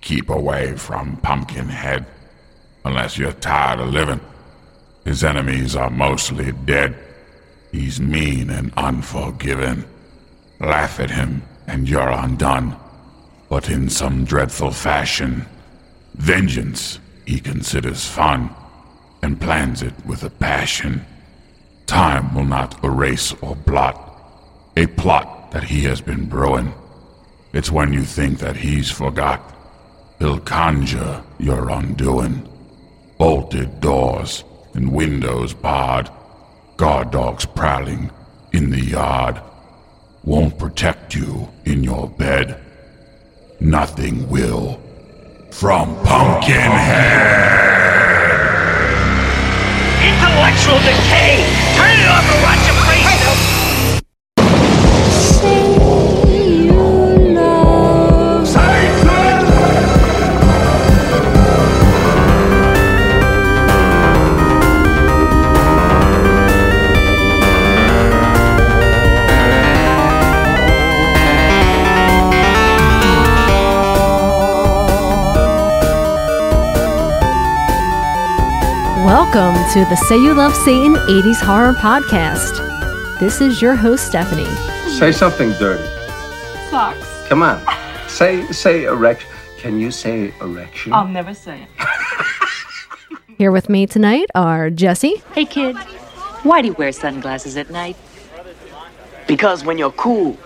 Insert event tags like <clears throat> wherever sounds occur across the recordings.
keep away from Pumpkinhead unless you're tired of living. His enemies are mostly dead. He's mean and unforgiving. Laugh at him, and you're undone. But in some dreadful fashion, vengeance he considers fun and plans it with a passion. Time will not erase or blot a plot that he has been brewing. It's when you think that he's forgot, he'll conjure your undoing. Bolted doors and windows barred, guard dogs prowling in the yard won't protect you in your bed. Nothing will from Pumpkinhead. Intellectual decay! Turn it off or watch your face! Welcome to the Say You Love Satan 80s Horror Podcast. This is your host, Stephanie. Say something dirty. Sucks. Come on. Say say erection. Can you say erection? I'll never say it. Here with me tonight are Jesse, Hey kid, why do you wear sunglasses at night? Because when you're cool,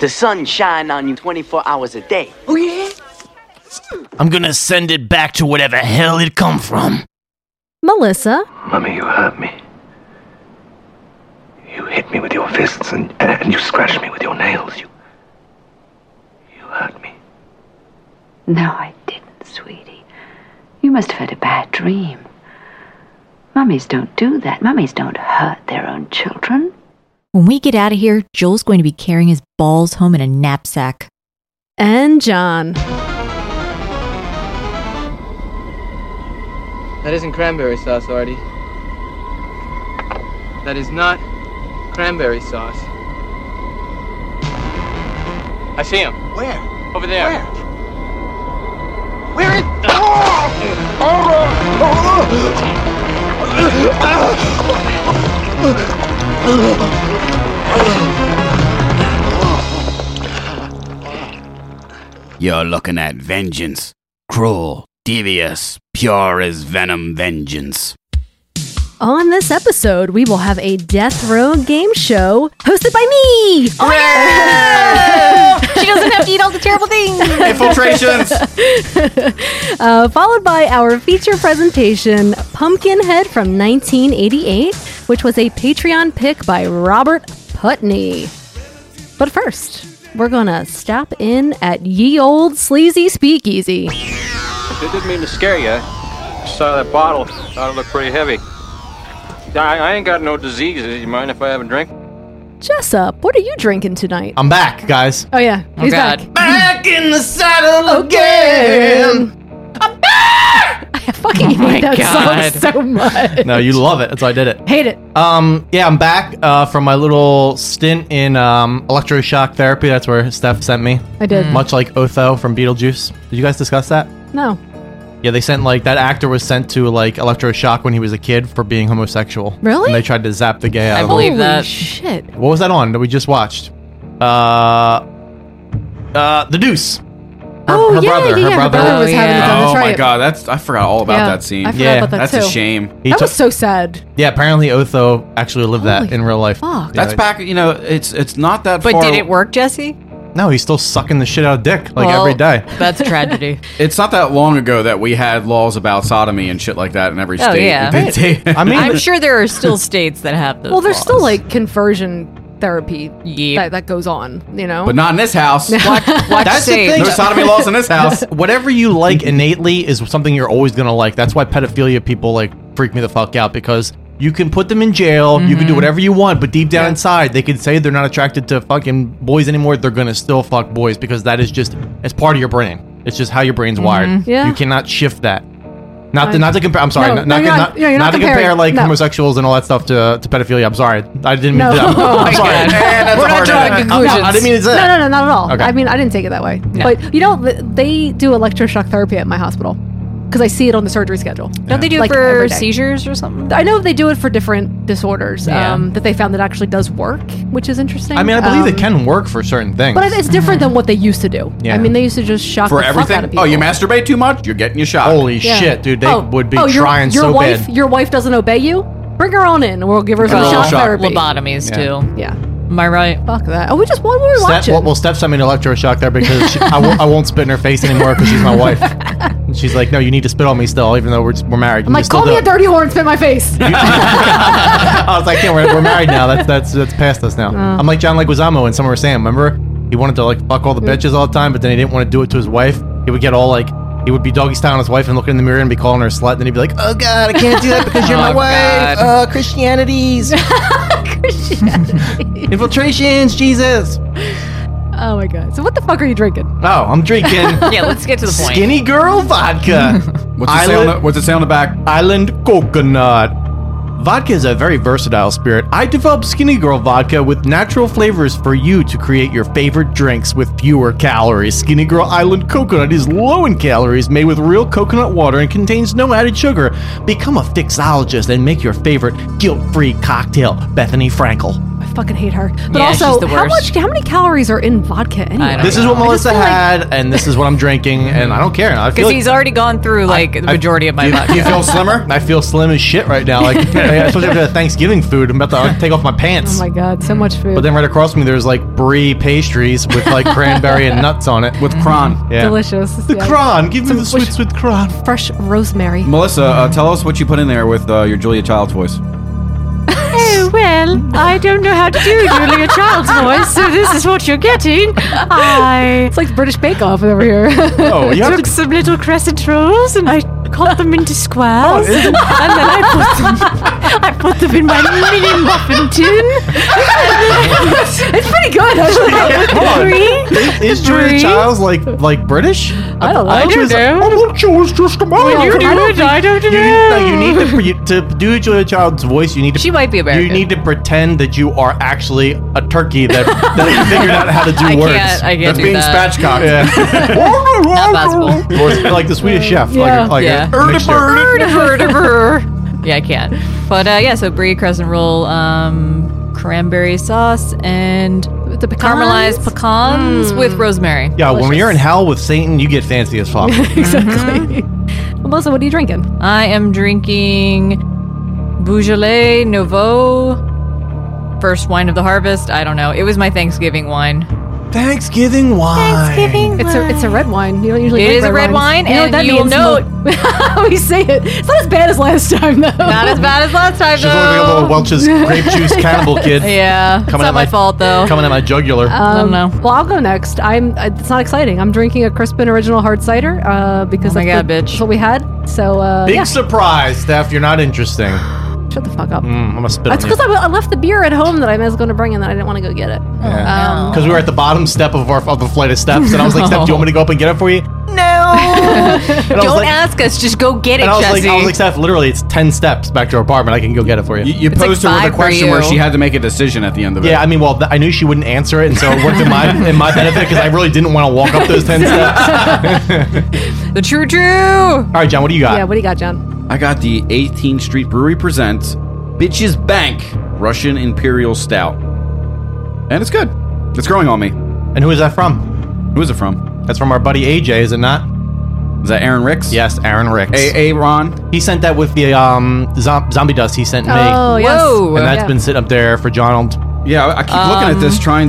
the sun shine on you 24 hours a day. I'm gonna send it back to whatever hell it come from. Melissa, Mommy, you hurt me. You hit me with your fists and, and you scratched me with your nails. You you hurt me. No, I didn't, sweetie. You must have had a bad dream. Mummies don't do that. Mummies don't hurt their own children. When we get out of here, Joel's going to be carrying his balls home in a knapsack. and John. That isn't cranberry sauce, Artie. That is not cranberry sauce. I see him. Where? Over there. Where? Where is. You're looking at vengeance. Cruel, devious, pure as venom vengeance. On this episode, we will have a Death Row game show hosted by me. Oh, <laughs> she doesn't have to eat all the terrible things. Infiltrations! Uh, followed by our feature presentation, Pumpkinhead from 1988, which was a Patreon pick by Robert Putney. But first, we're gonna stop in at ye old sleazy speakeasy. It didn't mean to scare you. I saw that bottle. Thought it looked pretty heavy. I, I ain't got no diseases. You mind if I have a drink? Jessup, what are you drinking tonight? I'm back, guys. oh yeah, he's back. God. back in <laughs> the saddle I fucking hate that song so much. No, you love it. That's why I did it. Hate it. Um, yeah, I'm back uh, from my little stint in um, electroshock therapy. That's where Steph sent me. I did. Much like Otho from Beetlejuice. Did you guys discuss that? No. Yeah, they sent like that actor was sent to like electroshock when he was a kid for being homosexual. Really? And they tried to zap the gay out of him. Holy shit. What was that on that we just watched? Uh, uh, uh, The Deuce. Her, oh yeah, yeah, yeah, her brother was Oh, having yeah. it on the Oh try my it. god, that's I forgot all about Yeah, that scene. I forgot Yeah, about that that's too. a shame. He that took- was so sad. yeah, apparently Otho actually lived that Holy in real life. fuck. Yeah, That's they- back, you know, it's it's not that But far. did it work, Jesse? No, he's still sucking the shit out of dick like every day. That's tragedy. It's not that long ago that we had laws about sodomy and shit like that in every Oh, <laughs> state. yeah. <laughs> They did. I mean, I'm sure there are still states that have those. Well, <laughs> there's still laws. like conversion therapy Yeah. that, that goes on, you know? but not in this <laughs> house. Watch, watch That's the Sage. thing. no sodomy laws in <laughs> this house. <laughs> whatever you like innately is something you're always gonna like. That's why pedophilia people like freak me the fuck out because you can put them in jail, you Mm-hmm. can do whatever you want, but deep down inside, they can say they're not attracted to fucking boys anymore. They're gonna still fuck boys because that is just it's part of your brain. It's just how your brain's wired. Mm-hmm. Yeah. you cannot shift that. Not to, I- not to compare. I'm sorry. No, not no, not, you're not, not- yeah, you're not not to compare comparing- like no. homosexuals and all that stuff to, to pedophilia. I'm sorry. I didn't mean <laughs> to. No. I'm, Oh my sorry. God. And that's We're not hard. drawing I'm not- I didn't mean to say No, that. no, no, not at all. Okay. I mean, I didn't take it that way. But you know, th- they do electroshock therapy at my hospital because I see it on the surgery schedule. Don't they do it Like, for every day. seizures or something? I know they do it for different disorders Yeah. um, that they found that actually does work, which is interesting. I mean, I believe Um, it can work for certain things. But it's different than what they used to do. Yeah. I mean, they used to just shock for the fuck out of everything. people. Oh, you masturbate too much? You're getting your shot. Holy shit, dude! They Oh, would be oh, your- trying your so wife, bad. Your wife doesn't obey you? Bring her on in. and We'll give her some Well, shock, shock. therapy. Lobotomies, Yeah. too. Yeah. Am I right? Fuck that. Oh, we just one more Steph- watching. well, well, Steph sent me an electroshock there because she, I, won't, I won't spit in her face anymore because <laughs> she's my wife. And she's like, no, you need to spit on me still, even though we're, we're married. I'm You like, still call do me it." a dirty whore and spit in my face. <laughs> I was like, yeah, we're, we're married now. That's that's that's past us now. Oh. I'm like John Leguizamo in Summer of Sam. Remember, he wanted to like fuck all the bitches all the time, but then he didn't want to do it to his wife. He would get all like, he would be doggy style on his wife and look in the mirror and be calling her a slut. And then he'd be like, oh god, I can't do <laughs> that because you're my Oh, wife. God. Uh, <laughs> Christianities, infiltrations, <laughs> Jesus. oh my god. So what the fuck are you drinking? Oh, I'm drinking. yeah, let's get to the point. Skinny girl vodka. What's it say on the- what's it say on the back? Island coconut. Vodka is a very versatile spirit. I developed Skinny Girl vodka with natural flavors for you to create your favorite drinks with fewer calories. Skinny Girl Island coconut is low in calories, made with real coconut water, and contains no added sugar. Become a fixologist and make your favorite guilt-free cocktail, Bethany Frankel. I fucking hate her. But Yeah, also, she's the how much? worst. How many calories are in vodka anyway? This is I what just Melissa feel like- had, and this is what I'm drinking, and I <laughs> don't care. I feel Because like- he's already gone through like the majority of my you, vodka. you feel slimmer? I feel slim as shit right now. Like, I supposed to have the Thanksgiving food. I'm about to like, take off my pants. Oh my god, so much food. but then right across from me, there's like brie pastries with like cranberry and nuts on it. With cron. Yeah. Delicious. The cron. Give me the sweet, sweet cron. Fresh rosemary. Melissa, uh, tell us what you put in there with uh, your Julia Child's voice. Oh, well, I don't know how to do <laughs> Julia Child's voice, so this is what you're getting. I. It's like British Bake Off over here. Oh, you have took some little crescent rolls and I cut them into squares. and Oh, then isn't- I put them. I put them in my mini muffin tin. it's pretty good, actually. Is Julia Brie? Childs like like British? I don't know. I thought she don't was- know. I thought she was just a model. you do I don't it, I don't you know. Need, no, you need to, pre- you- to do Julia Child's voice. You need to. She might be American. You need to pretend that you are actually a turkey that that figured out how to do I words. can't- I can't That's do being that. spatchcocked. Not possible. Or like the Swedish chef. Um, Yeah. Like a, like Yeah. a mixture. <laughs> yeah, I can't. But uh, yeah, so brie crescent roll, um, cranberry sauce, and the caramelized pecans with Hmm. rosemary. Yeah, when you're in hell with Satan, you get fancy as <laughs> fuck. exactly. Melissa, what are you drinking? I am drinking Beaujolais Nouveau, first wine of the harvest. I don't know. It was my Thanksgiving wine. Thanksgiving wine. Thanksgiving. It's a it's a red wine. You don't usually. It drink is a red wines. wine, You know what and that you'll means, know- Mo- <laughs> we say it. It's not as bad as last time, though. Not as bad as last time, She's looking like a little Welch's grape juice cannibal <laughs> kid. Yeah, it's not my fault, though. Coming at my jugular. Um, Well, I'll go next. I'm. uh, It's not exciting. I'm drinking a Crispin original hard cider uh, because Oh my that's, God, what, that's what we had. So uh, Big yeah, surprise, Steph. You're not interesting. shut the fuck up. Mm, I'm gonna spit That's on you. because I, I left the beer at home that I was going to bring and that I didn't want to go get it. Oh, Um, Because we were at the bottom step of our of the flight of steps, and I was like, "Steph, do you want me to go up and get it for you?" <laughs> No, I was don't like- ask us. Just go get it, and I was Jesse. like, "I was like, Steph, literally, it's ten steps back to her apartment. I can go get it for you." You, You posed her with a question where she had to make a decision at the end of it. Yeah, I mean, well, th- I knew she wouldn't answer it, and so it worked in my in my <laughs> benefit because I really didn't want to walk up those <laughs> ten steps. the true true. All right, John, what do you got? Yeah, what do you got, John? I got the 18th Street Brewery presents Bitches Bank Russian Imperial Stout, and it's good. It's growing on me. And who is that from? Who is it from? That's from our buddy AJ, is it not? Is that Aaron Ricks? Yes, Aaron Ricks. A A Ron. He sent that with the um zom- zombie dust. He sent me. Oh, yes. Whoa. And that's Yeah. Um, been sitting up there for John. Yeah, I keep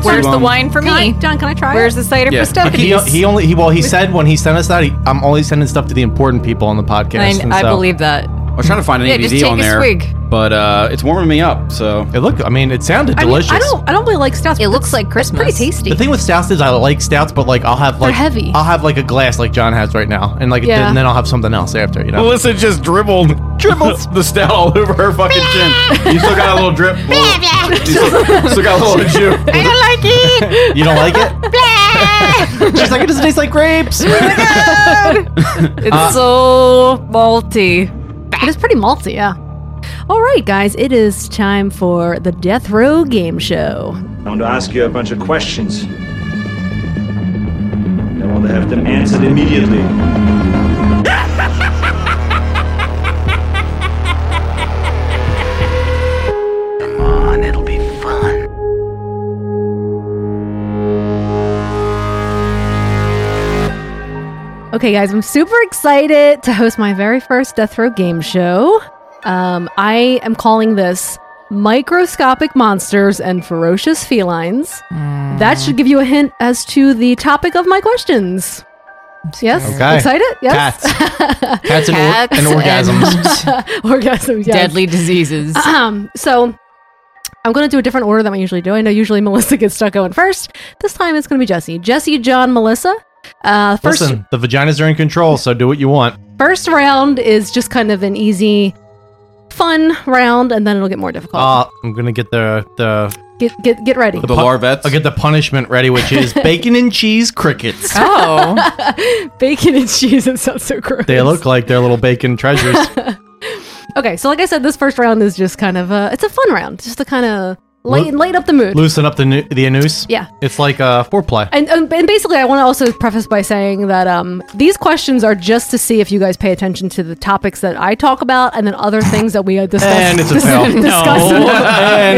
Where's um, the wine for me, John? Um, Can I try? Where's the cider for Stephanie? um, He, he only he well he said when he sent us that he, I'm only sending stuff to the important people on the podcast. I, and I so- believe that. I was trying to find an Yeah, ABV E just take on a there, swig. but uh, it's warming me up. So it looked. I mean, it sounded I mean, delicious. I don't. I don't really like stouts. It looks like Christmas. Pretty tasty. the thing with stouts is I like stouts, but like I'll have They're like heavy. I'll have like a glass like John has right now, and like Yeah. and then I'll have something else after. You know, Melissa just dribbled dribbles <laughs> the stout all over her fucking chin. You still got a little <laughs> drip. Little, you still, still got a little of the juice. I don't like it. you don't like it? Blah. <laughs> She's like, it doesn't taste like <laughs> grapes. Oh <laughs> Uh, It's so malty. It is pretty malty, yeah. All right, guys, it is time for the Death Row Game Show. I want to ask you a bunch of questions. I want to have them answered immediately. Okay, guys, I'm super excited to host my very first Death Row Game Show. Um, I am calling this Microscopic Monsters and Ferocious Felines. That should give you a hint as to the topic of my questions. Yes? Okay. Excited? Yes? <laughs> Cats and, or- Cats and orgasms. <laughs> Orgasms, yes. Deadly <laughs> diseases. Ahem. so I'm going to do a different order than we usually do. I know usually Melissa gets stuck going first. This time it's going to be Jesse. Jesse, John, Melissa. Uh, first, Listen, the vaginas are in control, so do what you want. first round is just kind of an easy, fun round, and then it'll get more difficult. Uh, I'm gonna get the the get get get ready. pu- I'll get the punishment ready, <laughs> which is bacon and cheese crickets. Oh, <laughs> bacon and cheese. It sounds so gross. They look like they're little <laughs> bacon treasures. Okay, so like I said, this first round is just kind of a it's a fun round, just to kind of light Lu- light up the mood. Loosen up the nu- the anus. Yeah. it's like a uh, foreplay. <laughs> And, um, and and basically, I want to also preface by saying that um, these questions are just to see if you guys pay attention to the topics that I talk about, and then other things that we uh, discuss. And it's <laughs> a fail. dis- discuss No. in the- And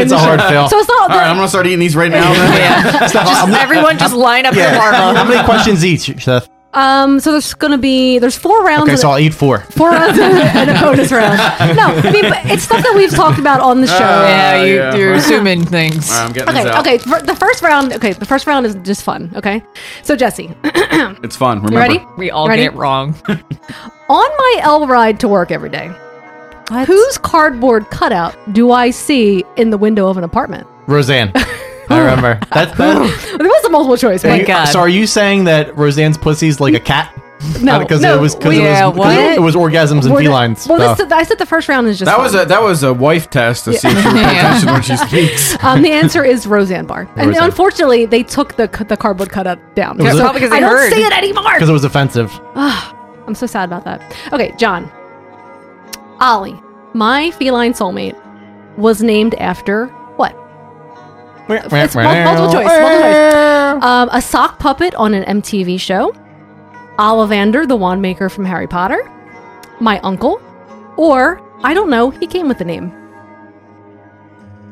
in it's the a <laughs> hard show. fail. So it's All not. right, I'm gonna start eating these <laughs> right now. <laughs> <laughs> everyone just line up your marble. How many questions each, Seth? Um, so there's gonna be there's four rounds. Okay, of so I'll eat four. Four rounds and a bonus round. No, I mean but it's stuff that we've talked about on the show. yeah, you, you're assuming things. All right, I'm getting Okay, this out. okay. fir- The first round. Okay, the first round is just fun. Okay, so Jesse, <clears throat> It's fun. You Remember, ready? We all Ready? get it wrong. on my L ride to work every day, whose cardboard cutout do I see in the window of an apartment? <laughs> Roseanne. I remember. That's that. There was a multiple choice. but- You- So are you saying that Roseanne's pussy's like a cat? <laughs> No, because no, it was because yeah, it, was, 'cause what? it was orgasms and Well, th- felines. Well, Oh. this, I said the first round is just that was fun. a that was a wife test to see if she <laughs> would pay Yeah. attention when she speaks. Um, the answer is Roseanne Barr, and Roseanne. unfortunately, they took the cu- the cardboard cutout down. It was a- So I don't see it anymore. because it <laughs> was offensive. <laughs> Ah, I'm so sad about that. Okay, John. Ollie, my feline soulmate, was named after what? It's mul- Oh, multiple choice. Multiple eh. choice. Um, a sock puppet on an MTV show. Ollivander, the wand maker from Harry Potter. My uncle. Or, I don't know, he came with the name.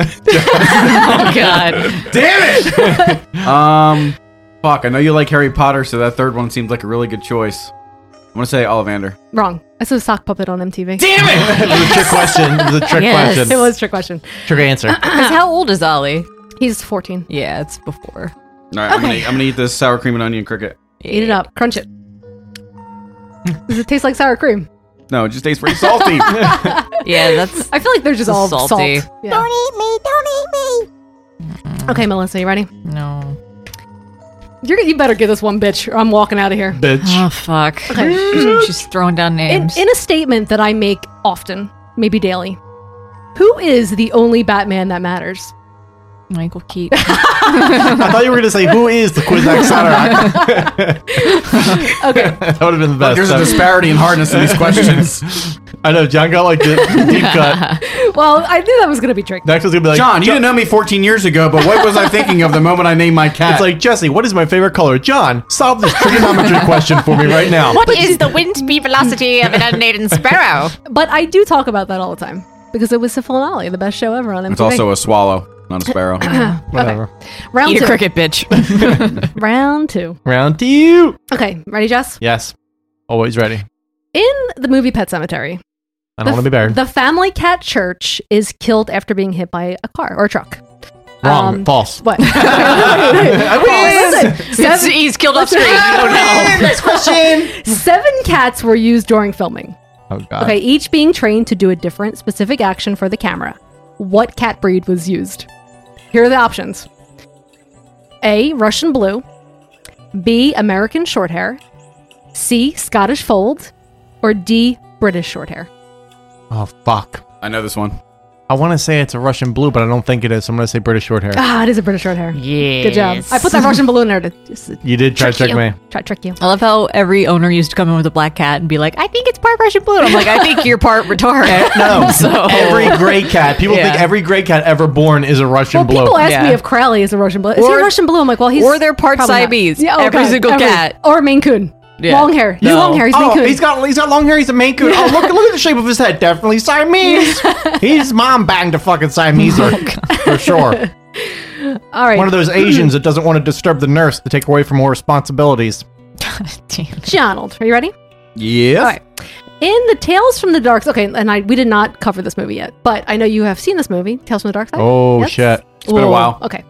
oh God! <laughs> Damn it! <laughs> um, fuck. I know you like Harry Potter, so that third one seems like a really good choice. I'm gonna say Ollivander. Wrong. I said sock puppet on MTV. Damn <laughs> it was a trick question. It was a trick Yes. question. It was a trick question. <clears throat> trick answer. All 'Cause how old is Ollie? He's 14. Yeah, it's before. right, I'm, gonna, Okay. I'm gonna eat this sour cream and onion cricket. Eat it up. Crunch <laughs> it. Does it taste like sour cream? No, it just tastes <laughs> pretty salty. <laughs> yeah, that's. I feel like they're just all Salty. salt. Don't eat me! Don't eat me! Okay, Melissa, you ready? No. You're, you better give this one, bitch, or I'm walking out of here. Bitch. Oh fuck. <gasps> Okay. Mm. <clears throat> She's throwing down In, names. in a statement that I make often, maybe daily, who is the only Batman that matters? Michael <laughs> Keaton. I thought you were going to say who is the Quizzax Sonorak. <laughs> okay, <laughs> that would have been the best. there's a disparity in hardness in these questions. <laughs> I know John got like the <laughs> deep cut. well, I knew that was going to be tricky. Next was gonna be like John, you didn't know me 14 years ago, but what was I thinking of the moment I named my cat? It's like Jesse, what is my favorite color? John, solve this trigonometry question for me right now. What is the <laughs> wind speed velocity of an unladen sparrow? But I do talk about that all the time because it was Syphil and Ollie, the best show ever on MTV. It's also a swallow, not <clears throat> a sparrow. Whatever. round Eat a two. cricket, bitch. Round two. Round to you. Okay, ready, Jess? Yes, always ready. In the movie Pet Cemetery, I don't The- want to be buried. The family cat church is killed after being hit by a car or a truck. Wrong. um, False. What? <laughs> Wait, wait, wait. Listen, It's- he's killed off screen. You don't know. question. Seven cats were used during filming. Oh god. Okay, each being trained to do a different specific action for the camera. What cat breed was used? Here are the options A. Russian Blue, B. American Shorthair, C. Scottish Fold, or D. British Shorthair. Oh fuck. I know this one. I want to say it's a Russian blue, but I don't think it is. So I'm going to say British short hair. <laughs> Ah, it is a British short hair. Yeah. Good job. I put that Russian balloon there to just You did try to trick check me. Try to trick you. I love how every owner used to come in with a black cat and be like, I think it's part Russian blue. And I'm like, I think you're part retarded. <laughs> No, Oh. So- every gray cat. People Yeah. think every gray cat ever born is a Russian Well, blue. people ask me if Crowley is a Russian blue. Is he Or- a Russian blue? I'm like, well, he's or they're part probably not. Siamese. oh, Every God. single cat. or Maine Coon. Yeah. Long hair. He's No. long hair. He's Maine oh, Coon. <laughs> he's got he's got long hair. He's a Maine Coon. Oh, look look at the shape of his head. <laughs> Definitely Siamese. His mom banged a fucking Siamese <laughs> for <laughs> sure. Oh, All right. One of those Asians that doesn't want to disturb the nurse to take away from her responsibilities. Donald, are you ready? Yes. All right. In the Tales from the Dark okay, and I we did not cover this movie yet, but I know you have seen this movie, Tales from the Dark Side. Oh Yes? shit! It's been a Ooh, while. Okay,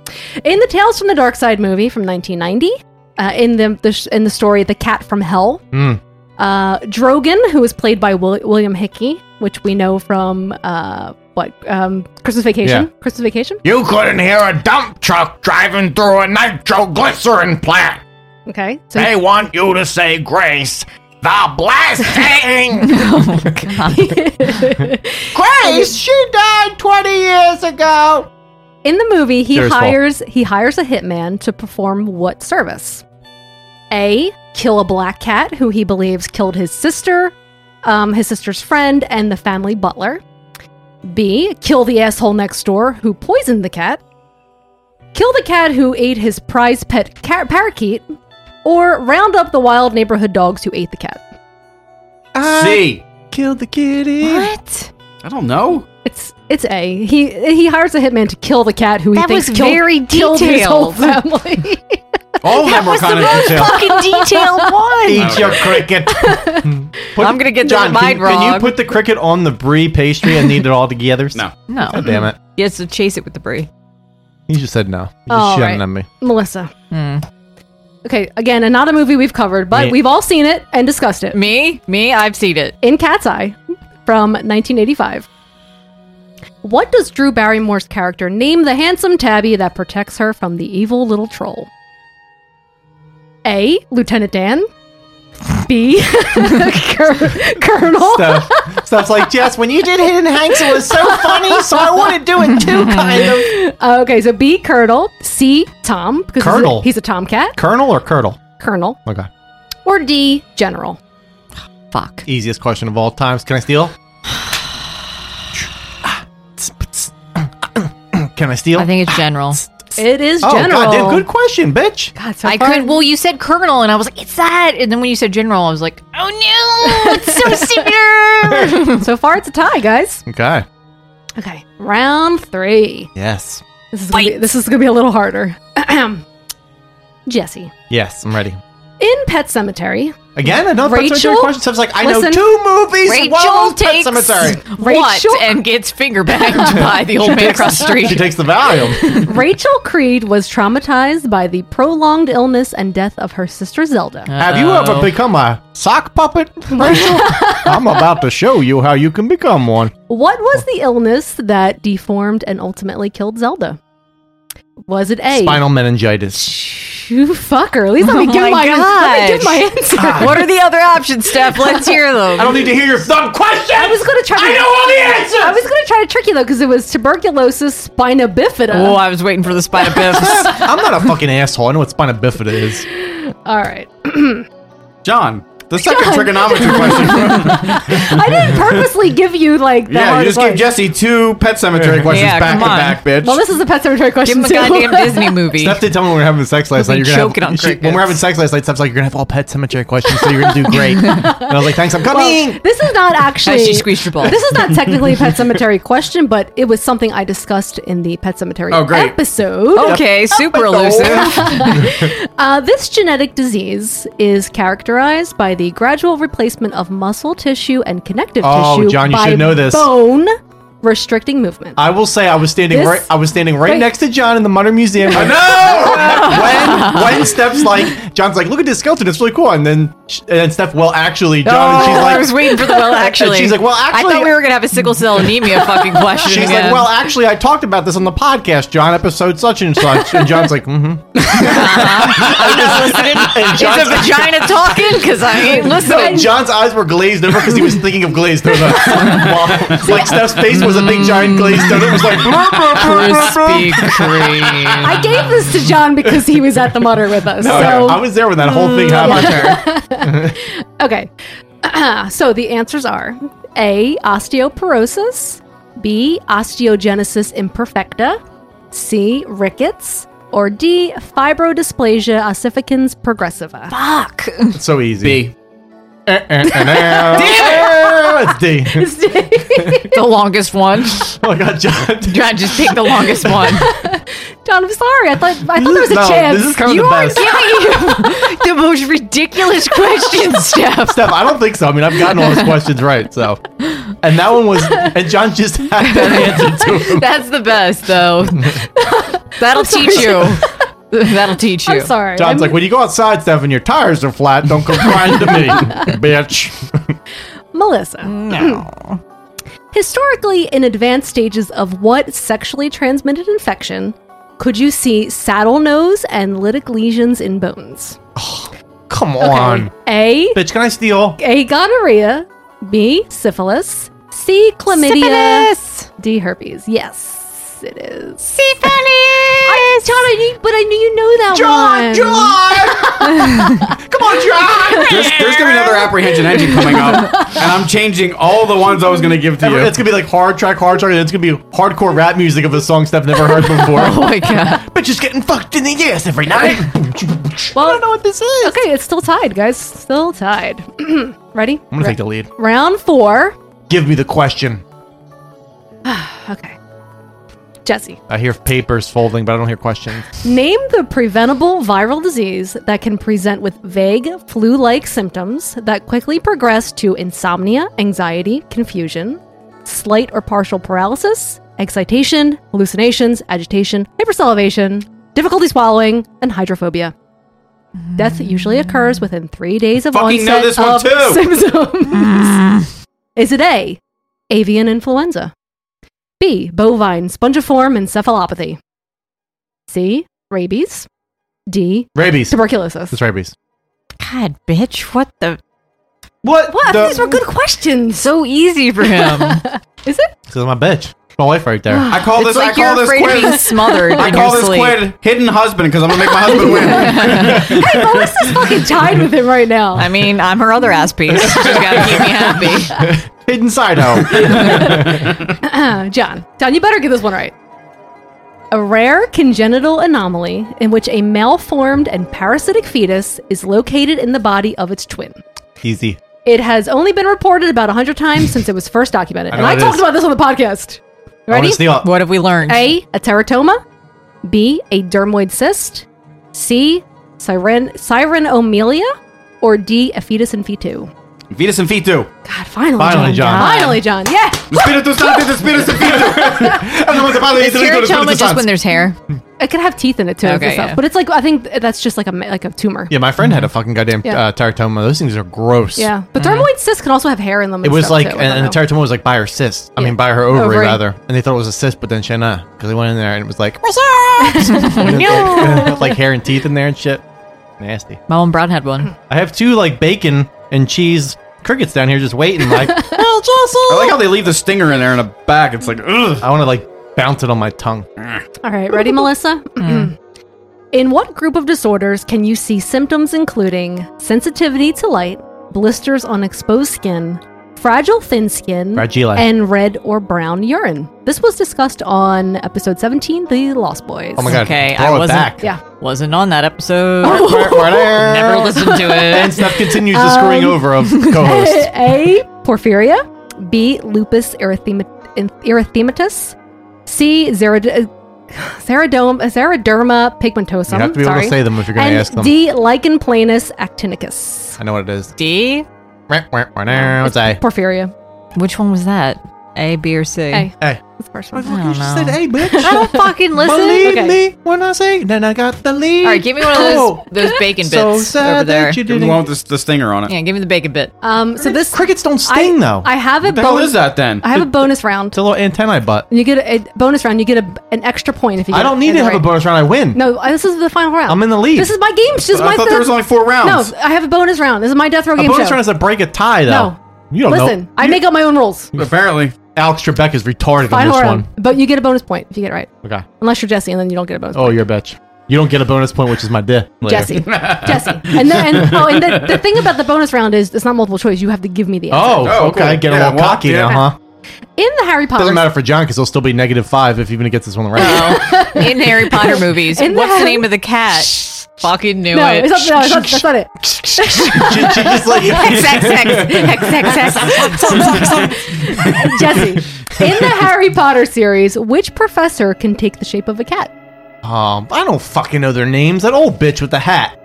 in the Tales from the Dark Side movie from 1990, uh, in the, the sh- in the story The Cat from Hell, Mm. uh, Drogon, who was played by Will- William Hickey, which we know from uh, what um, Christmas Vacation, Yeah. Christmas Vacation. You couldn't hear a dump truck driving through a nitroglycerin plant. Okay, so he- want you to say grace. <laughs> The blasting. Oh, Grace, she died 20 years ago. In the movie, he There's fault. hires he hires a hitman to perform what service? A. Kill a black cat who he believes killed his sister, um, his sister's friend, and the family butler. B. Kill the asshole next door who poisoned the cat. Kill the cat who ate his prize pet car- parakeet, or round up the wild neighborhood dogs who ate the cat. Uh, C. Kill the kitty. What? I don't know. It's it's A. He he hires a hitman to kill the cat who he That thinks was killed, very killed his whole detailed. family. All of them are kind of detailed. detailed one. Eat your cricket. <laughs> Put- I'm gonna get John, mine can, can wrong. you put the cricket on the brie pastry and knead it all together? <laughs> No. No. God damn it. He has to chase it with the brie. You just said no. You're All just shitting Oh, right. on me. Melissa. Hmm. Okay, again, another movie we've covered, but Me. we've all seen it and discussed it. Me? Me? I've seen it. In Cat's Eye from 1985. What does Drew Barrymore's character name the handsome tabby that protects her from the evil little troll? A. Lieutenant Dan. B. <laughs> Cur- Colonel. <laughs> Stuff. Stuff's like, Jess, when you did Hidden Hanks, it was so funny, so I want to do <laughs> it too, kind of. <laughs> Okay, so B. Colonel. C. Tom. Because he's a- Colonel. He's a, tomcat. Colonel or Curdle? Colonel. Okay. Or D. General. Fuck. Easiest question of all times. Can I steal? Can I steal? I think it's general. It is oh, General. goddamn, good question, bitch. God, I could. Well, you said colonel, and I was like, it's that. And then when you said general, I was like, oh no, <laughs> it's so similar. so far, it's a tie, guys. Okay. Okay, round three. Yes. This is gonna be, this is gonna be a little harder. <clears throat> Jesse, Yes, <laughs> I'm ready. in Pet Cemetery, Again, another Pet Cemetery Rachel? question. So it's like, I Listen. know two movies. one Rachel was Pet takes Cemetery. what and gets finger banged by the old man across the street. She takes the <laughs> Valium. Rachel Creed was traumatized by the prolonged illness and death of her sister Zelda. Have you ever become a sock puppet, Rachel? <laughs> I'm about to show you how you can become one. What was the illness that deformed and ultimately killed Zelda? Was it <laughs> A? Spinal meningitis. You fucker. At least let me Oh give my my, let me give my gosh. answer. <laughs> what are the other options, Steph? <laughs> Let's hear them. I don't need to hear your dumb question. I was gonna try. To, I know all the answers. I was gonna try to trick you though, because it was tuberculosis spina bifida. Oh, I was waiting for the spider biffs. I'm not a fucking asshole. I know what spina bifida is. <laughs> All right, <clears throat> John, the second John. <laughs> trigonometry question. <laughs> I didn't purposely give you like the yeah, you hardest just gave one. Jesse two Pet Cemetery questions Yeah, back come to on. back, bitch. Well, this is a pet cemetery Give question him a too. <laughs> goddamn Disney movie. Steph did tell me when we were having sex last We'll night. be You're gonna choking have, on she- when crickets. we're having sex last night, Steph's like, "You're gonna have all pet cemetery questions, so you're gonna <laughs> do <laughs> great." and I was like, "Thanks, I'm coming." Well, this is not actually. she squeezed your balls. This is not technically a <laughs> pet cemetery question, but it was something I discussed in the pet cemetery Oh, great. episode. Okay, super elusive. <laughs> Uh, this genetic disease is characterized by the gradual replacement of muscle tissue and connective Oh, tissue John, you by should know this. bone, restricting <laughs> movement. I will say I was standing This- right I was standing right Wait. next to John in the Modern Museum. I know. when when Steph's like John's like, look at this skeleton, it's really cool, and then sh- and then Steph, well, actually, John, and she's Oh, like, I was waiting for <laughs> the well actually. she's like, well, I actually- thought we were gonna have a sickle cell anemia <laughs> fucking question. she's again. like, well, actually, I talked about this on the podcast, John, episode such and such, and John's like, mm-hmm. <laughs> I'm not listening. <laughs> And Is a John's, vagina talking? Because I <laughs> ain't no, listening. <laughs> John's eyes were glazed over because he was thinking of glazed over. While- like Steph's face was was a big giant glazed donut. It was like brr, brr, brr, brr, brr. I gave this to John because he was at the mutter with us. No, so I was there when that whole thing <laughs> happened. Mm. <laughs> Okay. <clears throat> so the answers are A. Osteoporosis, B. Osteogenesis imperfecta, C. Rickets, or D. Fibrodysplasia ossificans progressiva. Fuck. It's so easy. Eh, B. Damn eh. It's D. the longest one. Oh my god, John. John, just pick the longest <laughs> one. John, I'm sorry. I thought I thought there was a No, chance. this is kind of you the are best. giving <laughs> the most <laughs> ridiculous questions, Steph. Steph, I don't think so. I mean, I've gotten all his questions right, so. And that one was, and John just had that answer to him. That's the best, though. That'll teach you. That'll teach you. I'm sorry. John's I'm- like, when you go outside, Steph, and your tires are flat, don't come crying to me, <laughs> bitch. Melissa. <clears throat> Historically, in advanced stages of what sexually transmitted infection, could you see saddle nose and lytic lesions in bones? Come on. A. Bitch, can I steal? A. Gonorrhea. B. Syphilis. C. Chlamydia. D. Herpes. Yes, it is. Syphilis. I, John, I knew, but I knew you know that John, one. <laughs> John! Come on, John! There's, there's gonna be another apprehension engine coming up, and I'm changing all the ones I was gonna give to you. It's gonna be like hard track, hard track, and it's gonna be hardcore rap music of a song Steph never heard <laughs> before. <laughs> Oh my God. Bitches getting fucked in the ass every <laughs> night. Well, I don't know what this is. Okay, it's still tied, guys. Still tied. <clears throat> Ready? I'm gonna take the lead. Round four. Give me the question. okay. Jesse, I hear papers folding, but I don't hear questions. name the preventable viral disease that can present with vague flu like symptoms that quickly progress to insomnia, anxiety, confusion, slight or partial paralysis, excitation, hallucinations, agitation, hypersalivation, difficulty swallowing, and hydrophobia. Death usually occurs within three days of Fucking know onset this one <laughs> of too. <laughs> symptoms. Is it A, avian influenza? B, bovine spongiform encephalopathy? C, rabies? D, Rabies. tuberculosis? It's rabies. God, bitch, what the? What? What? the- These were good questions. So easy for him. Is it? This is my bitch. My wife right there. Ah, I call this. I call this <laughs> quid. I call <laughs> this quid hidden husband because I'm gonna make my husband win. hey, Melissa's fucking tied with him right now. I mean, I'm her other ass piece. She's gotta keep me happy. Hidden Sido. <laughs> <laughs> John, John, you better get this one right. A rare congenital anomaly in which a malformed and parasitic fetus is located in the body of its twin. Easy. It has only been reported about 100 times since it was first documented. I and know I what it talked is. about this on the podcast. I wanna Ready? steal it. What have we learned? A. A teratoma. B. A dermoid cyst. C. Siren, sirenomelia. Or D. A fetus in fetu. Fetus and fetu. God, finally, Finally, John. John. Finally, John. Yeah. The spiritus santi, the spiritus and fetu. Everyone's about to eat Is the little teratoma spiritus just santi. when there's hair? It could have teeth in it too and Okay, stuff, yeah. but it's like I think th- that's just like a ma- like a tumor. Yeah, my friend had a fucking goddamn Yeah. uh, teratoma. Those things are gross. Yeah, but dermoid cysts can also have hair in them. It and was stuff, like, too. and, I don't and the know. teratoma was like by her cyst. I mean, by her ovary, Ovary. rather. And they thought it was a cyst, but then Shanna, because they went in there and it was like, <laughs> No. with like hair and teeth in there and shit. Nasty. <laughs> My mom Brown had one. I have two like bacon and cheese crickets down here just waiting. Like, I like how they leave the stinger in there in a bag. It's like, ugh. I want to like bounce it on my tongue. All right, ready, <laughs> Melissa? Mm. <clears throat> in what group of disorders can you see symptoms including sensitivity to light, blisters on exposed skin, fragile thin skin, Fragile. and red or brown urine? This was discussed on episode 17, The Lost Boys. Oh my God, Okay, throw I it wasn't- back. Yeah. Wasn't on that episode. Never Never listened to it. And Steph continues the screwing Um, over of co-host. <laughs> A. Porphyria. B. Lupus erythema- erythematus. C. Zerod- uh, Xerodome, xeroderma pigmentosum. You have to be able to sorry. say them if you're gonna And ask them. D. Lichen planus actinicus. I know what it is. D. What's I? Porphyria. Which one was that? A, B, or C? A. Hey. That's the first one. I don't know. bitch. I don't <laughs> fucking listen. Believe Okay. me when I say, then I got the lead. All right, give me one of those those bacon bits Oh. So sad over there. that you Give me one with the, the stinger on it. yeah, give me the bacon bit. Um, so this crickets don't sting though. I have What it. the hell is that then? I have a bonus round. It's a little antennae butt. You get a, a bonus round. You get a, an extra point if you. Get I don't need it to have right. a bonus round. I win. No, I- this is the final round. I'm in the lead. This is my game. This is But I my thought there was only four rounds. No, I have a bonus round. This is my death row a game bonus show. round is a break a tie, though. No. You don't Listen, know. I make up my own rules. Apparently. Alex Trebek is retarded Final on this round. But you get a bonus point if you get it right. one. Okay. Unless you're Jesse, and then you don't get a bonus. Oh, you're a bitch. You don't get a bonus point, which is my dick. <laughs> later. Jesse. <laughs> Jesse. And then, and, oh, and the, the thing about the bonus round is it's not multiple choice. You have to give me the answer. Oh, okay. Get a little cocky now, huh? In the Harry Potter Doesn't <laughs> matter for John because he'll still be negative five if even he gets this one right. in Harry Potter <laughs> movies. In the What's the Harry- name of the cat? Fucking knew no, it. it's not, no, it's not, that's not it. <laughs> just like- Hex, hex, hex. Hex, hex, <laughs> hex. <laughs> Jesse, in the Harry Potter series, which professor can take the shape of a cat? <laughs> Um, I don't fucking know their names. That old bitch with the hat.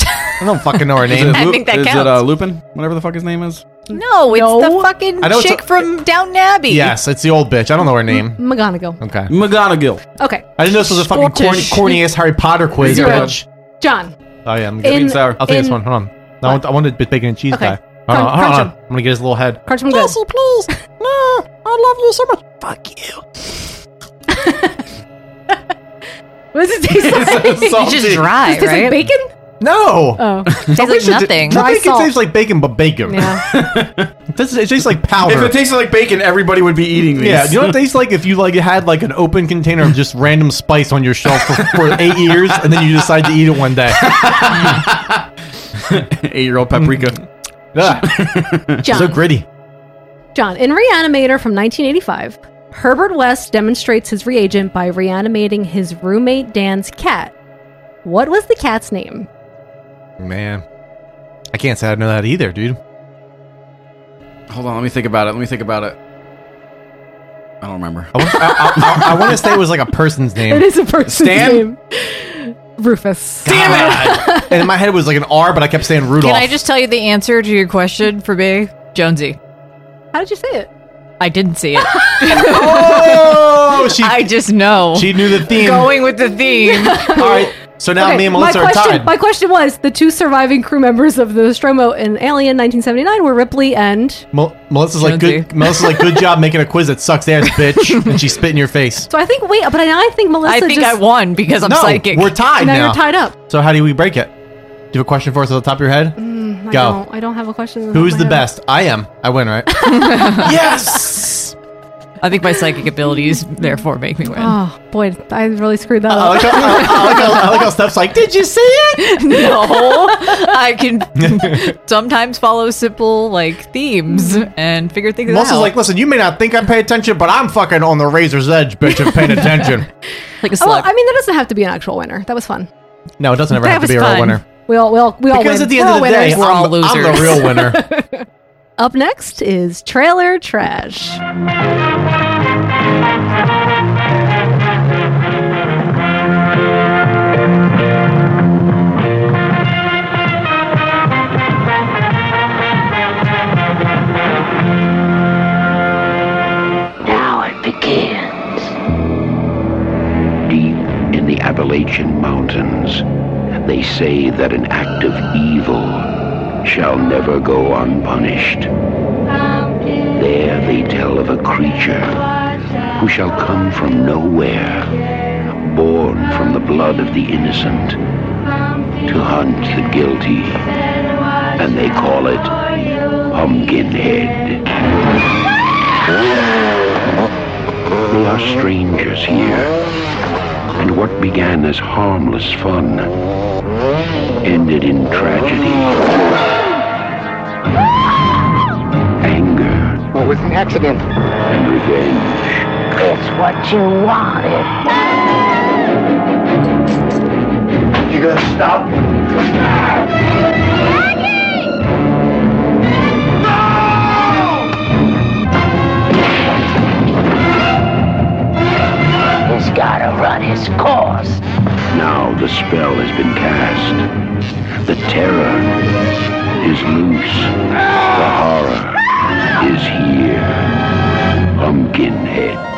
I don't fucking know her name. <laughs> Is it, Lu- is it uh, counts. Lupin? Whatever the fuck his name is. No, it's the fucking I know it's chick a- from Downton Abbey. Yes, it's the old bitch. I don't know her name. McGonagall. Okay. McGonagall. Okay, I didn't know this was a fucking corny, Scottish. corny ass Harry Potter quiz, Zero. bitch. John. Oh yeah, I'm In- getting sour. I'll take this in- one. Hold on. No, I want, I want the bacon and cheese Okay. guy. Hold on, Crunch- hold on, crunch hold on. I'm gonna get his little head. Crunch him good. Jesse, please. No, I love you so much. Fuck you. <laughs> What does it taste It's so like? salty. It's just dry, Does it taste right? like bacon? No. <laughs> Oh. Tastes like nothing. Dry bacon salt. tastes like bacon, but bacon. Yeah. it, tastes, it tastes like powder. If it tasted like bacon, everybody would be eating these. Yeah, you know what it tastes like if you like had like an open container of just random spice on your shelf for, for eight years, and then you decide to eat it one day. <laughs> Eight-year-old paprika. Yeah. Mm. so John. gritty. John, in Reanimator from 1985, Herbert West demonstrates his reagent by reanimating his roommate Dan's cat. What was the cat's name? Man, I can't say I know that either, dude. Hold on, let me think about it. Let me think about it. I don't remember. I, I, I, want <laughs> to say it was like a person's name. It is a person's Stan? name. Rufus. God. and in my head it was like an R, but I kept saying Rudolph. Ah, Can I just tell you the answer to your question for me? Jonesy. How did you say it? <laughs> I didn't see it. <laughs> oh, she, I just know. She knew the theme. Going with the <laughs> theme. All right, so now Okay, me and my Melissa are question, tied. my question was the two surviving crew members of the Nostromo in Alien 1979 were Ripley and. Mel- Melissa's like good. Jonesy. Melissa's like good job making a quiz that sucks ass, <laughs> bitch, and she spit in your face. So I think, wait, but now I think Melissa. I think just- I won because I'm no, psychic. we're tied Now now. you're tied up. So how do we break it? Do you have a question for us at the top of your head? Mm, I Go. Don't, I don't have a question. Who's the best? I am. I <laughs> win, right? yes! I think my psychic abilities therefore make me win. Oh, boy, I really screwed that I <laughs> like how, I like up. how- I like how, I like how Steph's like, did you see <laughs> it? no, <laughs> I can <laughs> sometimes follow simple like themes Mm-hmm. and figure things Melissa's out. like, listen, you may not think I pay attention, but I'm fucking on the razor's edge, bitch, of <laughs> paying attention. like a Oh, well, I mean, that doesn't have to be an actual winner. That was fun. No, it doesn't ever That have to was be a real fun. winner. We all, we all, we all Because win. at the We're end of all the winners. day, I'm, I'm the <laughs> real winner. Up next is trailer trash. Now it begins. Deep in the Appalachian Mountains, they say that an act of evil shall never go unpunished. There they tell of a creature who shall come from nowhere, born from the blood of the innocent, to hunt the guilty, and they call it Pumpkinhead. They are strangers here. And what began as harmless fun ended in tragedy. Anger. Well, it was an accident. And revenge. It's what you wanted. You gonna stop? He's gotta run his course. Now the spell has been cast. The terror is loose. The horror is here. Pumpkinhead.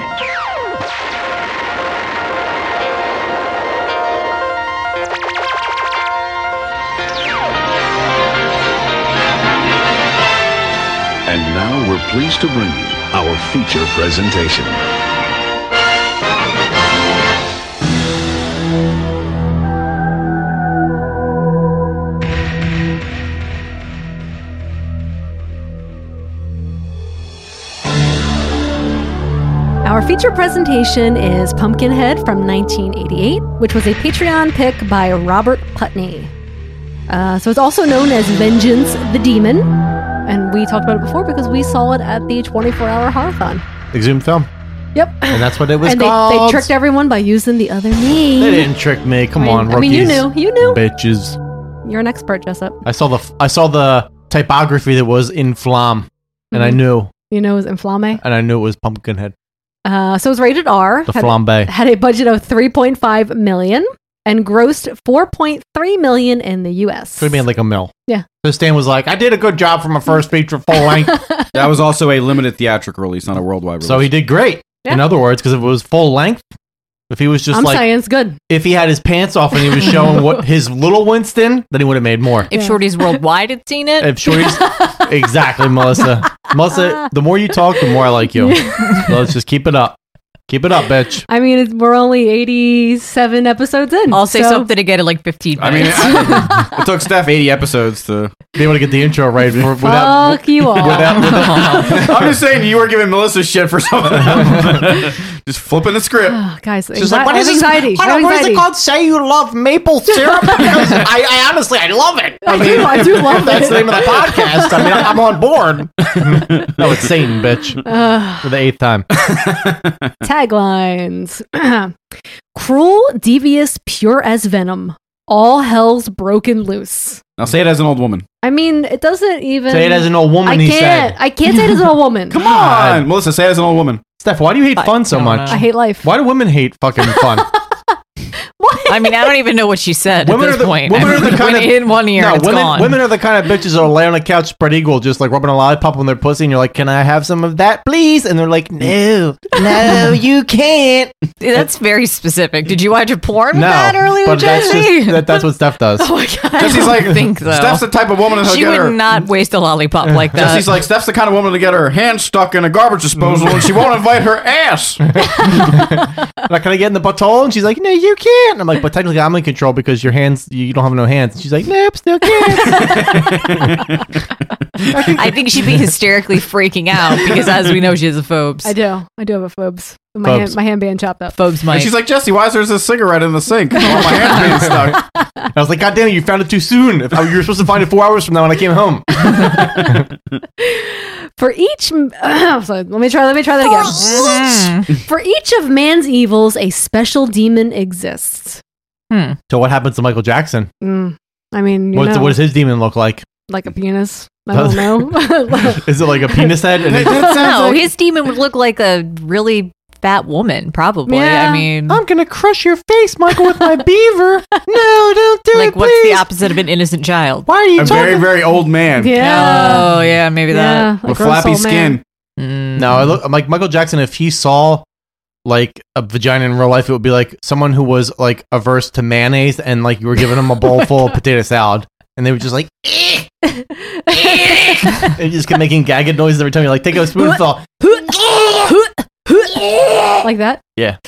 And now we're pleased to bring you our feature presentation. Our feature presentation is Pumpkinhead from 1988, which was a Patreon pick by Robert Putney. Uh, so it's also known as Vengeance the Demon, and we talked about it before because we saw it at the 24-hour horror-thon. Exhumed film. Yep. And that's what it was and they, called. they tricked everyone by using the other name. They didn't trick me. Come I- on, I mean, you rookies. knew. You knew. Bitches. You're an expert, Jessup. I saw the I saw the typography that was in Flam, and I Mhm. knew, You know it was inflame. and I knew it was Pumpkinhead. Uh, so it was rated R. The had, flambe. had a budget of 3.5 million and grossed 4.3 million in the U.S. Could have been like a mill. Yeah. So Stan was like, "I did a good job for my first feature <laughs> full length." that was also a limited theatrical release, not a worldwide release. so he did great. In Yeah. other words, because if it was full length, if he was just I'm like, saying it's good. if he had his pants off and he was showing <laughs> what his little Winston, then he would have made more. If Shorty's worldwide had seen it, <laughs> If Shorty's exactly, Melissa. Melissa, the more you talk, the more I like <laughs> you. Let's just keep it up. Keep it up, bitch. I mean, it's, we're only 87 episodes in. I'll say so- something to get it like 15 I mean, minutes. <laughs> it took Steph 80 episodes to be able to get the intro right for, Fuck you all. <laughs> <laughs> I'm just saying, you were giving Melissa shit for something. <laughs> just flipping the script. Guys, She's anxi- like, what I is have this? anxiety. <laughs> Hold I have on, what is it anxiety. called? Say you love maple <laughs> syrup? Because I, I honestly, I love it. I do- I do if love That's it. the name of the podcast. I mean, I'm on <laughs> board. <laughs> no, it's Satan, bitch. Ugh. for the eighth time. <laughs> Taglines <clears throat> Cruel, devious, pure as venom. All hell's broken loose. Now say it as an old woman. I mean, it doesn't even. Say it as an old woman, I he can't. said. I can't say it as an old <laughs> woman. Come Come on, Melissa, say it as an old woman. Steph, why do you hate fun so much? I hate life. Why do women hate <laughs> fucking fun? I mean, I don't even know <laughs> what she said women at are this the point. women I are the mean, kind when of in one ear, No, and it's <laughs> women gone. women are the kind of bitches that are laying on the couch, spread eagle, just like rubbing a lollipop on their pussy, and you're like, "Can I have some of that, please?" And they're like, "No, no, you can't." That's very specific. Did you watch a porn with No, that earlier, but that's Jesse? just that, that's what <laughs> Steph does. <laughs> oh my god! Jesse's I don't like, think so. Steph's the type of woman that'll she get would her- not waste a lollipop like that. Jesse's like, Steph's the kind of woman to get her hand stuck in a garbage disposal and she won't invite <laughs> <laughs> her ass. like, can I get in the butthole? And she's like, "No, you can't." And I'm like, "But technically, I'm in control because your hands, you don't have no hands." And she's like, "Nope, still can't." <laughs> I think she'd be hysterically freaking out because, as we know, she has a phobes. I do. I do have a phobes. My, Phobes. Hand, my hand being chopped up. Phobes, And she's like, Jesse, why is there a cigarette in the sink? Oh, my hand's <laughs> being stuck. I was like, "God damn it, you found it too soon. If you were supposed to find it four hours from now when I came home." <laughs> For each, <clears throat> sorry, let me try. Let me try that again. For each of man's evils, a special demon exists. So what happens to Michael Jackson? Mm. I mean, you What's, know, what does his demon look like? like a penis. I <laughs> don't know. <laughs> Is it like a penis head? <laughs> And <laughs> it- no, his demon would look like a really fat woman, probably. I mean, I'm gonna crush your face, Michael, with my <laughs> beaver. No, don't do like, it, what's please. the opposite of an innocent child? Why are you A talking? very, very old man. Oh, yeah, maybe that. Mm. With flappy skin. no, I look I'm like Michael Jackson. If he saw like a vagina in real life, it would be like someone who was like averse to mayonnaise, and like you were giving him a bowl <laughs> full of potato salad, and they were just like, and just kept making gagging noises every time. You're like, take a spoonful. like that. Yeah.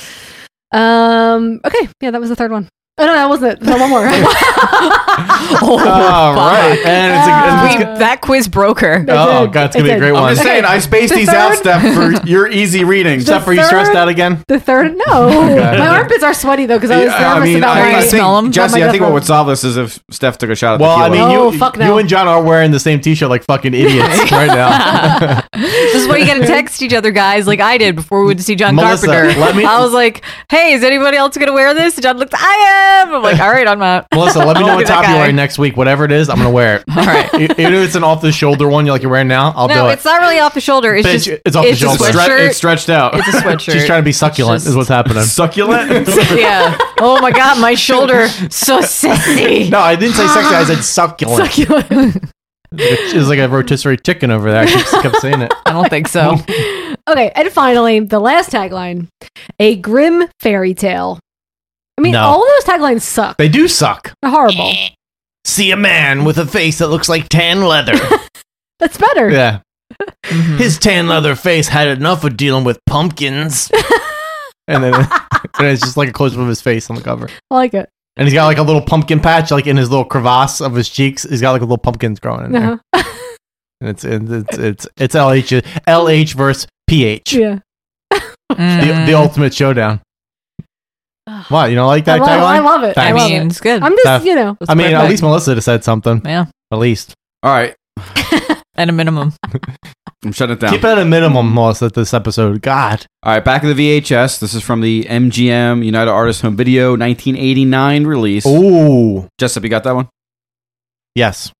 Um. Okay. Yeah, that was the third one. Oh no, that wasn't it. No, one more. <laughs> <laughs> Oh, All right, and it's a, and it's we, that quiz broke her. Oh god, it's gonna be a great I'm one. just saying, I spaced The these out, third- <laughs> Steph, <laughs> for your easy reading. Except for you stressed out again. the third. Oh, No, Okay. my armpits are sweaty though because I was Yeah, nervous about my think- Jesse, about oh my I think what girlfriend. would solve this is if Steph took a shot at Well, I tequila. mean, Oh, you, fuck you no. and John are wearing the same T-shirt like <laughs> fucking idiots right now. <laughs> This is why you gotta text each other, guys, like I did before we went to see John Melissa, Carpenter. let me- I was like, "Hey, is anybody else gonna wear this?" And John looked, "I am." I'm like, "All right, I'm out." Melissa, let <laughs> me I'll know be what that top you're Oh, guy. wearing next week. Whatever it is, I'm <laughs> gonna wear it. All right. Even <laughs> if it's an off-the-shoulder one, you're like you're wearing now, I'll No, do it. it's not really off the shoulder. It's Bitch, just it's off the a shoulder. sweatshirt. Stre- it's stretched <laughs> out. It's a sweatshirt. She's trying to be succulent, is what's happening. <laughs> Succulent? <laughs> yeah. Oh my god, my shoulder so sexy. no, I didn't say sexy. I <laughs> said <laughs> succulent. <laughs> It's it's like a rotisserie chicken over there. I keep, kept saying it. I don't think so. Okay, and finally, the last tagline: a grim fairy tale. I mean, No. all of those taglines suck. <laughs> They do suck. They're horrible. See a man with a face that looks like tan leather. That's better. <laughs> yeah. Mm-hmm. His tan leather face had enough of dealing with pumpkins. <laughs> and then <laughs> and it's just like a close up of his face on the cover. I like it. And he's got like a little pumpkin patch, like in his little crevasse of his cheeks. He's got like a little pumpkins growing in there. Uh-huh. <laughs> And it's it's it's it's, it's LH LH versus PH. Yeah. the, the ultimate showdown. What you don't like that? I love- tagline? I love it. I Thanks. love it. It's good. I'm just, That- you know, I mean, at perfect. least Melissa would have said something. Yeah. At least. All right. At a minimum. I'm shutting it down. Keep it at a minimum, Melissa. This episode. God. All right, back of the VHS. This is from the MGM United Artists Home Video 1989 release. Ooh. Jessup, you got that one? Yes.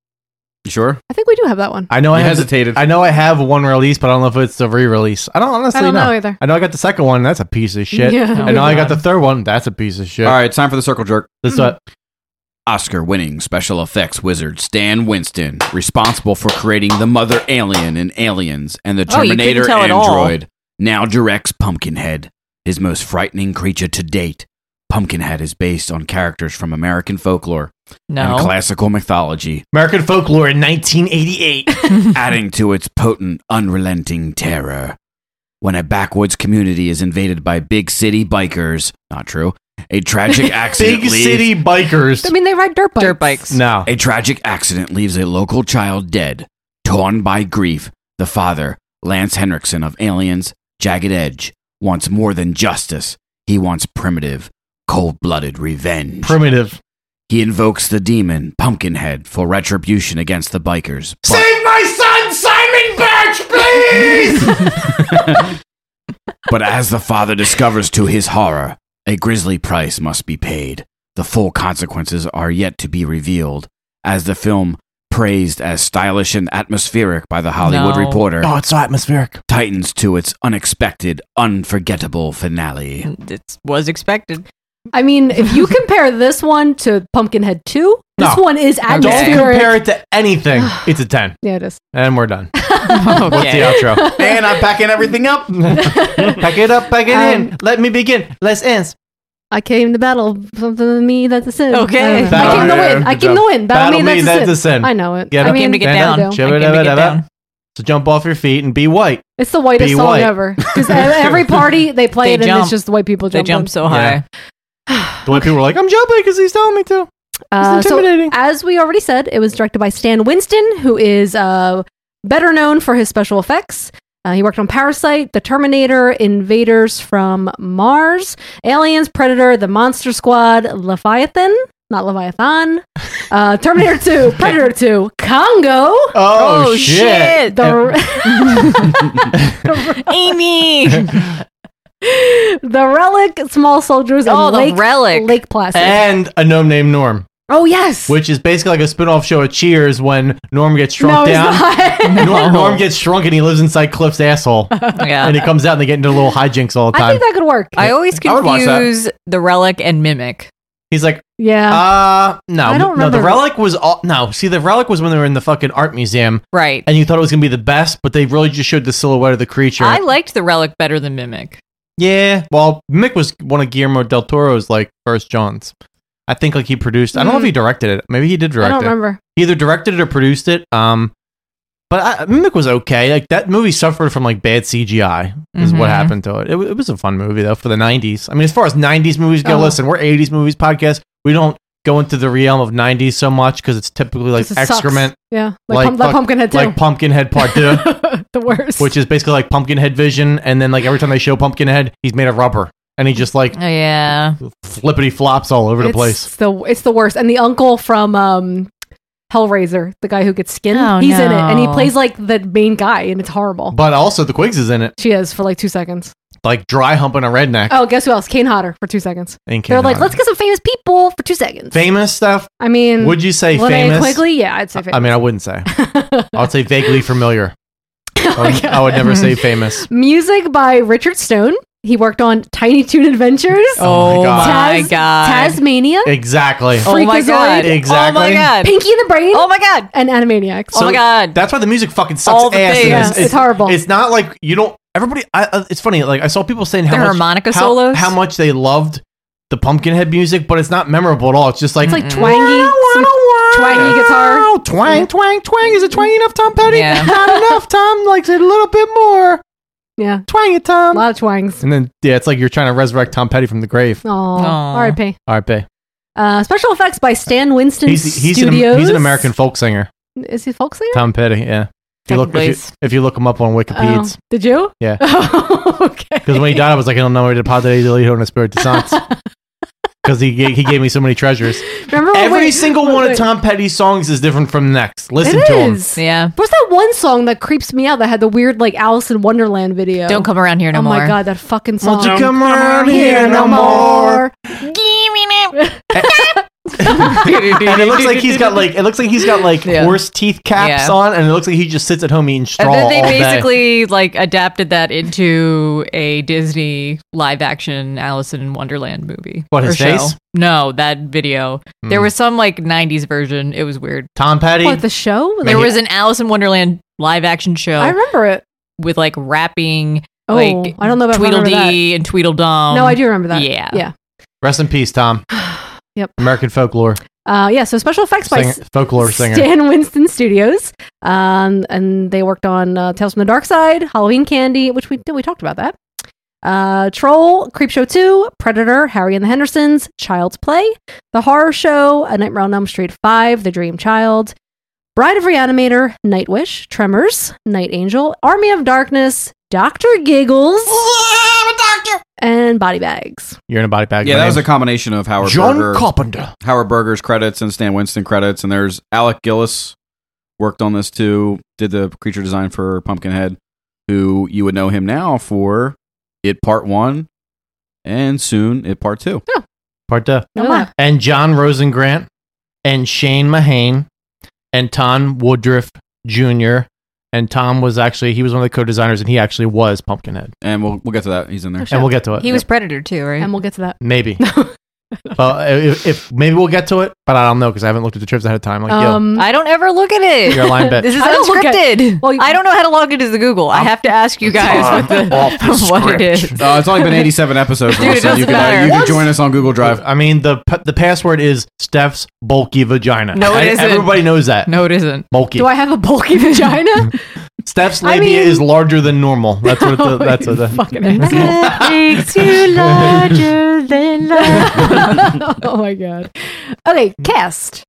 You sure? I think we do have that one. I know I You have- hesitated. I know I have one release, but I don't know if it's a re-release. I don't honestly I don't know. know either. I know I got the second one. That's a piece of shit. Yeah. I know I got the third one. That's a piece of shit. All right, it's time for the circle jerk. This is what- Oscar winning special effects wizard Stan Winston, responsible for creating the Mother Alien in Aliens and the Oh, you couldn't Terminator tell at all. android, now directs Pumpkinhead, his most frightening creature to date. Pumpkinhead is based on characters from American folklore No. and classical mythology, American folklore in <laughs> 1988. adding to its potent, unrelenting terror. When a backwoods community is invaded by big city bikers, not true, a tragic accident <laughs> Big leaves- city bikers. I mean, they ride dirt bikes. Dirt bikes. No. A tragic accident leaves a local child dead. Torn by grief, the father, Lance Henriksen of Aliens, Jagged Edge, wants more than justice. He wants primitive, cold blooded revenge. Primitive. He invokes the demon, Pumpkinhead, for retribution against the bikers. Save my son, Simon Birch, <laughs> please! But as the father discovers to his horror, a grisly price must be paid. The full consequences are yet to be revealed. As the film, praised as stylish and atmospheric by the Hollywood No. Reporter, Oh, it's so atmospheric. tightens to its unexpected, unforgettable finale. It was expected. I mean, if <laughs> you compare this one to Pumpkinhead 2, this No. one is Don't atmospheric. compare it to <sighs> anything. It's a 10. Yeah, it is. And we're done. <laughs> What's the outro? And I'm packing everything up. Pack it up, pack it Um, in. Let me begin. Let's end. I came to battle. Something with me that's a sin. Okay. I don't know. I came to Battle- win. I Good came job. to win. Battle, me, that's, a, sin. sin. I know it. Get I up. mean, Stand I up. do. Shiver, dabba, dabba. So jump off your feet and be white. It's the whitest Be song white. ever. Because <laughs> every party they play They it, and jump. it's just the white people They jump. jump so high. Yeah. The way people were like, I'm jumping because he's telling me to. Uh, It's so, as we already said, it was directed by Stan Winston, who is uh, better known for his special effects. Uh, he worked on Parasite, The Terminator, Invaders from Mars, Aliens, Predator, The Monster Squad, Leviathan, not Leviathan, <laughs> uh, Terminator 2, Predator 2, Congo. Oh, Oh, shit. shit. The, <laughs> <laughs> Amy. the Relic, Small Soldiers, and Oh, The Lake, Relic. Lake Placid. And a gnome named Norm, oh, yes. which is basically like a spin off show of Cheers when Norm gets no, shrunk it's down. not. <laughs> Norm, Norm gets shrunk and he lives inside <laughs> Cliff's asshole. Yeah. And he comes out and they get into little hijinks all the I time. think that could work. I always I would watch that. confuse the relic and mimic. He's like, yeah. uh, no, I don't no. The remember. relic was all no. See, the relic was when they were in the fucking art museum, Right. and you thought it was gonna be the best, but they really just showed the silhouette of the creature. I liked the relic better than <laughs> mimic. <laughs> yeah, well, Mick was one of Guillermo del Toro's like first Johns. I think like he produced. I don't know if he directed it. Maybe he did "Oh, direct Mm-hmm. I don't it. remember. He either directed it or produced it. Um, but I, Mimic was okay. Like that movie suffered from like bad CGI. Mm-hmm. Is what Mhm. happened to it. it. wa- It was a fun movie though for the '90s. I mean, as far as '90s movies go, Oh. listen, we're '80s movies podcast. We don't go into the realm of '90s so much because it's typically like 'Cause it sucks. excrement, Yeah, like, pump, like fuck- Pumpkinhead too. like Pumpkinhead Part Two, <laughs> the worst. which is basically like Pumpkinhead Vision, and then like every time they show Pumpkinhead, he's made of rubber, and he just like Oh, yeah. flippity flops all over it's the place. The it's the worst. And the uncle from um, Hellraiser, the guy who gets skinned, Oh, he's in it, and he no. plays like the main guy, and it's horrible. But also the Quigs is in it, she is for like two seconds. like dry humping a redneck. Oh, guess who else? Kane Hodder for two seconds. And They're Kane like, Hodder. let's get some famous people for two seconds. famous stuff. I mean, Would you say Linnea famous? Quigley? Yeah, I'd say famous. I mean, I <laughs> wouldn't say. I'd say vaguely familiar. Oh I, would, I would never say famous. Music by Richard Stone. He worked on Tiny Toon Adventures. Oh, my Taz- God. Tasmania. Exactly. Oh, my Freakazoid. God. Exactly. Oh, my God. Pinky and the Brain. Oh, my God. And Animaniacs. oh, my God. That's why the music fucking sucks All the ass. in things. this. Yeah, it's horrible. It's not like you don't. Everybody. I, I- it's funny. Like I saw people saying how The much, harmonica how, solos? how much they loved the Pumpkinhead music, but it's not memorable at all. It's just like It's like twangy, some twangy guitar. Oh, twang, twang, twang. Is it twangy enough, Tom Petty? Yeah. Not enough, Tom. Like a little bit more. Yeah, Twang it, Tom. a lot of twangs. And then yeah, it's like you're trying to resurrect Tom Petty from the grave. Oh, R.I.P. All right, Bay. Uh, special effects by Stan Winston He's he's an, Studios. he's an American folk singer. Is he folk singer? Tom Petty. Yeah. If you look, if Technoblades. you, if you look him up on Oh. Wikipedia, Did you? yeah. <laughs> Because when he died, I was like, I don't know where to pot de delito and spirit de sans. <laughs> Because he ga- he gave me so many treasures. Remember when- every wait, single wait, one wait. of Tom Petty's songs is different from the next. Listen It to him. is. Yeah. What's that one song that creeps me out that had the weird like Alice in Wonderland video? Don't come around here no oh Oh my more. god, that fucking song. Won't you come around here no more. Give <laughs> <laughs> and it looks like he's got like it looks like he's got like horse teeth caps Yeah. on, and it looks like he just sits at home eating straw And then they all day. basically like adapted that into a Disney live action Alice in Wonderland movie. What, his or show. face? No, that video. There Hmm. was some like '90s version. It was weird. Tom Petty. What the show? There was an Alice in Wonderland live action show. I remember it with like rapping. Oh, like, I don't know if I remember Tweedledee and Tweedledum. No, I do remember that. Yeah, Yeah. Rest in peace, Tom. <sighs> Yep. American folklore Uh, yeah, so special effects by singer, S- folklore singer. Stan Winston Studios, um, and they worked on uh, Tales from the Dark Side, Halloween Candy, which we did. We talked about that. Uh, Troll, Creepshow Two, Predator, Harry and the Hendersons, Child's Play, The Horror Show, A Nightmare on Elm Street Five, The Dream Child, Bride of Reanimator, Nightwish, Tremors, Night Angel, Army of Darkness, Doctor Giggles, and Body Bags. You're in a body bag. Yeah, My that was a name- combination of Howard John Berger, Carpenter. Howard Berger's credits and Stan Winston credits, and there's Alec Gillis worked on this too. Did the creature design for Pumpkinhead, who you would know him now for It Part One, and soon It Part Two. part Oh, two. Come on. and John Rosengrant and Shane Mahane and Tom Woodruff Jr. And Tom was actually he was one of the co-designers, and he actually was Pumpkinhead. And we'll we'll get to that. He's in there. And we'll get to it. Oh, He was Predator too, right? And we'll get to that. <laughs> maybe. well, if, if maybe we'll get to it, but I don't know because I haven't looked at the trips ahead of time. Like, yo, I don't ever look at it. You're a line <laughs> bitch. this is I Um, don't look at- unscripted. I don't know how to log into the Google. i have to ask you guys what, <laughs> the, <laughs> what it is. Uh, it's only been 87 episodes, Dude, it so doesn't you can, uh, matter. you can What? join us on Google Drive. I mean the p- the password is Steph's bulky vagina. No, it I- isn't. Everybody knows that. No, it isn't. Bulky. Do I have a bulky <laughs> vagina? Steph's I labia mean- Oh is larger than <laughs> normal. That's <laughs> what. The, that's what. The, Makes you larger than life. <laughs> oh my god. Okay, Hmm. cast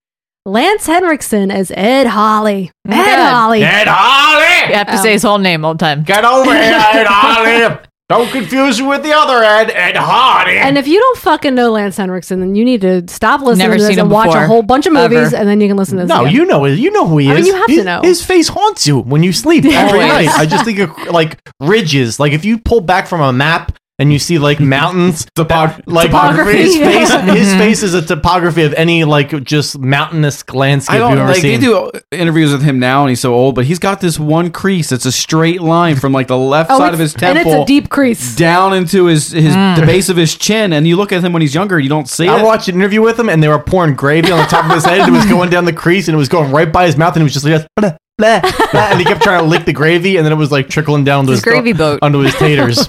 Lance Henriksen as Ed Holly. Ed Oh God. Holly. Um, Ed Holly. You have to say his whole name all the time. Get over <laughs> here, Ed Hardy. Don't confuse you with the other Ed, Ed Hardy. And if you don't fucking know Lance Henriksen, then you need to stop listening Never to this seen and him watch before. a whole bunch of movies, Ever. and then you can listen to this. no, again. you know it. You know who he I is. mean, you have to His- know. His face haunts you when <laughs> you sleep every Always. night. I just think of like ridges. Like if you pull back from a map and you see like mountains, <laughs> Topog- like topography. His Yeah. <laughs> face, his face is a topography of any like just mountainous landscape I you've don't ever like. seen. They do interviews with him now, and he's so old, but he's got this one crease. It's a straight line from like the <laughs> left Oh, it's- side of his and temple it's a deep Mm. crease. down into his his the base of his chin. And you look at him when he's younger, you don't see I it. watched an interview with him, and they were pouring gravy on the top of his head, and it was going down the crease, and it was going right by his mouth, and it was just like, blah, blah, blah, and he kept trying to lick the gravy, and then it was like trickling down to his, His gravy boat. onto his <laughs> taters.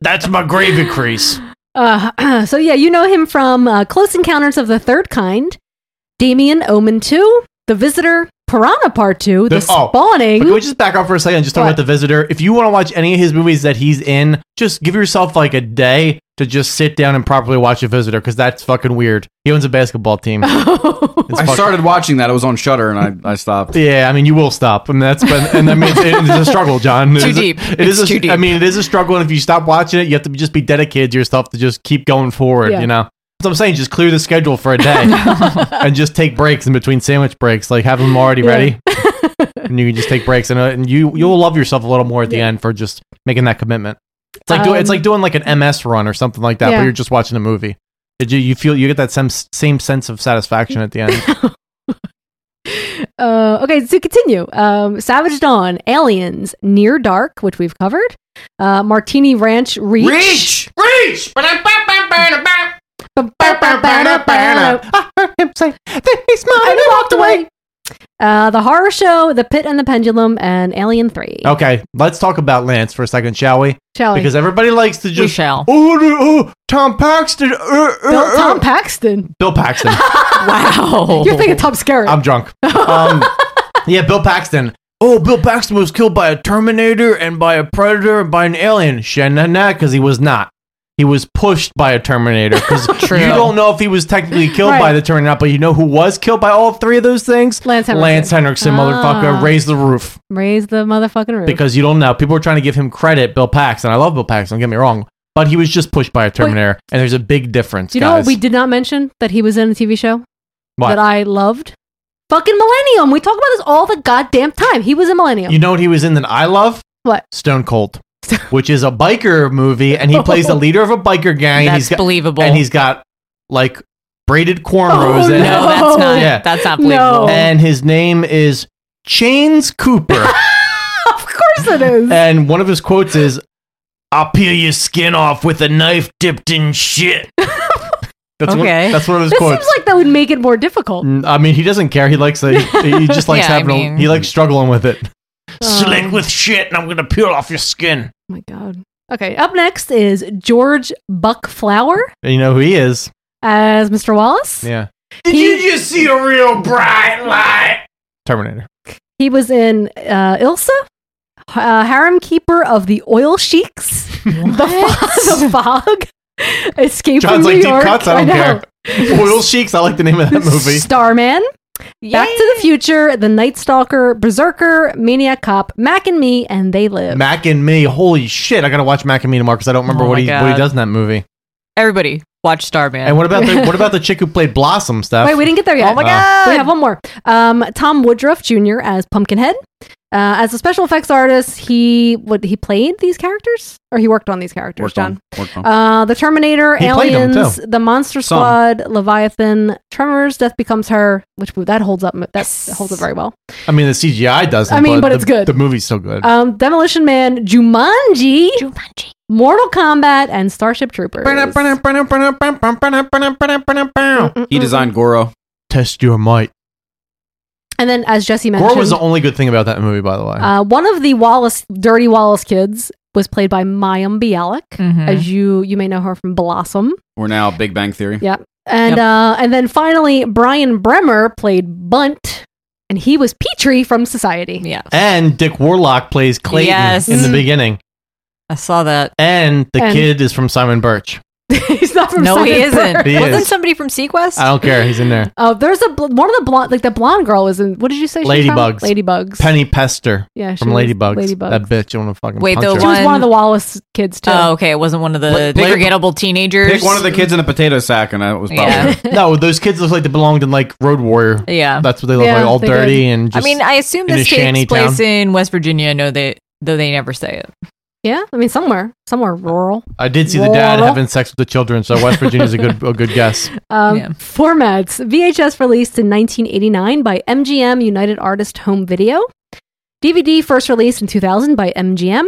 That's my gravy crease. Uh, <clears throat> so yeah, you know him from uh, Close Encounters of the Third Kind, Damien Omen 2, The Visitor, Piranha Part 2, The, The- oh, Spawning. But can we just back up for a second and just talk What? about the visitor? If you want to watch any of his movies that he's in, just give yourself like a day to just sit down and properly watch the visitor because that's fucking weird. He owns a <laughs> basketball team. It's I fucking- started watching that. It was on Shutter, and I, I <laughs> stopped. Yeah, I mean, you will stop, and that's been, and I mean, it's, it's a struggle, John. Too It is a- deep. it is It's a- too deep. I mean, it is a struggle, and if you stop watching it, you have to just be dedicated to yourself to just keep going forward. Yeah. You know, that's what I'm saying. Just clear the schedule for <laughs> a day, <laughs> and just take breaks in between sandwich breaks. Like have them already Yeah. <laughs> ready, and you can just take breaks, and, uh, and you you'll love yourself a little more at the end for just making that commitment. It's like doing, it's Um, like doing like an MS run or something like that, Yeah. but you're just watching a movie. It, you, you feel you get that same same sense of satisfaction at the end. Uh, okay, to continue. Um, Savage Dawn, Aliens, Near Dark, which we've covered. Uh, Martini Ranch, Reach. Reach! Reach! I heard him say, then he smiled and walked away. Uh, the Horror Show, The Pit and the Pendulum, and Alien 3. Okay, let's talk about Lance for a second, shall we? Shall we? Because everybody likes to just. shall. Oh, no, oh, Tom Paxton. uh, uh, Bill, uh. Tom Paxton. <laughs> Bill Paxton. Oh. Wow. You're thinking Tom <laughs> Skerritt. I'm drunk. <laughs> Um, yeah, Bill Paxton. Oh, Bill Paxton was killed by a Terminator and by a Predator and by an alien. Shenanigans, because he was not. he was pushed by a <laughs> Terminator because you True. don't know if he was technically killed by Right. the Terminator, or not, but you know who was killed by all three of those things? Lance Henriksen. Lance Henriksen, Ah. motherfucker, raise the roof Raise the motherfucking roof. because you don't know. People were trying to give him credit, Bill Paxton. I love Bill Paxton. Don't get me wrong, but he was just pushed by a Terminator, and there's a big difference. Do you know guys. what we did not mention that he was in a TV show What? that I loved? Fucking Millennium. We talk about this all the goddamn time. He was in Millennium. You know what he was in that I love? What? <laughs> Stone Cold, which is a biker movie, and he plays the leader of a biker gang. That's got, believable. And he's got like braided cornrows. Oh, and- no, that's not- that's not believable. No. And his name is Chains Cooper. <laughs> of course it is. and one of his quotes is, "I'll peel your skin off with a knife dipped in shit." That's okay. One, that's one of his That quotes. seems like that would make it more difficult. Mm, I mean, he doesn't care. He likes it. He, <laughs> he just likes Yeah, I having. mean- a, he likes struggling with it. Slick with shit, and I'm gonna peel off your skin. my god. Okay, up next is George Buckflower You know who he is? as Mr. Wallace. Yeah, Did you just see a real bright light? Terminator. He was in uh, Ilsa, uh, Harem Keeper of the Oil Sheiks, <laughs> the, fog, the Fog, <laughs> Escape John's from New like deep York. cuts. I don't know. care. <laughs> Oil Sheiks. I like the name of that movie. Starman, Back to the Future, The Night Stalker, Berserker, Maniac Cop, Mac and Me, and They Live. Mac and Me. Holy shit! I gotta watch Mac and Me tomorrow because I don't remember Oh what my he what he God. does in that movie. Everybody, watch Starman. And what about <laughs> the, what about the chick who played Blossom stuff? Wait, we didn't get there yet. Oh Uh, my God. We have one more. Um, Tom Woodruff Jr. as Pumpkinhead. Uh, as a special effects artist, he what he played these characters, or he worked on these characters. Worked John, on- worked on. Uh, the Terminator, He played 'em, Aliens, too. the Monster Some. Squad, Leviathan, Tremors, Death Becomes Her, which that holds up. That holds up very well. I mean, the CGI doesn't. I mean, but the- it's good. The movie's still good. Um, Demolition Man, Jumanji, Jumanji, Mortal Kombat, and Starship Troopers. He designed Goro. Test your might. And then, as Jesse mentioned, Gore was the only good thing about that movie, by the way. Uh, one of the Wallace, Dirty Wallace kids, was played by Mayim Bialik, Mm-hmm. Mhm. as you you may know her from Blossom. We're now Big Bang Theory. Yeah, and uh, and then finally Brian Bremer played Bunt, and he was Petrie from Society. Yeah, and Dick Warlock plays Clayton Yes. in the Mm. beginning. I saw that. And the And- kid is from Simon Birch. <laughs> he's not from. no, he Southern isn't. Bird. He Wasn't is. somebody from Sequest? I don't care. He's in <laughs> there. Oh, there's a bl- one of the blonde, like the blonde girl was in. What did you say? she was from? Ladybugs. Ladybugs. Penny Pester. Yeah, she from was Ladybugs. Ladybugs. That bitch. I want to <laughs> fucking Wait, punch the her. she was one- one of the Wallace kids too. Oh, okay. It wasn't one of the Pick- forgettable teenagers. Pick one of the kids in a potato sack, and that was probably Yeah. no, those kids look like they belonged in like Road Warrior. Yeah. That's what they look Yeah, like, all they dirty did. and just. I mean, I assume in a this shanty takes place town. in West Virginia. No, they though they never say it. Yeah, I mean somewhere, somewhere rural. I did see the dad Rural. having sex with the children, so West Virginia's a good a good <laughs> guess. Um, Formats VHS released in 1989 by MGM United Artist Home Video. DVD first released in 2000 by MGM.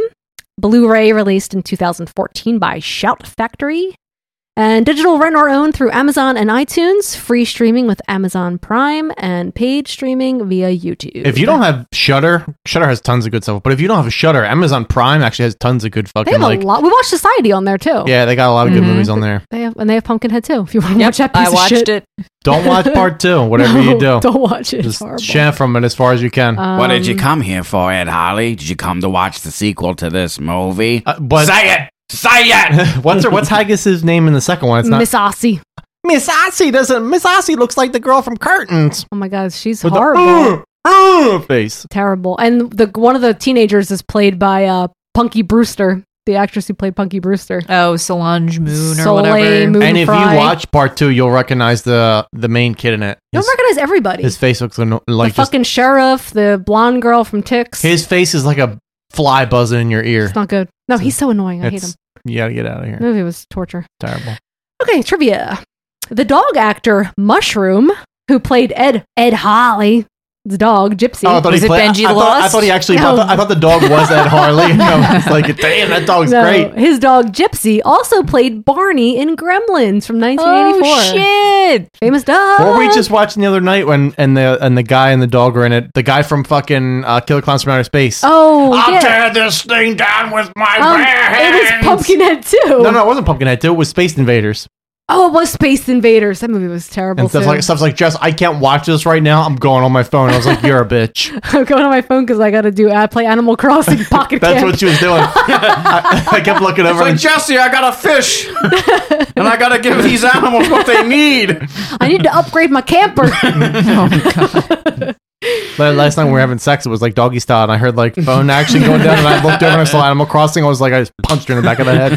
Blu ray released in 2014 by Shout Factory. And digital rent or own through Amazon and iTunes. Free streaming with Amazon Prime and paid streaming via YouTube. If you don't have Shutter, Shutter has tons of good stuff. But if you don't have Shutter, Amazon Prime actually has tons of good they fucking have like. a lot. We watched Society on there too. Yeah, they got a lot of good Mhm. movies on there. They have, and they have Pumpkinhead too. If you want to watch that piece I of watched shit. it. Don't watch part two. <laughs> Whatever No, you do, don't watch it. It's Just horrible. share from it as far as you can. What did you Um, come here for, Ed Holly? Did you come to watch the sequel to this movie? Uh, but- say it, say <laughs> it. what's her, what's Haggis's name in the second one? It's not Miss Ossie. Miss Ossie doesn't. Miss Ossie looks like the girl from Curtains. Oh my god, she's With the, <laughs> horrible. "Uh, uh," face. Terrible. And the one of the teenagers is played by uh, Punky Brewster, the actress who played Punky Brewster. Oh, Solange Moon or Soleil whatever. Moon and if Frye. you watch part two, you'll recognize the the main kid in it. you'll His, recognize everybody. his face looks ano- the like just, fucking sheriff, the blonde girl from Ticks. his face is like a fly buzzing in your ear. it's not good. No, he's so annoying. I hate him. It's- You gotta get out of here. The movie was torture. Terrible. Okay, trivia. The dog actor Mushroom, who played Ed Ed Holly, the dog Gypsy. Oh, I thought he played- I- I, thought, I thought he actually. I, thought, I thought the dog <laughs> was Ed Harley. <laughs> I was like, damn, that dog's No, great. His dog Gypsy also played Barney in Gremlins from 1984. shit! Famous dog. What were we just watching the other night when and the and the guy and the dog were in it? The guy from fucking uh, Killer Clowns from Outer Space. Oh, I'll yeah. tear this thing down with my Um, bare it was hands. Pumpkinhead too. No, no, it wasn't Pumpkinhead. Too. It was Space Invaders. Oh, it was Space Invaders. That movie was terrible. And stuff too. like stuff's like Jess, I can't watch this right now. I'm going on my phone. I was like, you're a <laughs> bitch. <laughs> I'm going on my phone because I got to do. I play Animal <laughs> Crossing Pocket That's Camp. what she <laughs> was doing. I, I kept looking over. It's like, and- Jesse, I got a fish. and I got to give these animals what they need. I need to upgrade my camper. <laughs> But last night we were having sex, it was like doggy style, and I heard like phone action going down, and I looked over and I <laughs> saw Animal Crossing. I was like, I just punched her in the back of the head.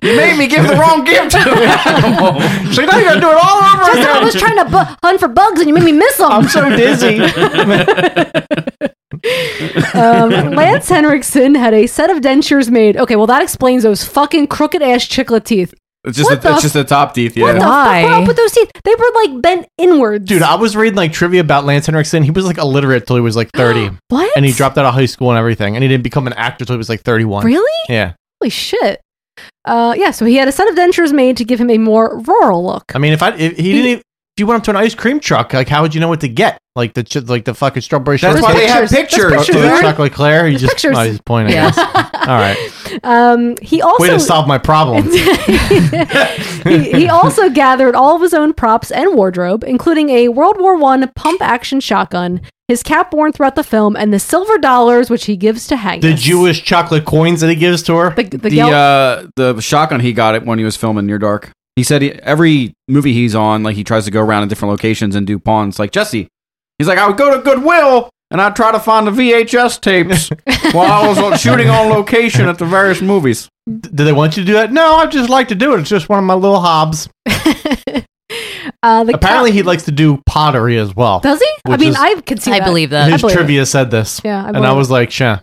You made me give the wrong gift to an animal. <laughs> So now you got to do it all over Just again. I was trying to bu- hunt for bugs and you made me miss them. I'm so dizzy. <laughs> um, Lance Henriksen had a set of dentures made. Okay, well that explains those fucking crooked ass chiclet teeth. <laughs> It's just, What a, the it's just the top teeth, What yeah. the fuck were up with those teeth? They were like bent inwards. Dude, I was reading like trivia about Lance Henriksen. He was like illiterate till he was like 30. <gasps> What? And he dropped out of high school and everything, and he didn't become an actor till he was like 31. Really? Yeah. Holy shit. Uh, yeah, so he had a set of dentures made to give him a more rural look. I mean, if I if he didn't, if you went up to an ice cream truck, like how would you know what to get? Like the ch- like the fucking strawberry. That's why they have shortcake? pictures. There's Or pictures, the dude. chocolate Claire. You just pictures. oh, he's pointing. Yeah. Yeah. All right. <laughs> Um, he also Way to solve my <laughs> problem. <laughs> he, he also gathered all of his own props and wardrobe, including a World War One pump action shotgun, his cap worn throughout the film, and the silver dollars which he gives to Haggis. The Jewish chocolate coins that he gives to her. The, the the Gel- uh the shotgun he got it when he was filming Near Dark. He said he, every movie he's on, like he tries to go around in different locations and do pawns. Like Jesse, he's like, I would go to Goodwill and I'd try to find the <laughs> VHS tapes while I was on, shooting on location at the various movies. Do they want you to do that? No, I just like to do it. It's just one of my little hobs. uh, the Apparently, he likes to do pottery as well. Does he? I which mean, is- I could see. I that. believe I His believe it. trivia said this. Yeah, I and I believe was like, "Shah,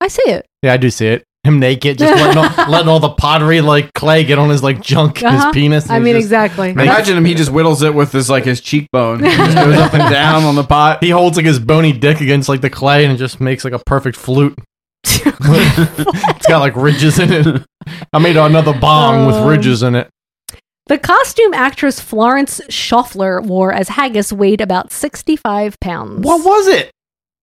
I see it. yeah, I do see it. Him naked, just letting <laughs> all, letting all the pottery like clay get on his like junk, Uh-huh. his penis. I and he mean, just- exactly. Imagine him. He just whittles it with his like his cheekbone. He just goes up and down on the pot. He holds like his bony dick against like the clay and it just makes like a <laughs> perfect flute. it's got like ridges in it. I made another bong with Um, ridges in it. The costume actress Florence Schaffler wore as Haggis weighed about 65 pounds. What was it?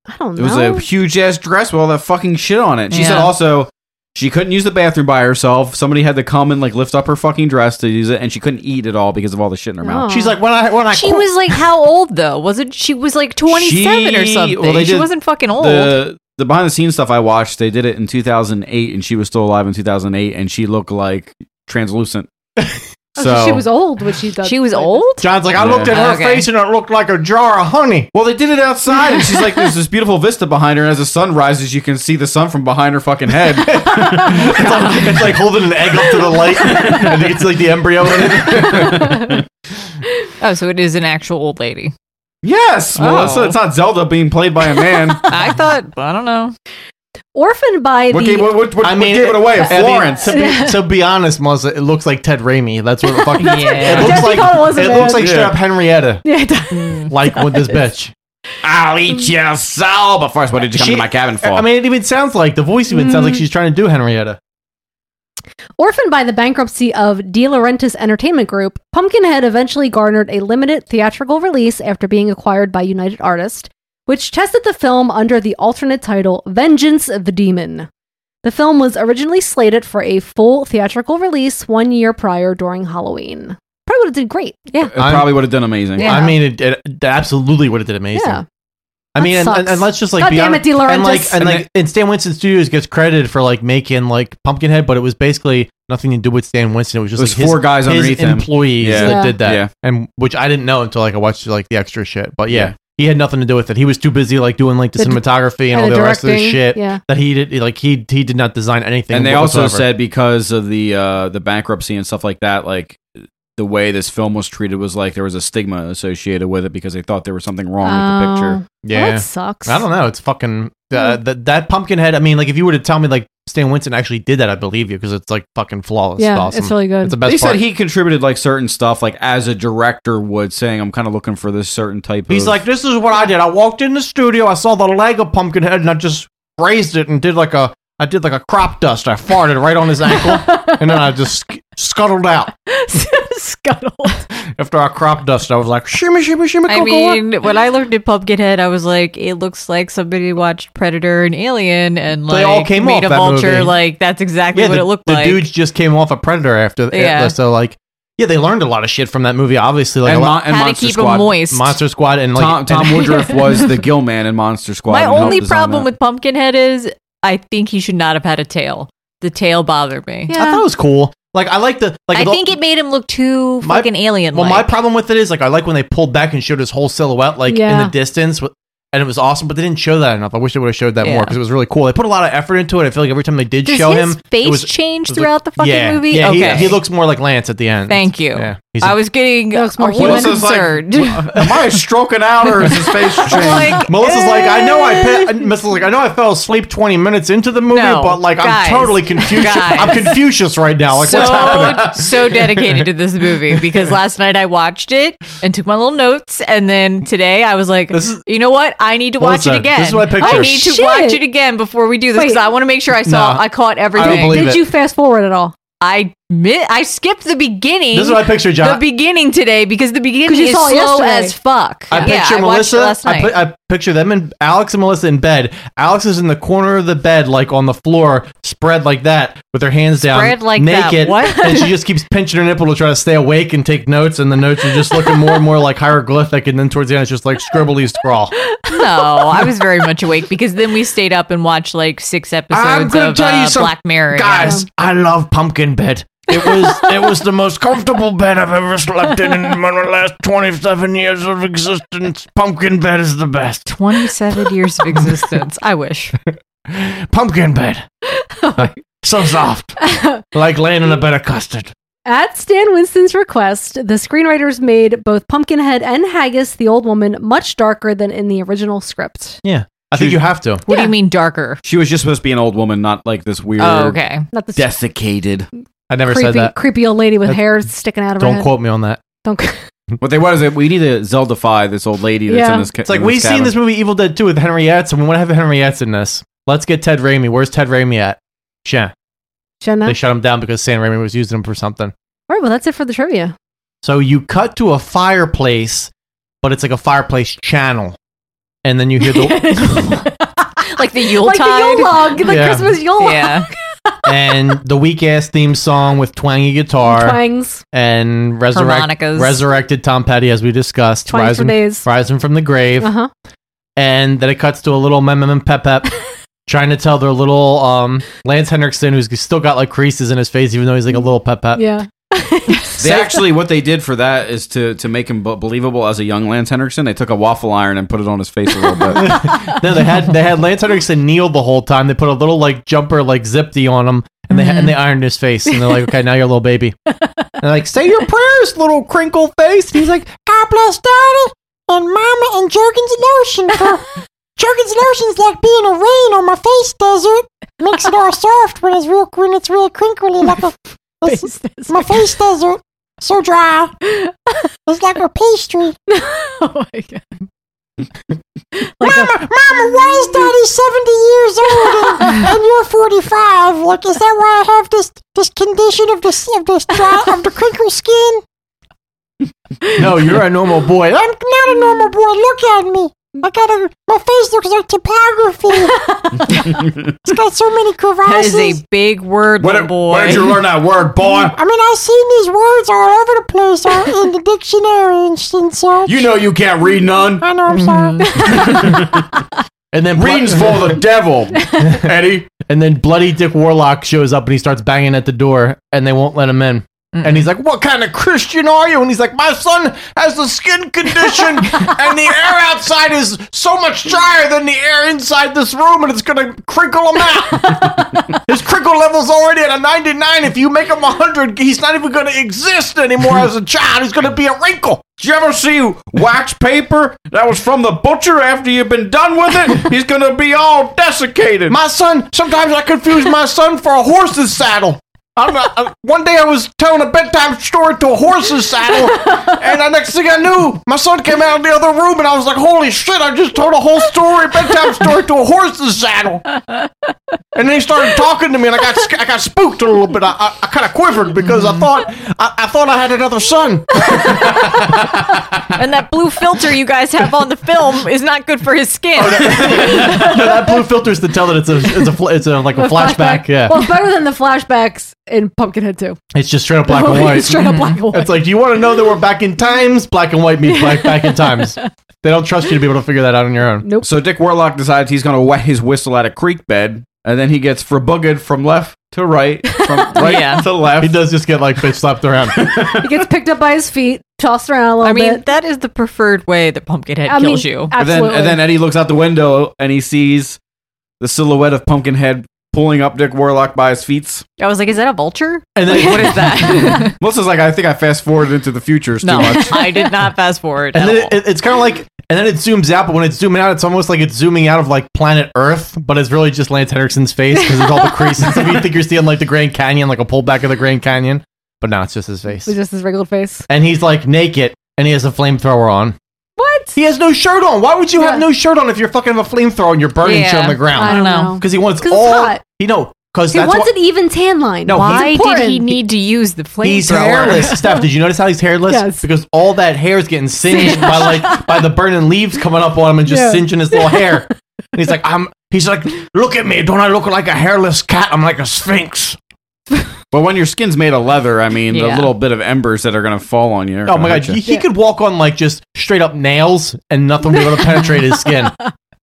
I don't It know. was a huge ass dress with all that fucking shit on it. She said Yeah. also she couldn't use the bathroom by herself. Somebody had to come and like lift up her fucking dress to use it, and she couldn't eat at all because of all the shit in her Oh. mouth. She's like, when I when I she was like how old though? Was it? She was like twenty seven or She- something. well, they she did wasn't fucking old. The, the behind the scenes stuff I watched, they did it in 2008, and she was still alive in 2008, and she looked like translucent. Oh, so she was old when she does. She was like- old. John's like, I Yeah. looked at her Okay. face and it looked like a jar of honey. Well, they did it outside, and <laughs> she's like, there's this beautiful vista behind her, and as the sun rises, you can see the sun from behind her <laughs> fucking head. it's, like, it's like holding an egg up to the <laughs> light, and it's like <laughs> the embryo in it. Oh, so it is an actual old lady. yes, Oh. Melissa, it's not Zelda being played by a man. I thought. I don't know. Orphaned by What the. gave, what, what, what gave it away? I mean, <laughs> Florence. to, be, to be honest, Melissa, it looks like Ted Raimi. That's what it <laughs> fucking. That's what- It looks Jesse like Cole wasn't it bad. looks like straight Yeah. up Henrietta, Yeah, <laughs> it does. like <laughs> with this bitch. I'll eat your soul. But first, what did you come She- to my cabin for? I mean, it even sounds like the voice even Mm. sounds like she's trying to do Henrietta. Orphaned by the bankruptcy of De Laurentiis Entertainment Group, Pumpkinhead eventually garnered a limited theatrical release after being acquired by United Artists, which tested the film under the alternate title Vengeance of the Demon. The film was originally slated for a full theatrical release one year prior during Halloween. Probably would have did great. Yeah. it probably would have done amazing. Yeah. I mean, it, it, it absolutely would have did amazing. Yeah. I mean, That and, and, sucks. and let's just like God be damn honest- it, De and Laurentiis. like and And <laughs> like and Stan Winston Studios gets credited for like making like Pumpkinhead, but it was basically nothing to do with Stan Winston. It was just It was like, his- four guys his underneath him. employees Yeah. that Yeah. did that, Yeah. and which I didn't know until like I watched like the extra shit. But yeah, Yeah. he had nothing to do with it. He was too busy like doing like the, The d- cinematography and and, all the the rest of the directing, shit yeah. that he did. Like he he did not design anything. and they also whatsoever. said because of the uh, the bankruptcy and stuff like that, like the way this film was treated was like there was a stigma associated with it because they thought there was something wrong with the picture. Yeah, that sucks. I don't know. It's fucking uh, that that Pumpkinhead. I mean, like if you were to tell me like Stan Winston actually did that, I believe you because it's like fucking flawless. Yeah, awesome. it's really good. It's the best. they part. said he contributed like certain stuff, like as a director would, saying I'm kind of looking for this certain type. He's of, like, this is what I did. I walked in the studio, I saw the leg of Pumpkinhead, and I just raised it and did like a, I did like a crop dust. I farted right on his ankle, and then I just sc- scuttled out. Scuttled. After I crop dust, I was like, shimmy, shimmy, shimmy, I cocoa. mean, when I looked at Pumpkinhead, I was like, it looks like somebody watched Predator and Alien and like They all came made off a that vulture. movie. Like that's exactly yeah, what the, it looked the like. dudes just came off a predator after, Yeah. yeah. so like, yeah, they learned a lot of shit from that movie. Obviously, like And a Mon- lot, and How to Monster keep 'em Squad. moist. Monster Squad, and like Tom, Tom and- <laughs> Woodruff was the Gill Man in Monster Squad. My and helped only design problem that. with Pumpkinhead is I think he should not have had a tail. The tail bothered me. I thought it was cool. Like I like the like I the- think it made him look too My- fucking alien. Well, my problem with it is like I like when they pulled back and showed his whole silhouette like in Yeah. the distance, with, and it was awesome. But they didn't show that enough. I wish they would have showed that more Yeah. because it was really cool. They put a lot of effort into it. I feel like every time they did Does show his him, face it was, change it was throughout the fucking yeah, movie? Yeah, Okay. he, he looks more like Lance at the end. Thank you. Yeah, he's a- I was getting looks more human. Melissa's like, concerned. Am <laughs> I stroking out or <laughs> is his <laughs> face changed? Melissa's like, I know I pe- and Melissa's like, I know I fell asleep twenty minutes into the movie, No, but like guys, I'm totally Confucius. guys. I'm Confucius right now. Like what's so <laughs> happening? so dedicated to this movie because last night I watched it and took my little notes, and then today I was like, you know what? I need to watch Melissa, it again. this is what I pictured. I need to Shit. watch it again before we do this because Wait. I want to make sure I saw No, I caught everything. believe Did it. you fast forward at all? I mi- I skipped the beginning. This is what I picture, The John. beginning today because the beginning 'Cause you is saw it slow yesterday. as fuck. Yeah, I picture I watched it Melissa. last I, night. put, I picture them and Alex and Melissa in bed. Alex is in the corner of the bed, like on the floor, spread like that, with her hands down, Spread like that, naked. what? and she just keeps pinching her nipple to try to stay awake and take notes. And the notes are just looking more and more like hieroglyphic. And then towards the end, it's just like scribbly scrawl. no, I was very much awake because then we stayed up and watched like six episodes gonna of uh, Black Mirror. guys. I love pumpkin bed. It was it was the most comfortable bed I've ever slept in in my last twenty seven years of existence. Pumpkin bed is the best. Twenty seven years of existence. I wish. Pumpkin bed. so soft. like laying in a bed of custard. At Stan Winston's request, the screenwriters made both Pumpkinhead and Haggis, the old woman, much darker than in the original script. Yeah. I think you have to. What do you mean darker? She was just supposed to be an old woman, not like this weird. Oh, okay. Not this- desiccated. I never creepy, creepy old lady with hair sticking out of her head. me on that. <laughs> Don't. What they want is that we need to Zeldify this old lady that's in this. ca- it's like in this we've seen cabin. this movie Evil Dead 2 with Henriette, and we want to have Henriette's in this. Let's get Ted Raimi. Where's Ted Raimi at? Shen. Jenna. They shut him down because Sam Raimi was using him for something. All right, well, that's it for the trivia. So you cut to a fireplace, but it's like a fireplace channel. And then <laughs> you hear the like the Yule Like the Yule log, the Yeah. Christmas Yule log. Yeah. and the weak ass theme song with twangy guitar. Twangs. and resurrect, Harmonicas. resurrected Tom Petty, as we discussed, Twice for rising, days. rising from the grave. Uh-huh. And then it cuts to a little mem mem mem, pep pep trying to tell their little um, Lance Henriksen, who's still got like creases in his face, even though he's like a little pep pep. Yeah. They actually, what they did for that is to to make him b- believable as a young Lance Henriksen. They took a waffle iron and put it on his face a little bit. no, they had they had Lance Henriksen kneel the whole time. They put a little like jumper like zipty on him, and they and they ironed his face, and they're like, okay, now you're a little baby. And they're like, say your prayers, little crinkle face. And he's like, God bless daddy and mama and Jergens lotion. For- Jergens lotion's like being a rain on my face desert. Makes it all soft when it's real when it's real crinkly like a it's- my face desert. So dry. It's like a pastry. oh my god. mama, mama, why is daddy 70 years old <laughs> and, and you're 45? Like, is that why I have this this condition of this of this dry, of the crinkle skin? No, you're a normal boy. I'm not a normal boy. Look at me. I got a my face looks like <laughs> topography. it's got so many That crevasses. is a big word, little boy. that word, boy? I mean, I've seen these words all over the place uh, in the dictionary and, s- and such. You know you can't read none. I know, I'm sorry. and then Reading's <laughs> for the devil, Eddie. And then Bloody Dick Warlock shows up and he starts banging at the door and they won't let him in. And he's like, What kind of Christian are you? And he's like, My son <laughs> has the skin condition and the air outside is so much drier than the air inside this room and it's going to crinkle him out. <laughs> His crinkle level's already at a 99. If you make him 100, he's not even going to exist anymore as a child. He's going to be a wrinkle. Did you ever see wax paper that was from the butcher after you've been done with it? He's gonna be all desiccated. My son, sometimes I confuse my son for a horse's saddle. I'm not, I- one day I was telling a bedtime story to a horse's saddle, and the next thing I knew, my son came out of the other room, and I was like, "Holy shit! I just told a whole story, bedtime story to a horse's saddle." And then he started talking to me, and I got sc- I got spooked a little bit. I, I, I kind of quivered because I thought I, I thought I had another son. and that blue filter you guys have on the film is not good for his skin. Oh, no, that blue filter is to tell that it's a it's a fl- it's a, like a, flashback. Yeah, Well, it's better than the flashbacks in Pumpkinhead 2. it's just straight up black and It's white. straight up black and It's like, do you want to know that we're back in times? Black and white meet black <laughs> back in times. They don't trust you to be able to figure that out on your own. Nope. So Dick Warlock decides he's going to wet his whistle at a creek bed, and then he gets frabuggered from left to right, <laughs> from right Yeah. to left. He does just get like bitch slapped around. <laughs> He gets picked up by his feet, tossed around a little I mean, bit. that is the preferred way that Pumpkinhead I mean, kills you. And then, and then Eddie looks out the window and he sees the silhouette of Pumpkinhead pulling up Dick Warlock by his feet. I was like, is that a vulture? And then- Like, what is <laughs> that? Melissa's like, I think I fast forwarded into the future too no, much. I did <laughs> not fast forward. And at then all. it, it- it's kind of like, and then it zooms out, but when it's zooming out, it's almost like it's zooming out of like planet Earth, but it's really just Lance Henderson's face because it's all the creases. So you think you're seeing like the Grand Canyon, like a pullback of the Grand Canyon, but no, it's just his face. It's just his regular face. And he's like naked, and he has a flamethrower on. What? He has no shirt on. Why would you have no shirt on if you're fucking have a flamethrower and you're burning shit on Yeah, the ground? I don't know. because he wants 'Cause it's all. hot. He no, because He that's wants why- an even tan line. No, he's Why did important. he need to use the flamethrower? He's <laughs> hairless. Steph, did you notice how he's hairless? Yes. Because all that hair is getting singed by <laughs> like by the burning leaves coming up on him and just Yeah. singeing his <laughs> <laughs> little hair. And he's like, I'm he's like, look at me, don't I look like a hairless cat? I'm like a sphinx. But when your skin's made of leather, I mean, the Yeah. little bit of embers that are going to fall on you. Oh my god, he, he could walk on like just straight up nails and nothing would be able to penetrate his skin.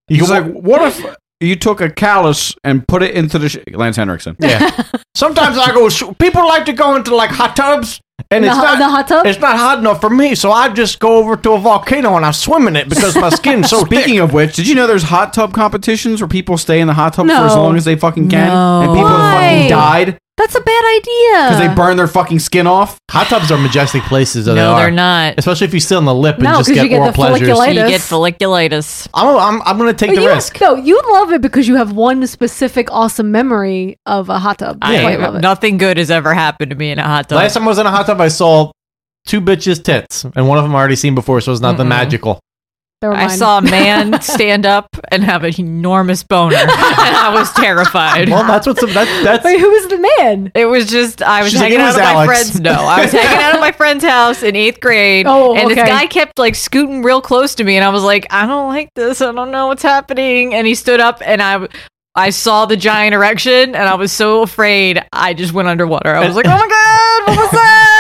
He's like, what if you took a callus and put it into the sh- Lance Henriksen? <laughs> Yeah. Sometimes I go. sh- People like to go into like hot tubs, and The it's hot- not the hot tub? It's not hot enough for me, so I just go over to a <laughs> volcano and I swim in it because <laughs> my skin's so thick. Speaking of which, did you know <laughs> there's hot tub competitions where people stay in the hot tub for as No. long as they fucking can, and people have Why? fucking died That's a bad idea. because they burn their fucking skin off. Hot tubs are majestic places, though. No, they are. they're not. Especially if you sit on the lip and just get, more pleasures. You get folliculitis. I'm, I'm, I'm going to take But the you, risk. No, you love it because you have one specific awesome memory of a hot tub. That's why you love I, it. nothing good has ever happened to me in a hot tub. Last time I was in a hot tub, I saw two bitches' tits, and one of them I already seen before, so it's nothing magical. I <laughs> saw a man stand up and have an enormous boner, <laughs> and I was terrified. Well, that's what's that's. that's Wait, who was the man? It was just I was She's like, hanging "It out was at my Alex." friend's. No, I <laughs> was hanging out at my friend's house in eighth grade, Oh, and this okay. guy kept like scooting real close to me, and I was like, I don't like this. I don't know what's happening. And he stood up, and I. I saw the giant erection and I was so afraid I just went underwater. I was <laughs> like, oh my god,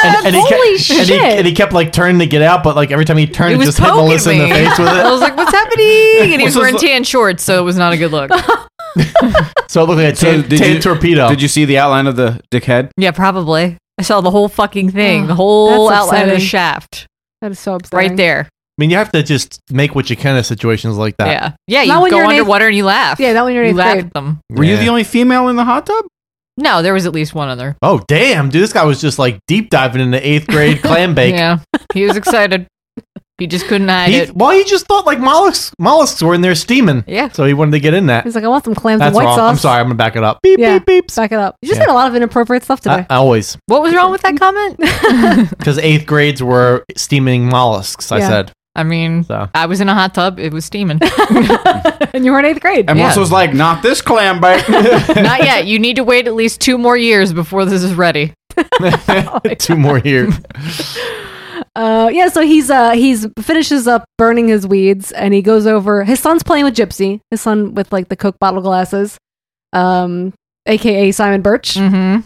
And, and he Holy kept, And he, shit. and he kept like turning to get out, but like every time he turned, it it was just hit poking Melissa me. in the <laughs> face with I it. was like, what's happening? And he What's was this wearing look- tan shorts, so it was not a good look. <laughs> So it looked like a tan, tan torpedo. Did you see the outline of the dickhead? yeah, probably. I saw the whole fucking thing, the whole That's outline of the upsetting. shaft That is so upsetting. right there. I mean, you have to just make what you can of situations like that. Yeah. Yeah, Not you when go you're in eighth- underwater and you laugh. Yeah, not when you're in You eighth laugh grade. at them. Were you Yeah. the only female in the hot tub? No, there was at least one other. Oh damn, dude! This guy was just like deep diving into eighth <laughs> grade clam bake. Yeah. He was excited. he just couldn't hide He, it. well, he just thought like mollusks, mollusks were in there steaming. Yeah. So he wanted to get in <laughs> that. He's like, I want some clams and That's white wrong. sauce. I'm sorry. I'm gonna back it up. yeah, beep, beep. Back it up. You just Yeah. had a lot of inappropriate stuff today. I, I always What was wrong with that comment? because eighth grades were steaming mollusks. I Yeah. Mm. said. I mean, So. I was in a hot tub. It was steaming. <laughs> and you were in eighth grade. And Melissa's like, not this clam bake. Not yet. You need to wait at least two more years before this is ready. Two <laughs> more here. Uh, yeah, so he's uh he's finishes up burning his weeds, and he goes over. His son's playing with Gypsy, his son with like the Coke bottle glasses, um, aka Simon Birch. Mm-hmm.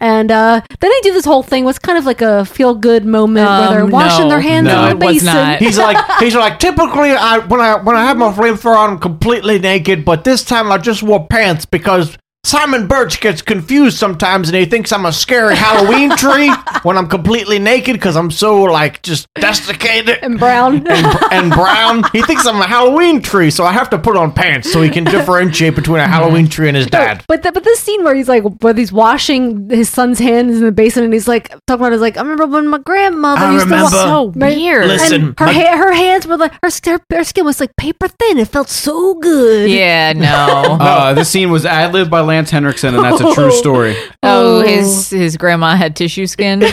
And uh, then they do this whole thing. What's kind of like a feel good moment where they're Um, washing no. their hands No, in the it was basin. not. He's <laughs> like, he's like. Typically, I when I when I have my flamethrower, on, I'm completely naked. But this time, I just wore pants because Simon Birch gets confused sometimes, and he thinks I'm a <laughs> scary Halloween tree when I'm completely naked because I'm so like just desiccated and brown <laughs> and, brown. He thinks I'm a Halloween tree, so I have to put on pants so he can differentiate between a Halloween tree and his dad. But th- but this scene where he's like where he's washing his son's hands in the basin and he's like talking about it, he's like I remember when my grandmother I used to remember. wa- So my- weird. Listen, and her my- ha- her hands were like her, s- her her skin was like paper thin. It felt so good. Yeah, no. <laughs> Uh, this scene was ad libbed by Lance Henriksen, and that's a true story. Oh, his his grandma had tissue skin. <laughs>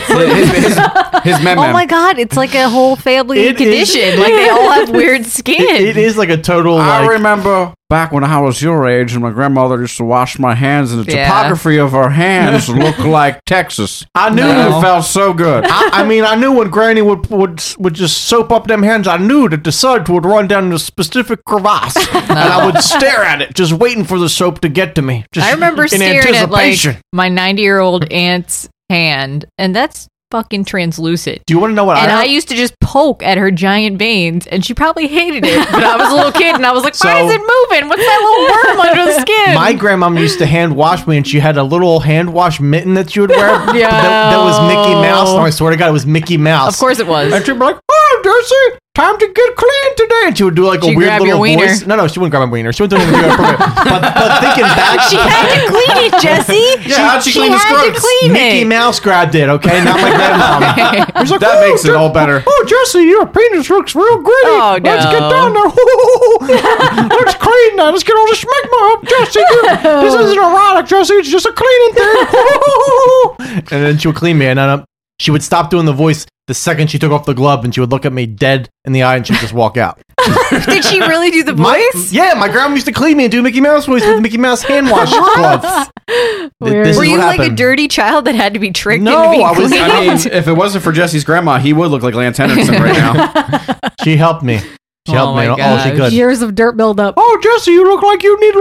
His mem Oh my god, it's like a whole family It is- condition. Like they all have <laughs> weird skin. is like a total. I like- remember back when I was your age, and my grandmother used to wash my hands, and the Yeah. topography of her hands looked like Texas. I knew And it felt so good. I, I mean, I knew when Granny would, would would just soap up them hands. I knew that the suds would run down in a specific <laughs> crevasse, and I would stare at it, just waiting for the soap to get to me. Just I remember in staring at like anticipation. my 90 year old aunt's hand, and that's fucking translucent. Do you want to know what and I? I used to just poke at her giant veins, and she probably hated it. But I was a little kid, and I was like, "Why <laughs> So- is it moving? What's that little worm under the skin?" My grandmom used to hand wash me, and she had a little hand wash mitten that she <laughs> would wear. but that, that was Mickey Mouse. No, I swear to God, it was Mickey Mouse. Of course it was. And she'd be like, "Oh, Darcy, time to get clean today," and she would do like She'd a weird grab your little wiener. voice. No, no, she wouldn't grab my wiener. She wouldn't do anything. <laughs> to my- but, but thinking back, she had to clean <laughs> it, Jesse. Yeah, how'd she, clean the had scrubs? to clean Mickey it. Mouse grabbed it, okay? Not my <laughs> grandmom. He's like, That "Oh, makes it Jer- all better." Oh, Jesse, your penis looks real gritty. Oh, Let's get no. down there. <laughs> Let's clean that. Let's get all the schmegma up, Jesse. You- This isn't erotic, Jesse. It's just a <laughs> cleaning <laughs> thing. and then she would clean me, and then uh, she would stop doing the voice the second she took off the glove, and she would look at me dead in the eye, and she'd just walk out. <laughs> Did she really do the voice? My, yeah, my grandma used to clean me and do Mickey Mouse voice with the Mickey Mouse <laughs> hand wash glove. Th- this is Were you what like a happened. dirty child that had to be tricked into No, being Oh, I was. cleaned? <laughs> I mean, if it wasn't for Jesse's grandma, he would look like Lance Henderson right now. She helped me. She helped me. Oh, she could. Years of dirt buildup. Oh, Jesse, you look like you need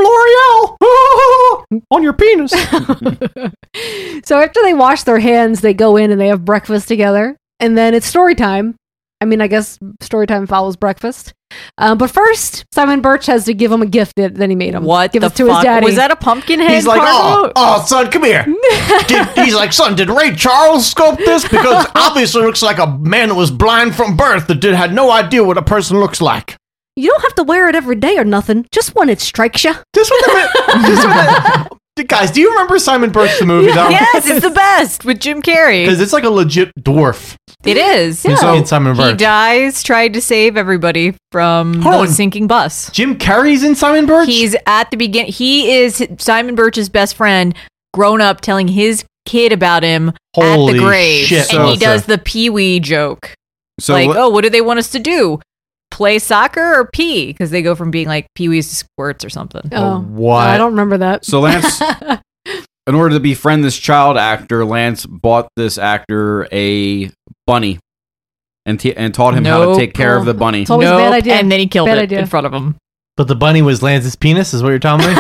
L'Oreal <laughs> on <laughs> your penis. <laughs> So after they wash their hands, they go in and they have breakfast together, and then it's story time. I mean, I guess story time follows breakfast. Um, but first, Simon Birch has to give him a gift that, that he made him. What give the it to fuck? his daddy? Was that a pumpkin head? He's like, oh, carved oh, son, come here. Did, he's like, son, did Ray Charles sculpt this? Because obviously, it looks like a man that was blind from birth that did had no idea what a person looks like. You don't have to wear it every day or nothing. Just when it strikes you. Just when the, just when the- <laughs> guys, do you <laughs> remember Simon Birch the movie? though? Yes, it's the best with Jim Carrey. because it's like a legit dwarf. It is. He's Yeah. in Simon He Birch. dies trying to save everybody from Hold the on. sinking bus. Jim Carrey's in Simon Birch. He's at the beginning. He is Simon Birch's best friend, grown up, telling his kid about him at Holy the grave, shit, and he Melissa. does the pee wee joke. So like, let- oh, what do they want us to do? Play soccer or pee? Because they go from being like pee wees to squirts or something. Oh, What? I don't remember that. So Lance, in order to befriend this child actor, Lance bought this actor a bunny, and t- and taught him how Nope. to take care of the bunny. It's always a bad Nope, idea. and then he killed Bad it idea. in front of him. But the bunny was Lance's penis, is what you're telling me? <laughs>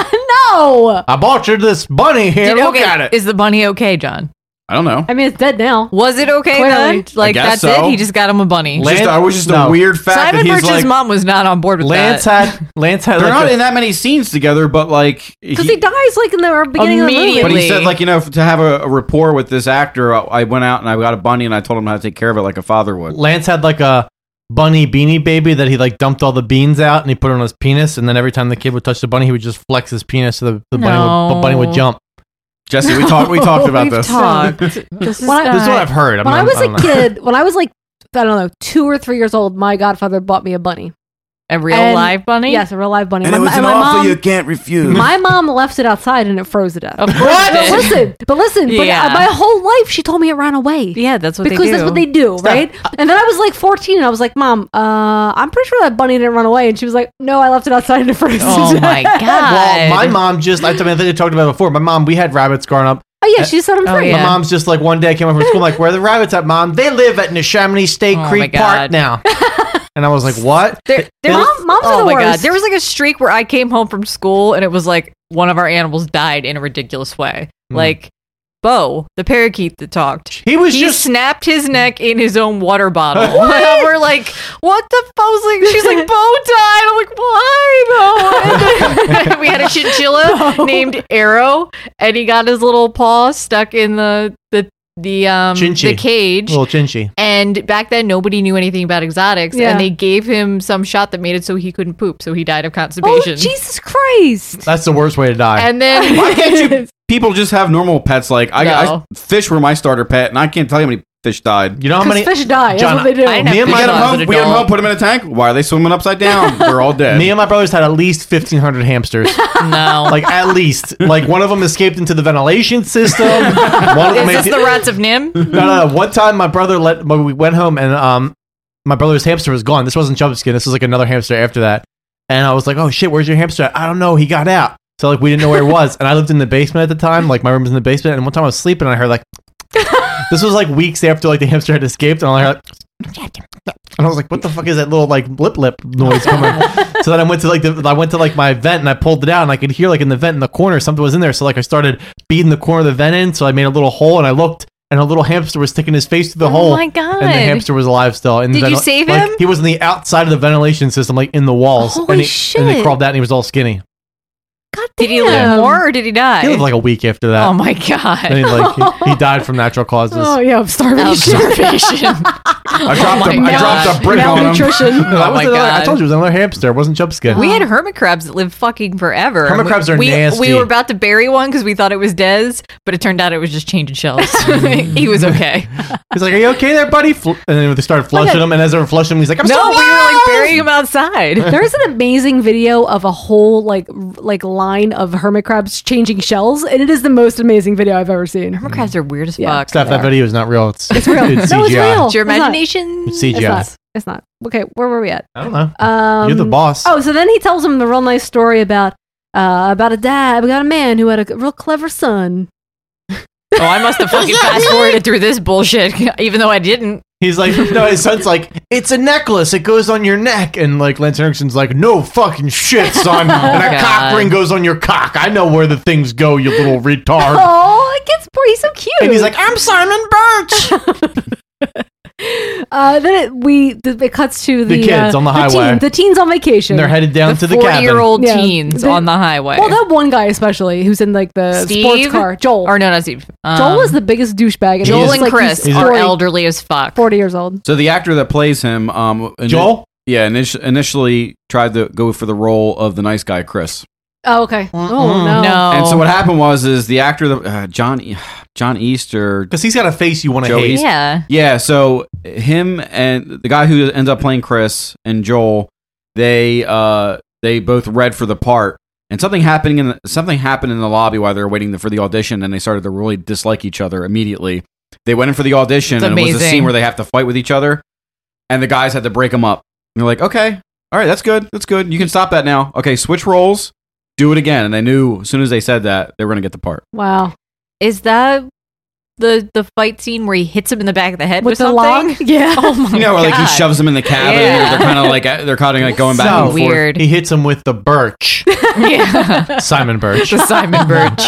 No. I bought you this bunny here. Did- Look okay, at it. Is the bunny okay, John? I don't know. I mean, it's dead now. Was it okay Clearly. then? Like I that's guess so. it. He just got him a bunny. Just- Lan- I was just a no. weird fact that Simon he's Birch's like- mom was not on board with Lance that. had Lance had. They're like not a- in that many scenes together, but like Because he, dies like in the beginning of the movie. But <laughs> he said, like you know, f- to have a, a rapport with this actor, I- I went out and I got a bunny and I told him how to take care of it like a father would. Lance had like a bunny beanie baby that he like dumped all the beans out and he put it on his penis and then every time the kid would touch the bunny he would just flex his penis so the, the bunny, would, the No. bunny would jump. Jesse, we talked. We talked about We've <laughs> this. talked. this, is This is what I've heard. I when mean, I was I a don't know. kid, when I was like, I don't know, two or three years old, my godfather bought me a bunny. A real And- live bunny? Yes, a real live bunny. And my, it was and an my offer mom, you can't refuse. My mom left it outside and it froze to death. Of course it but did. listen, but listen, Yeah. but my whole life she told me it ran away. Yeah, that's what they because that's do. what they do, Stop. right? And then I was like 14 and I was like, Mom, uh, I'm pretty sure that bunny didn't run away. And she was like, No, I left it outside and it froze. to Oh death." <laughs> Well, my mom just I, mean, I think I talked about it before. My mom, we had rabbits growing up. Oh yeah, she set them free. My mom's just like one day I came home from school, I'm like, where are the rabbits at, mom? They live at Neshaminy State Oh my Creek God. <laughs> Park now. and I was like, what? There, there Mom- was, moms are oh the my god! worst. There was like a streak where I came home from school and it was like one of our animals died in a ridiculous way. Hmm. Like Bo, the parakeet that talked. He was he just- snapped his neck in his own water bottle. And <laughs> we're like, what the? F-? I was like, she's like Bo died. I'm like, why Bo? And then we had a <laughs> chinchilla named Arrow, and he got his little paw stuck in the the the um Chinchy. the cage. Little chinchy. And back then, nobody knew anything about exotics, Yeah. and they gave him some shot that made it so he couldn't poop, so he died Oh, of constipation. Jesus Christ! That's the worst way to die. And then <laughs> People just have normal pets. Like I, I- No. fish were my starter pet, and I can't tell you how many Fish died. You know how 'Cause many fish die. That's what they do. I didn't have me and fish my when I was home, an we had 'em adult. home, put them in a tank. Why are they swimming upside down? They're all <laughs> dead. Me and my brothers had at least 1,500 hamsters. <laughs> <laughs> No. <laughs> Like, at least. Like, one of them escaped into the <laughs> ventilation system. um, one of them Is made this the rats of Nim? no, no, no. One time, my brother let when we went home, and um, my brother's hamster was gone. This wasn't Chumpskin. This was like another hamster after that. And I was like, "Oh shit, where's your hamster?" at?" I don't know. He got out, so like we didn't know where he was. And I lived in the basement at the time. Like my room was in the basement. And one time I was sleeping, and I heard like this was like weeks after like the hamster had escaped, and I heard like, and I was like, "What the fuck is that little like lip lip noise coming?" <laughs> so then I went to like the, I went to like my vent and I pulled it out, and I could hear like in the vent in the corner something was in there. So like I started beating the corner of the vent in, so I made a little hole, and I looked. And a little hamster was sticking his face through the Oh hole. my And the God. hamster was alive still. And Did you ventil- save like, him? He was on the outside of the ventilation system, like in the walls. Holy and he, And he shit. crawled out, and he was all skinny. Did he live more or did he die? He lived like a week after that. Oh my God. And he, like he, he died <laughs> from natural causes. <laughs> Oh yeah, of starvation. starvation. <laughs> I dropped, Oh my a, I dropped gosh. a brick on him. Malnutrition. No, that Oh was my another- <laughs> I God. told you it was another hamster. It wasn't jump skin. We Um, had hermit crabs that lived fucking forever. Hermit And we- crabs are we, nasty. We were about to bury one because we thought it was Dez, but it turned out it was just changing <laughs> shells. <laughs> Mm. he was okay. He's like, "Are you okay there, buddy?" Fl- And then they started flushing Okay. him, and as they were flushing him, he's like, "I'm no, so we were like burying him outside. There's an amazing video of a whole like r- like line of hermit crabs changing shells, and it is the most amazing video I've ever seen. Hermit crabs are weird as fuck. Steph, that video is not real. It's, It's real. It's No, it's CGI. real. It's your It's not. imagination. It's CGI. It's not. It's not. Okay, where were we at? I don't know. Um, You're the boss. Oh, so then he tells him the real nice story about uh, about a dad, about a man who had a real clever son. Oh, I must <laughs> have fucking fast forwarded through this bullshit, <laughs> even though I didn't. He's like, <laughs> no, his son's like, it's a necklace. It goes on your neck. And like Lance Henriksen's like, no fucking <laughs> shit, Oh son. and a God. cock ring goes on your cock. I know where the things go, <laughs> you little retard. <laughs> Oh, it gets poor. He's so cute. And he's like, I'm Simon Birch. <laughs> uh, then it, we th- it cuts to the, The kids uh, on the highway. teen- the teens on vacation. And they're headed down to the cabin. four-year-old teens on the highway. Well, that one guy especially who's in like the sports Steve? car. Joel Or no, not Steve. Joel Um, was the biggest douchebag. Joel he's and like- Chris he's are 40 elderly as fuck. Forty years old. So the actor that plays him, um, ini- Joel? yeah, init- initially tried to go for the role of the nice guy, Chris. Oh, okay. Oh no. Mm. And so what happened was, is the actor, that, uh, John, E- <sighs> John Easter, because he's got a face you want hate. Yeah. yeah. So him and the guy who ends up playing Chris and Joel, they uh, they both read for the part, and something happening in the, something happened in the lobby while they were waiting for the audition, and they started to really dislike each other immediately. They went in for the audition, It's and it was a amazing. scene where they have to fight with each other, and the guys had to break them up. And they're like, okay, all right, that's good, that's good. You can stop that now. Okay, switch roles, do it again. And they knew as soon as they said that they were gonna get the part. Wow. Is that the the fight scene where he hits him in the back of the head with, the something? log? <laughs> Yeah. Oh my You know, where like he God. shoves them in the cabin. Yeah. Or they're kind of like they're kind of like going back So and forth. weird. He hits him with <laughs> the birch. Simon Birch. <laughs> The Simon Birch.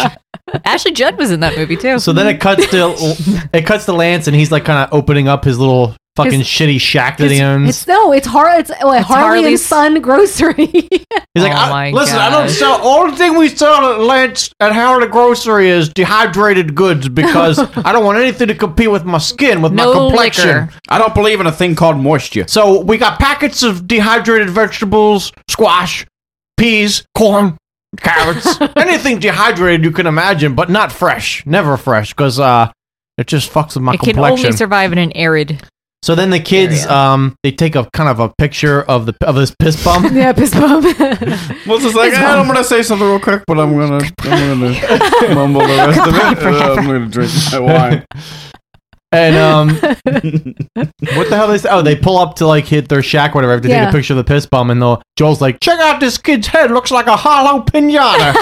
Ashley Judd was in that movie too. So Mm-hmm. then it cuts to <laughs> it cuts to Lance, and he's like kind of opening up his little fucking His- shitty shack that he owns. It's no, it's Har. It's, like Harley and Harley's- Son grocery. He's like, Oh I- my listen, I don't gosh. sell. Only thing we sell at Lance at Howard Grocery is dehydrated goods because I don't want anything to compete with my skin, with No my complexion. liquor. I don't believe in a thing called moisture. So we got packets of dehydrated vegetables, squash, peas, corn, carrots, anything dehydrated you can imagine, but not fresh. Never fresh because uh, it just fucks with my It can complexion. only survive in an <laughs> arid. so then the kids, um, they take a kind of a picture of the of this piss bump. <laughs> yeah, piss <laughs> bump. Well, it's just like, "Eh, I'm gonna say something real quick, but I'm gonna I'm <laughs> gonna mumble the rest of it. Uh, I'm gonna drink my wine. And um, <laughs> what the hell is? Oh, they pull up to like hit their shack, or whatever. Have to take Yeah. a picture of the piss bum, and the Joel's like, check out this kid's head. Looks like a hollow pinata.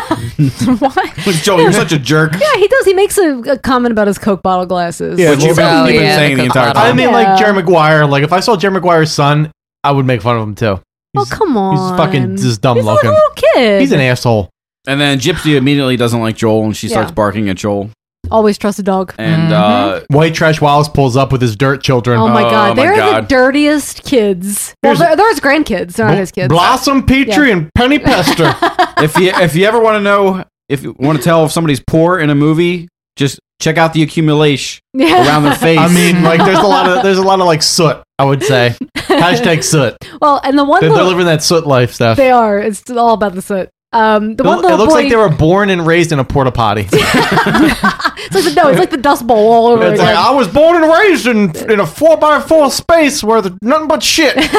<laughs> Joel, you're such a <laughs> <laughs> jerk. yeah, he does. He makes a, a comment about his Coke bottle glasses. Which you've been, you've been saying the entire time. I mean, Yeah. like Jerry Maguire. Like if I saw Jerry Maguire's son, I would make fun of him too. oh come on. He's fucking just dumb looking. kid. He's an asshole. And then Gypsy immediately doesn't like Joel, and she Yeah. starts Mm-hmm. barking at Joel. Always trust a dog. And uh, White trash Wallace pulls up with his dirt children. Oh my god, they're the dirtiest kids. Well, they're, they're his grandkids. They're not his kids. Blossom Petrie Yeah. and Penny Pester. Oh. <laughs> if you if you ever want to know if you want to tell if somebody's poor in a movie, just check out the accumulation Yeah. <laughs> around their face. I mean, like there's a lot of there's a lot of like soot. I <laughs> would say hashtag soot. Well, and the one They're, they're little, living that soot life stuff. they are. It's all about the soot. Um, the it, one lo- it little looks boy, like they were born and raised in a <laughs> porta potty. it's like the, no, it's like the Dust Bowl all over It's like, again. I was born and raised in, in a four by four space where there's nothing but shit, <laughs>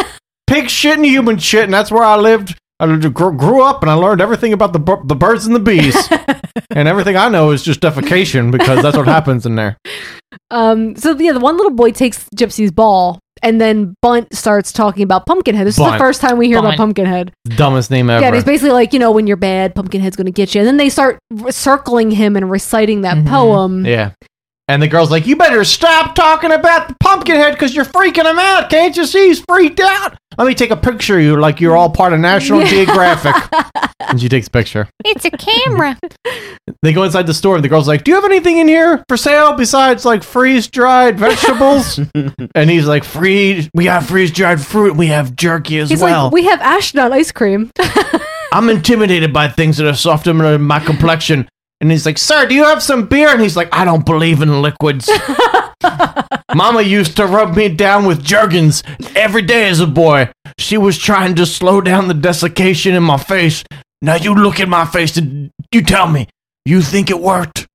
pig shit and human shit, and that's where I lived. I gr- grew up and I learned everything about the bir- the birds and <laughs> the bees, and everything I know is just defecation <laughs> because that's what happens in there. Um, so yeah, the one little boy takes Gypsy's ball, and then Bunt starts talking about Pumpkinhead. This is the Bunt. first time we hear about Bunt. Pumpkinhead. Dumbest name ever. Yeah, and he's basically like, you know, when you're bad, Pumpkinhead's going to get you. And then they start r- circling him and reciting Mm-hmm. that poem. Yeah. And the girl's like, You better stop talking about the pumpkin head because you're freaking him out. Can't you see he's freaked out? Let me take a picture of you like you're all part of <laughs> National Yeah. Geographic. and she takes a picture. It's a camera. They go inside the store and the girl's like, Do you <laughs> have anything in here for sale besides like freeze dried vegetables? and he's like, Freeze, we have freeze dried fruit. We have jerky as He's well. like, we have astronaut ice cream. <laughs> I'm intimidated by things that are softer than my complexion. And he's like, Sir, do you have some beer? And he's like, I don't believe <laughs> in liquids. Mama used to rub me down with Jergens every day as a boy. She was trying to slow down the desiccation in my face. Now you look at my face and you tell me, you think it worked?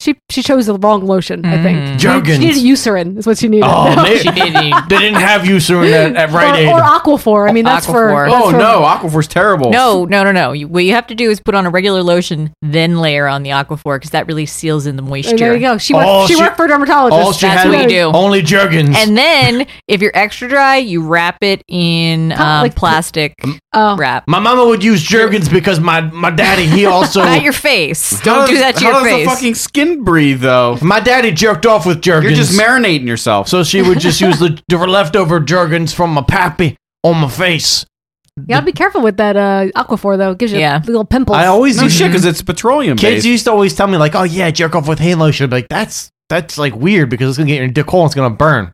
She she chose the wrong lotion, I think. She- Jergens. She needed Eucerin, is what she needed. <laughs> <laughs> Oh, man. they didn't have Eucerin at, at Rite Aid. or, or Aquaphor. I mean, that's for. Aquaphor. that's Oh, for- no, Aquaphor's terrible. No, no, no, no. You, what you have to do is put on a regular lotion, then layer on the Aquaphor because that really seals in the moisture. There you go. She worked, Oh, All she, she- worked <laughs> for a dermatologist. all she That's had what you was do. Only Jergens. And then, if you're extra dry, you wrap it in um, like- plastic Oh. wrap. my mama would use Jergens because my, my daddy, <laughs> he also. not your face. How Don't do does- that to how your does the face. fucking skin breathe though. My daddy jerked off with Jergens. You're just marinating yourself. So she would just use <laughs> the, the leftover Jergens from my pappy on my face. You gotta be careful with that uh, Aquaphor, though. It gives you Yeah. little pimples. I always do used <laughs> to- it's petroleum. Kids based. used to always tell me like, "Oh yeah, jerk off with hand lotion." I'd be like that's that's like weird because it's gonna get in your dick hole and it's gonna burn.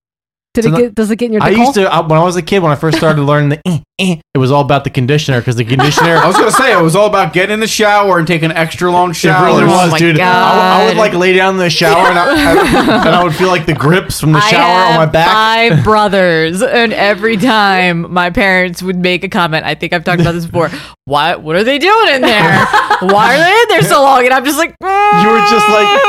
Did So it not- get, does it get in your I dick used hole? to I, when I was a kid when I first started learning the eh, eh, it was all about the conditioner because the conditioner. <laughs> I was gonna say it was all about getting in the shower and taking extra long showers. It really Oh was, dude. I, would- I would like lay down in the shower and I, I- and I would feel like the grips from the I shower on have my back. <laughs> Five brothers, and every time my parents would make a comment, I think I've talked about this before. Why? What are they doing in there? Why are they in there <laughs> so long? And I'm just like, "Mm." You were just like, <laughs>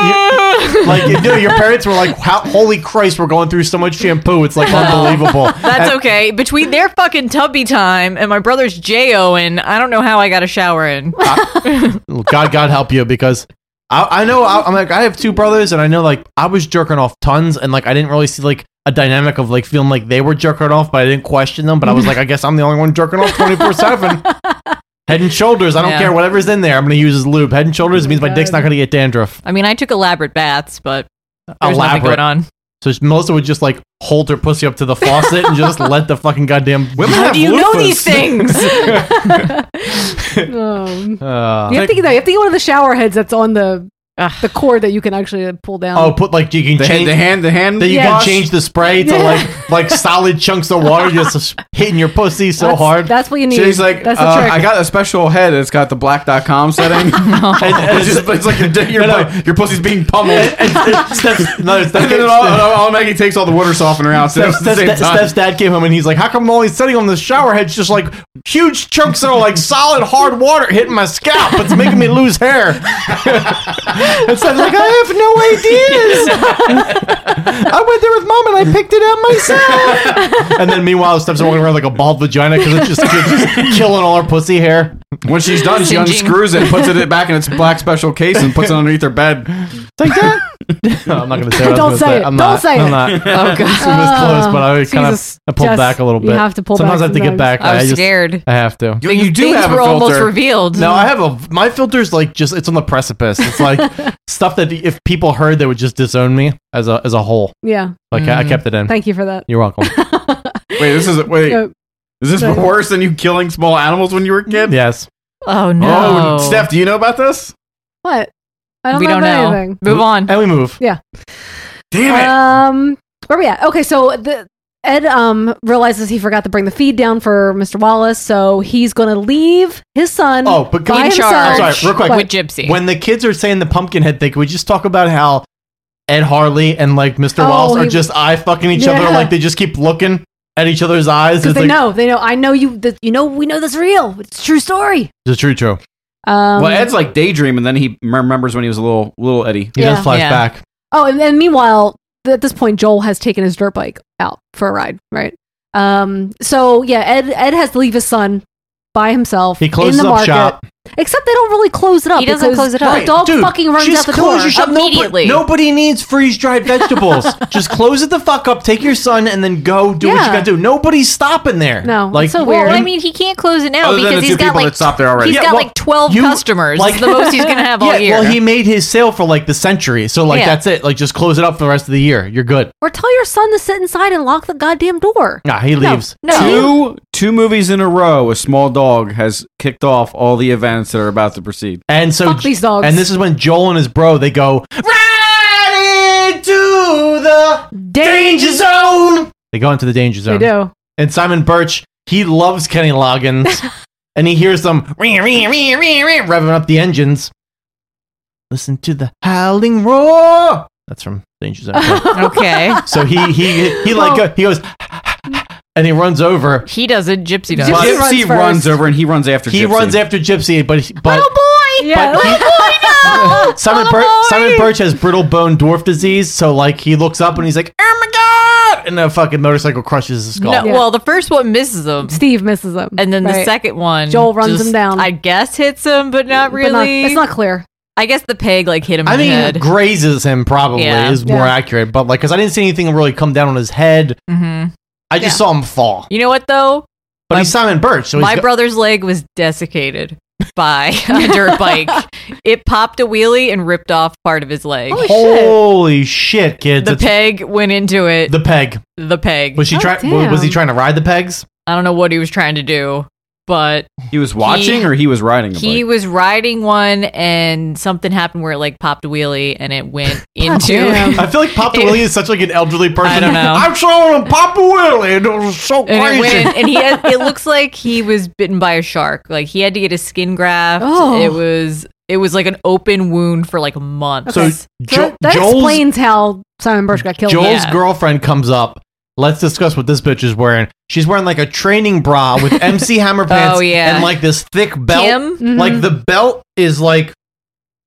you, like you know, your parents were like, "How- "Holy Christ, we're going through so much shampoo. It's like unbelievable." <laughs> That's okay. Between their fucking tubby time and my brother's J Owen, I don't know how I got a shower <laughs> in. God, God help you because I, I know I, I'm like I have two brothers and I know like I was jerking off tons and like I didn't really see like a dynamic of like feeling like they were jerking off, but I didn't question them. But I was like, I guess I'm the only one jerking off <laughs> 24 seven. Head and shoulders. I don't Yeah. care whatever's in there. I'm gonna use as lube. Head and shoulders means my dick's God. not gonna get dandruff. I mean, I took elaborate baths, but there's nothing Elaborate. going on. So she- Melissa would just like hold her pussy up to the faucet and just let the fucking <laughs> goddamn. Women How <laughs> do you know these things? <laughs> Um, Uh, you, have to, get- no, you have to get one of the shower heads that's on the the cord that you can actually uh, pull down. Oh, put like you can The hand- change the hand- the hand That you wash? can change the spray to Yeah. like <laughs> like solid chunks of water just hitting your pussy so That's- hard. That's what you need. She's like, that's uh, the trick. I got a special head that's got the black.com <laughs> setting. <laughs> it's, just- it's like your, dick- your, pu- your pussy's being <laughs> pummeled. <laughs> no, and <laughs> then all, all, all Maggie takes all the water softener out. So Steph's, it's the same Steph's- time. Steph's dad came home and he's like, "How come all he's sitting on the shower head's just like huge chunks of like solid hard water hitting my scalp? It's making me lose hair." <laughs> and Steph's like, "I have no ideas. I went there with mom and I picked it out myself." and then meanwhile, Steph's walking around like a bald vagina because it's just, it's just killing all her pussy hair. When she's done, she Singeing. unscrews it, puts it back in its black special case, and puts it underneath her bed. Oh, Take that. <laughs> I'm not gonna say. What I Don't was gonna say it. Don't I'm not, say I'm it. <laughs> Not. Oh, God. It was close, but I kind Jesus. of I pulled Jess, back a little you bit. have to pull Sometimes back I have to get sometimes. back. I was just- scared. I have to. Things- you do things have a were almost filter. revealed. No, I have a. My filter's like just it's on the precipice. <laughs> It's like stuff that if people heard, they would just disown me as a as a whole. yeah. Like Mm. I, I kept it in. Thank you for that. <laughs> You're welcome. Wait, this is wait. No. Is this No. worse than you killing small animals when you were a kid? Yes. Oh Oh, no, Steph, do you know about this? What? I don't we know don't about know. anything. Move on. And we move. Yeah. Damn it. Um, where we at? Okay, so the Ed um realizes he forgot to bring the feed down for Mr. Wallace, so he's going to leave his son. Oh, but by himself. I'm sorry, real quick. What? When the kids are saying the Pumpkinhead thing, can we just talk about how Ed Harley and like Mr. Oh, Wallace are he- just eye fucking each other. Yeah. Like they just keep looking at each other's eyes. Because It's they like, know, they know. I know you. That you know, we know that's real. It's a true story. It's true, true. Um, well, Ed's like daydreaming, then he remembers when he was a little little Eddie. He does Yeah. flash Yeah. back. Oh, and, and meanwhile, th- at this point, Joel has taken his dirt bike out for a ride, right? Um, so yeah, Ed Ed has to leave his son by himself. He closes in the up market. shop. Except they don't really close it up. He doesn't because close it up. The dog Dude, fucking runs just out the close door your shop. Nobody- Nobody, needs freeze <laughs> dried vegetables. just close it the fuck up. Take your son and then go do what Yeah. you gotta do. Nobody's stopping there. No, like so weird. Well, I mean, he can't close it now Other than because the he's two got people like that stopped there already. He's Yeah, got well, like twelve customers. Like, like- the most he's <laughs> gonna have all yeah, year. well, he made his sale for like the century, so like Yeah. that's it. Like just close it up for the rest of the year. You're good. Or tell your son to sit inside and lock the goddamn door. Nah, he leaves. no. Two two movies in a row, a small dog has kicked off all the events that are about to proceed. And so Fuck these dogs. And this is when Joel and his bro they go. Right into the danger zone. They go into the danger zone. do. And Simon Birch, he loves <laughs> Kenny Loggins, and he hears them <laughs> revving up the engines. Listen to the <laughs> howling roar. That's from Danger Zone. okay. so he he he like Well- go- he goes <laughs> and he runs over. He does it. Gypsy does. Gypsy, runs, over and he runs after. He Gypsy. runs after Gypsy, but he- but boy. Yeah. Little boy, <laughs> no. Simon, Little Bir- boy. Simon Birch has brittle bone dwarf disease, so like he looks up and he's like, "Oh my god!" and a fucking motorcycle crushes his skull. No, Well, the first one misses him. Steve misses him, and then the right. second one, Joel runs just, him down. I guess hits him, but not really. But not- it's not clear. I guess the peg like hit him. I in mean, the head. grazes him probably Yeah. is more Yeah. accurate, but like because I didn't see anything really come down on his head. Mhm. I just Yeah. saw him fall. You know what though? But he's Simon Birch, so he's My go- brother's leg was desiccated by <laughs> a dirt bike. It popped a wheelie and ripped off part of his leg. Holy shit, kids! The It's- peg went into it. the peg. The peg. Was she try- wa- Was he trying to ride the pegs? I don't know what he was trying to do, but He was watching, He- or he was riding. A he bike? was riding one and something happened where it like popped a wheelie and it <laughs> went into. <laughs> I feel like Papa Willie is such like an elderly person. I don't know. I'm showing him Papa Willie, and it was so crazy. and it went, and he had, <laughs> it looks like he was bitten by a shark. Like he had to get a skin graft. Oh. It was it was like an open wound for like a month. So So Jo- that Joel's- explains how Simon Birch got killed. Joel's girlfriend comes up. Let's discuss what this bitch is wearing. She's wearing like a training bra <laughs> with MC Hammer pants Oh, yeah. and like this thick belt. Kim? Mhm. Like the belt is like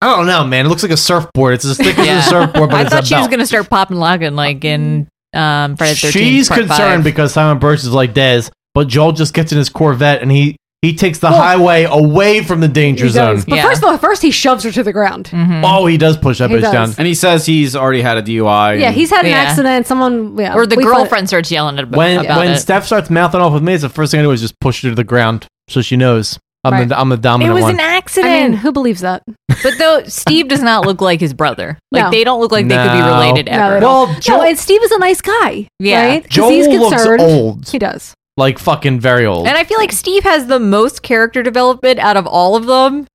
I don't know, man. It looks like a surfboard. It's as thick as a surfbogging, but I it's thought a she was belt. gonna start popping logging like in um, Friday the 13th. She's part five. concerned because Simon Birch is like Dez, but Joel just gets in his Corvette and he he takes the Well- highway away from the danger He zone. does. But first of all, first he shoves her to the ground. oh, he does push that He bitch does. down. and he says he's already had a DUI. Yeah, and- he's had an Yeah. accident. Someone, yeah, or the we thought- girlfriend starts yelling at when about when it. Steph starts mouthing off with me, it's the first thing I do is just push her to the ground so she knows I'm the I'm the dominant one. accident. I mean, who believes that? but though Steve does not look like his brother. Like No. they don't look like they could be No. related No, ever. they Well, No, and Steve is a nice guy. Yeah. right? 'Cause Joel he's looks concerned. old. He does. like fucking very old. And I feel like Steve has the most character development out of all of them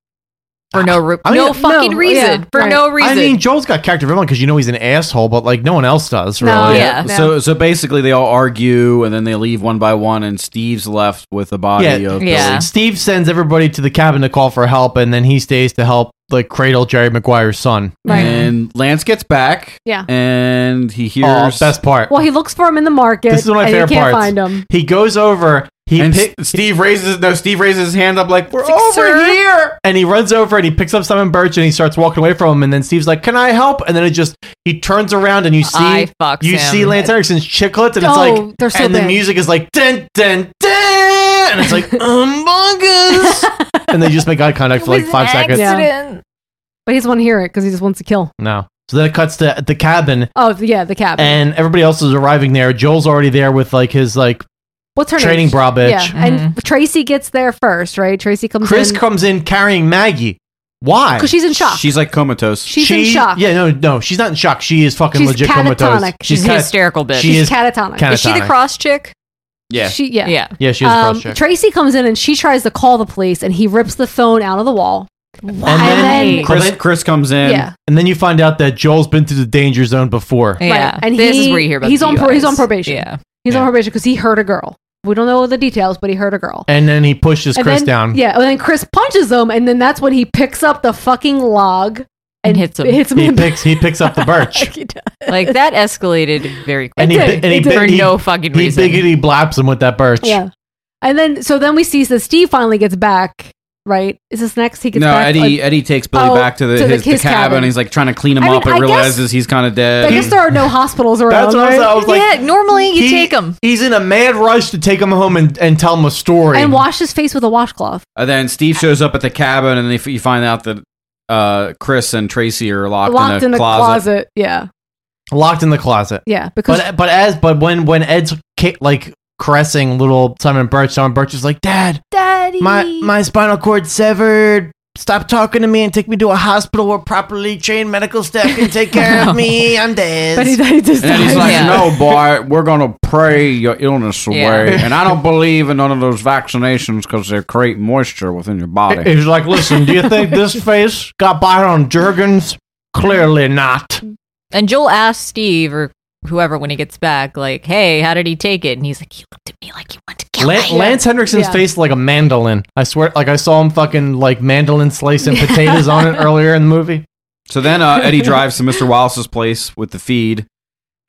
for no re- I mean- no fucking No, reason. yeah, for right. no reason. I mean, Joel's got character development because you know he's an asshole, but like no one else does really. No, Yeah. yeah. So so basically, they all argue, and then they leave one by one, and Steve's left with the body Yeah. of Steve sends everybody to the cabin to call for help, and then he stays to help like cradle Jerry Maguire's son. Right. And Lance gets back. Yeah. And he hears Oh, best part. Well, he looks for him in the market. This is one of my and favorite he can't parts. find him. He goes over. He And pick, S- Steve raises no. Steve raises his hand up like we're over here. and he runs over and he picks up Simon Birch and he starts walking away from him. And then Steve's like, "Can I help?" And then it just he turns around and you see I fucks you him. see Lance Erickson's chicklets, and Oh, it's like, they're so and the big. music is like, dun <laughs> dun dun, and it's like, <laughs> umbungus, and they just make eye contact for like five seconds. Yeah. But he doesn't want to hear it because he just wants to kill. No. So then it cuts to the cabin, Oh yeah, the cabin. and everybody else is arriving there. Joel's already there with like his like What's her training name? bra bitch. Yeah, and Tracy gets there first, right? Tracy comes. Chris in. comes in carrying Maggie. Why? 'Cause she's in shock. She's like comatose. She's in shock. Yeah, no, no, she's not in shock. She is fucking She's legit comatose. catatonic. She's cat- hysterical bitch. She She's is catatonic. Is she the catatonic. cross chick? Yeah. She yeah Um, Yeah. Yeah, she is a cross chick. Tracy comes in and she tries to call the police, and he rips the phone out of the wall. And then, then- Chris Chris comes in. Yeah. and then you find out that Joel's been to the danger zone before. Yeah. and this he- is where you hear about he's the on pro- he's DUIs. on probation. Yeah. He's on probation because he hurt a girl. We don't know the details, but he hurt a girl. And then he pushes And Chris then- down. Yeah, and then Chris punches him, and then that's when he picks up the fucking log and hits him. Hits him. He in the- picks he picks <laughs> up the birch. Like that escalated very quickly. and he bi- and he bi- for he- no fucking he reason. biggity blaps him with that birch. yeah, and then so then we see that Steve finally gets back, right? Is this next? He gets No, back, Eddie. like- Eddie takes Billy Oh, back to the, to the his, the his cabin, cabin. and he's like trying to clean him I mean, up, but I guess- realizes he's kind of dead. I guess there are no hospitals around. That's what I was- right? I was like- yeah, normally He- He's in a mad rush to take him home and, and tell him a story. and wash his face with a washcloth. And then Steve shows up at the cabin, and if you find out that uh, Chris and Tracy are locked, locked in a closet. Yeah, locked in the closet. yeah. Because but but as but when when Ed's ca- like caressing little Simon Birch, Simon Birch is like, "Dad, Daddy, my my spinal cord severed. Stop talking to me and take me to a hospital where properly trained medical staff can take care of me. <laughs> I'm dead." But he- he just And then he's dies. like, Yeah. "No, boy, we're gonna pray your illness away." Yeah. <laughs> And I don't believe in none of those vaccinations because they create moisture within your body. He's like, "Listen, do you think this face got by on Jergens? Clearly not." And Joel asks Steve or whoever when he gets back, like, "Hey, how did he take it?" And he's like, "He looked at me like he wanted to kill <laughs> Lan- me." Lance Hendrickson's Yeah. face like a mandolin. I swear, like I saw him fucking like mandolin slicing potatoes on <laughs> it earlier in the movie. <laughs> So then uh, Eddie drives to Mr. Wallace's place with the feed,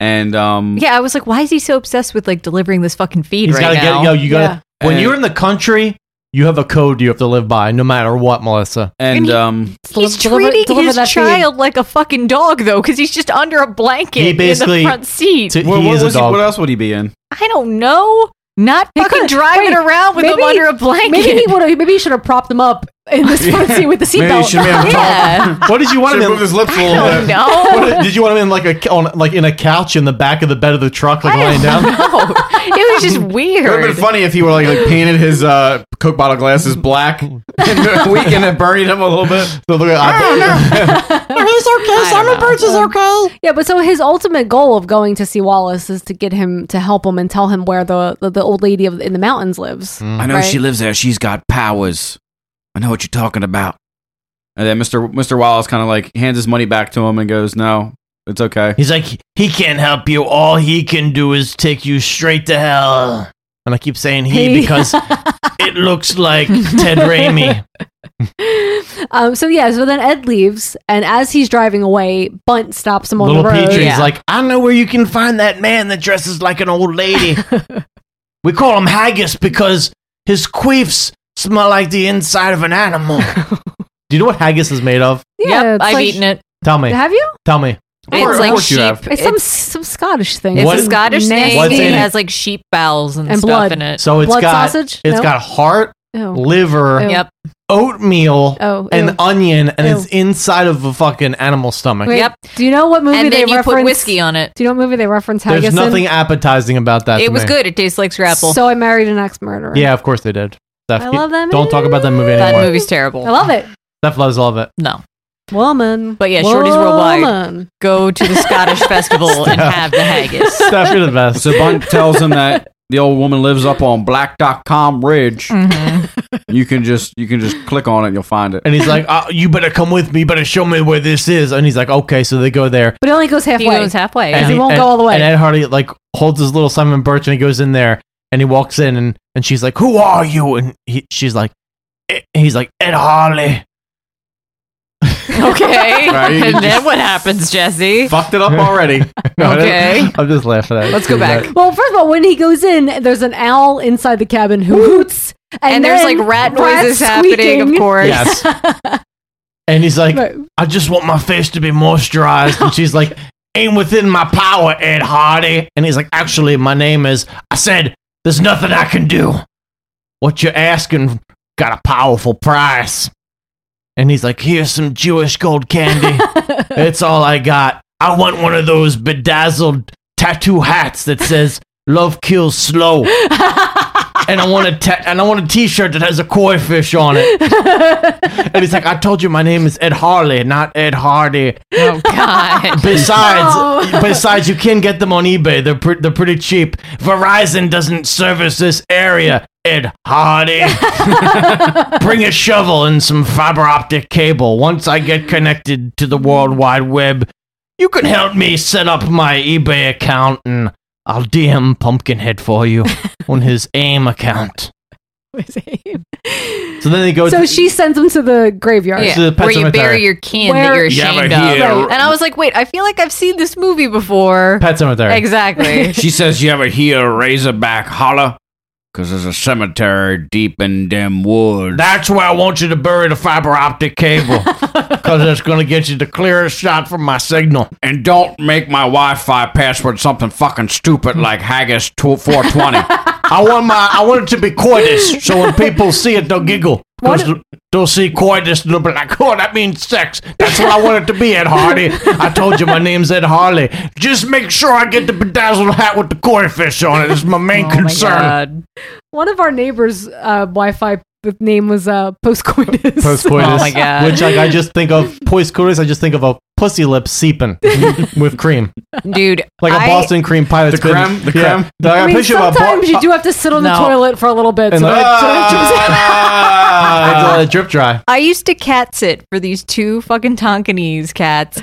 and um, Yeah, I was like, "Why is he so obsessed with like delivering this fucking feed He's right gotta now?" get yo. You Yeah. gotta when And- you're in the country, you have a code you have to live by, no matter what, Melissa. and um, He's Deliver- treating deliver that his feed. child like a fucking dog, though, because he's just under a blanket He in basically- the front seat. Well, what, was he- what else would he be in? I don't know. Not fucking driving Wait, around with him maybe- under a blanket. Maybe he would have. Maybe he should have propped him up in <laughs> this <laughs> front seat with the Maybe he seatbelt. should have been on yeah. What did you want him Should've in? moved his lips a little I don't bit. know. What- did you want him in like a on, like in a couch in the back of the bed of the truck, like lying down? No, <laughs> it was just weird. It would have been funny if he were like, like <laughs> painted his uh, Coke bottle glasses black <laughs> and weakened and burning him a little bit. Ah! So look at He's okay. Simon Birch is okay. Yeah, but so his ultimate goal of going to see Wallace is to get him to help him and tell him where the the, the old lady of, in the mountains lives. I know right? she lives there. She's got powers. I know what you're talking about. And then Mr. Mr. Wallace kind of like hands his money back to him and goes, "No, it's okay." <laughs> He's like, "He can't help you. All he can do is take you straight to hell." And I keep saying He. he <laughs> because it <laughs> looks like Ted Raimi. Um, so yeah, so then Ed leaves, and as he's driving away, Bunt stops him on Little the road. Petrie's like, I know where you can find that man that dresses like an old <laughs> lady. we call him Haggis because his queefs smell like the inside of an animal. <laughs> Do you know what haggis is made of? yeah, Yep, it's I've like- eaten it. Tell me. Have you? Tell me. It's like sheep. It's, some some Scottish thing. It's What- a Scottish thing. What's in it it? has like sheep bowels and, And stuff blood. in it. So it's Blood got sausage? it's No. got heart, Ew. liver, Ew. Yep. oatmeal, Oh, and ew. onion, and it's Ew. inside of a fucking animal stomach. Wait, Do you know what movie And they then you reference? put whiskey on it. Do you know what movie they reference haggis? There's in? nothing appetizing about that. to It was me. good. It tastes like scrapple. So I married an ex murderer. Yeah, of course they did. Steph, I love that Don't talk about that movie anymore. that movie's terrible. I love it. Steph loves all of it. No. Woman. But yeah, Shorty's Worldwide. Woman. Go to the <laughs> Scottish festival and <laughs> have the haggis. Steph, you're the best. So Bunt tells him that the old woman lives up on black.com ridge. Mm. You can just you can just click on it and you'll find it. And he's like, uh, "You better come with me. You better show me where this is." And he's like, "Okay." So they go there. But it only goes halfway. He goes halfway. and he won't go all the way. And Ed Hardy like holds his little Simon Birch, and he goes in there, and he walks in, and, and she's like, "Who are you?" And he, she's like, eh, "He's like Ed Harley." Okay. <laughs> Right, you and just- then what happens, Jesse? Fucked it <laughs> up already. <laughs> No, I don't- Okay. I'm just laughing at it. Let's go back. Well, first of all, when he goes in, there's an owl inside the cabin who hoots, and, And there's, then like, rat rats noises happening, of squeaking. course. Yes. and he's like, "I just want my face to be moisturized," and she's like, "Ain't within my power, Ed Hardy." And he's like, "Actually, my name is." I said, "There's nothing I can do." What you're asking got a powerful price. And he's like, here's some Jewish gold candy. it's all I got. I want one of those bedazzled tattoo hats that says "Love kills slow." and I want a ta- and I want a T-shirt that has a koi fish on it. and he's like, I told you my name is Ed Harley, not Ed Hardy. Oh God. <laughs> Besides, <laughs> <laughs> besides, you can get them on eBay. They're pre- they're pretty cheap. Verizon doesn't service this area. Ed Hardy, Oh, bring a shovel and some fiber optic cable. Once I get connected to the World Wide Web, you can help me set up my eBay account, and I'll DM Pumpkinhead for you on his AIM account. So then they go. So she sends him to the graveyard. Yeah, where you bury your kin that Where- you're Yeah, ashamed but of. here- And I was like, wait, I feel like I've seen this movie before. Pet cemetery. <laughs> <laughs> Exactly. she says, "You ever hear a Razorback holler?" Because there's a cemetery deep in them woods. That's where I want you to bury the fiber optic cable. Because it's going to get you the clearest shot from my signal. And don't make my Wi Fi password something fucking stupid like Haggis <laughs> tw- 420. I want my I want it to be coitus, so when people see it, they'll giggle. Because they'll see coitus and they'll be like, oh, that means sex. That's what I want it to be, Ed Hardy. I told you my name's Ed Harley. Just make sure I get the bedazzled hat with the koi fish on it. It's my Oh main concern. One of our neighbors' uh, Wi-Fi name was uh, postcoitus. Postcoitus. Which like I just think of postcoitus, I just think of a pussy lip seeping with cream. dude. Like a I- Boston cream pie that's The creme, been, the yeah. creme. Like, I I mean, picture a bo- sometimes you do have to sit on the No. toilet for a little bit. And So like- that- so that drips out. Ah, it's, uh, drip dry. I used to cat sit for these two fucking Tonkinese cats,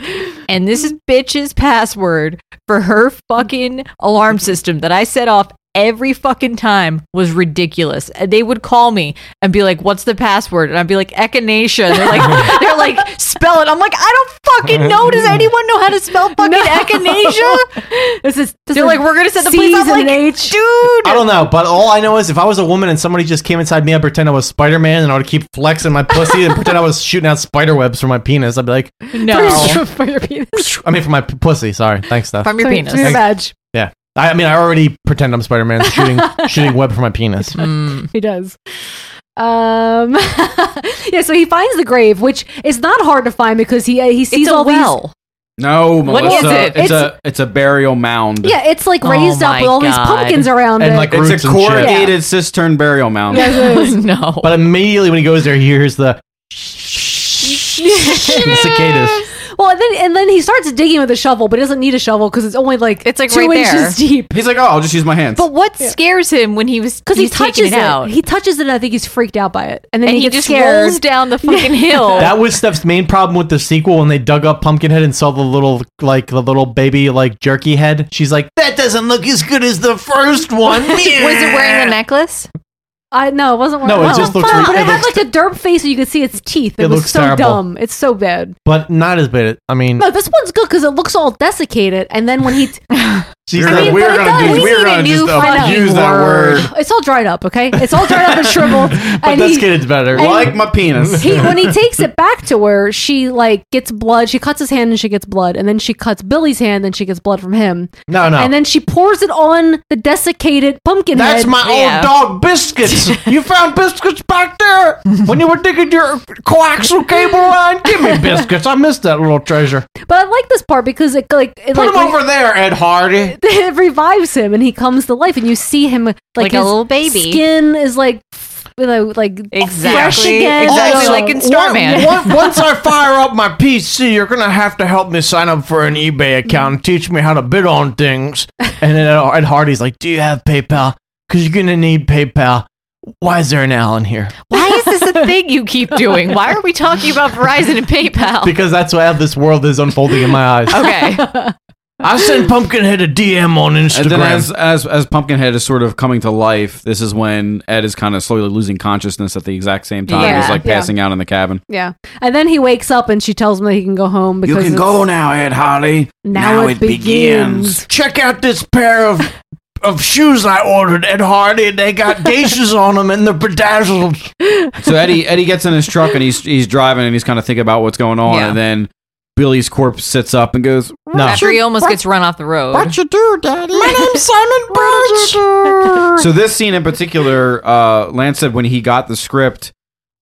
and this is bitch's password for her fucking alarm system that I set off every fucking time was ridiculous. And They would call me and be like, "What's the password?" and I'd be like, "Echinacea." And They're <laughs> like, "They're like, spell it." I'm like, "I don't fucking know. <laughs> Does anyone know how to spell fucking echinacea?" <laughs> This is They're like, "We're gonna set the police." C's I'm and like, an H. "Dude." I don't know, but all I know is if I was a woman and somebody just came inside me, I'd pretend I was Spider Man and I would keep flexing my pussy and pretend I was shooting out spider webs from my penis. I'd be like, No. for your <laughs> penis. I mean, from my p- pussy. Sorry, thanks, Steph. From your From- penis. from your badge. Yeah, I, I mean, I already pretend I'm Spider Man shooting shooting web from my penis. Mm. <laughs> He does. Um, <laughs> yeah, so he finds the grave, which is not hard to find because he uh, he sees a all these- well. No, What Melissa. is it? It's, It's- a it's a burial mound. Yeah, it's like raised up my Oh with all these God. pumpkins around it. it's a corrugated cistern burial mound. Yes, it is. no. But immediately when he goes there, he hears the <laughs> cicadas. <laughs> Well, and then and then he starts digging with a shovel, but he doesn't need a shovel because it's only like it's like two right there. inches deep. He's like, oh, I'll just use my hands. But what scares him when he was Because he he's taking touches it out? He touches it, and I think he's freaked out by it, and then And he, he gets just scared. rolls down the <laughs> fucking hill. That was Steph's main problem with the sequel when they dug up Pumpkinhead and saw the little like the little baby like jerky head. She's like, that doesn't look as good as the first one. <laughs> Was it wearing the necklace? I no, it wasn't. No, wearing- it just looks fine, re- But it it, had looks- like a derp face, and you could see its teeth. It, It was looks so terrible. dumb. It's so bad. but not as bad. I mean, No, this one's good because it looks all desiccated, and then when he t- she's I mean, but it does- we need a new uh, fucking It's all dried up, okay? It's all dried up and <laughs> shriveled. But and that's he- getting better. and Like my penis. he when he takes it back to her, she like gets blood. She cuts his hand and she gets blood, and then she cuts Billy's hand and she gets blood from him. No, no. And then she pours it on the desiccated pumpkin. That's head. my old dog <laughs> biscuits. you found biscuits back there when you were digging your coaxial cable line. Give me biscuits. I missed that little treasure. But I like this part because it like it, Put like, him over there, Ed Hardy. <laughs> It revives him and he comes to life, and you see him like, Like a his little baby. Skin is like f- you know, like fresh Exactly- again. exactly Also- like in Starman. Once, <laughs> once I fire up my PC, you're gonna have to help me sign up for an eBay account and teach me how to bid on things. And then Ed Ed Hardy's like, "Do you have PayPal? Because you're gonna need PayPal. Why is there an Al in here? Why is this a thing you keep doing? Why are we talking about Verizon and PayPal? Because that's how this world is unfolding in my <laughs> eyes. okay. <laughs> I sent Pumpkinhead a DM on Instagram. And then as, as as Pumpkinhead is sort of coming to life, this is when Ed is kind of slowly losing consciousness at the exact same time. Yeah. He's like Yeah. passing out in the cabin. Yeah, and then he wakes up and she tells him that he can go home because you can it's- go now, Ed Harley. Now it begins. Check out this pair of of shoes I ordered at Hardy. They got geishas on them and they're bedazzled. So Eddie Eddie gets in his truck and he's he's driving and he's kind of thinking about what's going on. Yeah. And then Billy's corpse sits up and goes, After he almost gets run off the road. you do, Daddy? My name's Simon Birch. So this scene in particular, uh, Lance said when he got the script,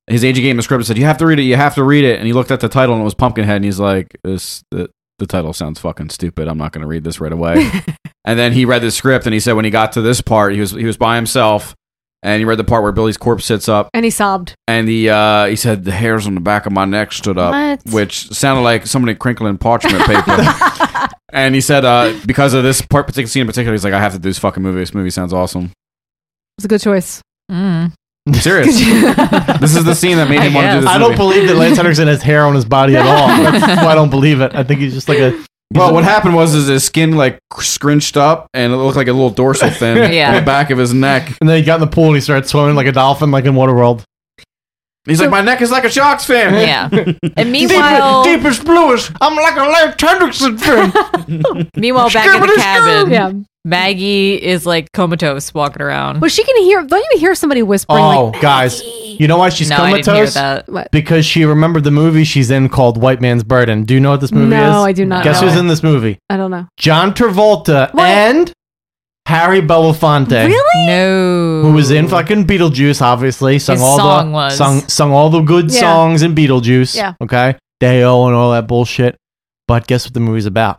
his agent gave him the script and said, "You have to read it. You have to read it." And he looked at the title and it was Pumpkinhead, and he's like, "This the, the title sounds fucking stupid. I'm not going to read this right away." and then he read the script and he said when he got to this part, he was he was by himself, and he read the part where Billy's corpse sits up, and he sobbed. and the uh, he said the hairs on the back of my neck stood up, What? which sounded like somebody crinkling parchment paper. and he said uh, because of this part, particular scene in particular, he's like, "I have to do this fucking movie. This movie sounds awesome." It's a good choice. Mm. <laughs> I'm <laughs> serious. this is the scene that made him want to do this. I don't movie. believe that Lance Henriksen has hair on his body <laughs> at all. That's why I don't believe it. I think he's just like a. Well, what happened was is his skin like scrunched up and it looked like a little <laughs> dorsal fin Yeah. on the back of his neck. And then he got in the pool and he started swimming like a dolphin, like in Waterworld. He's like, my neck is like a shark's fin. Yeah. And meanwhile, deepest, bluest. I'm like a Lance Henriksen film. <laughs> meanwhile back in the cabin, Yeah. Maggie is like comatose walking around. But she can hear. Don't you hear somebody whispering? Oh, like, guys, you know why she's No, I didn't comatose? hear Uh, that. What? Because she remembered the movie she's in called White Man's Burden. Do you know what this movie is? No, I do not Guess know who's it. Uh, in this movie? I don't know. John Travolta and Harry Belafonte. Really? <laughs> No. Who was in fucking Beetlejuice? Obviously, sung His all song the was- sung sung all the good Yeah. songs in Beetlejuice. Yeah. Okay, Dale and all that bullshit. But guess what the movie's about?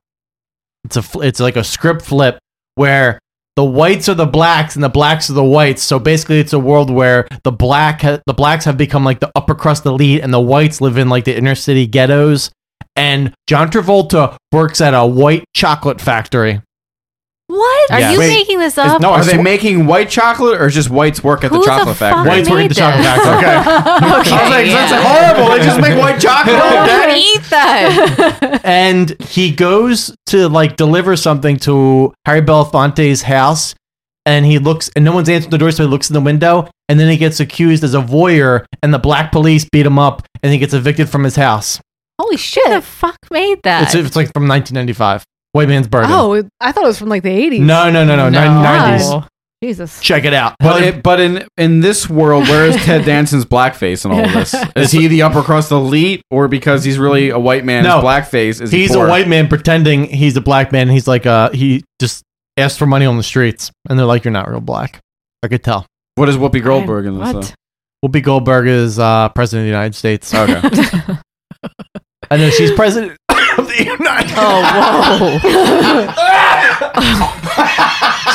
It's a fl- it's like a script flip where the whites are the blacks and the blacks are the whites. So basically, it's a world where the black ha- the blacks have become like the upper crust elite, and the whites live in like the inner city ghettos. And John Travolta works at a white chocolate factory. What? Are Yeah. you Wait, making this it's- up? no, I Are they swear- making <laughs> white chocolate or just whites work at Who the the chocolate fuck factory? Whites work at the made chocolate this? factory. <laughs> <laughs> Okay. I was like, that's horrible. They just make white chocolate like that. Don't eat that. and he goes to like deliver something to Harry Belafonte's house, and he looks, and no one's answering the door, so he looks in the window, and then he gets accused as a voyeur, and the black police beat him up, and he gets evicted from his house. Holy shit! the fuck made It's, it's like from 1995, White Man's Burden. Oh, it- I thought it was from like the eighties. No, no, no, no, nine- God. 90s. Jesus. <laughs> Check it out. But, it, but in in this world, where is Ted Danson's blackface in all <laughs> of this? Is he the upper crust elite, or because he's really a white man? No. his blackface is he's he poor? a white man pretending he's a black man. He's like, uh, he just asked for money on the streets, and they're like, "You're not real black." I could tell. What is Whoopi Goldberg in this? Though? Whoopi Goldberg is uh, president of the United States. <laughs> Okay. <laughs> I know she's president. Oh, whoa.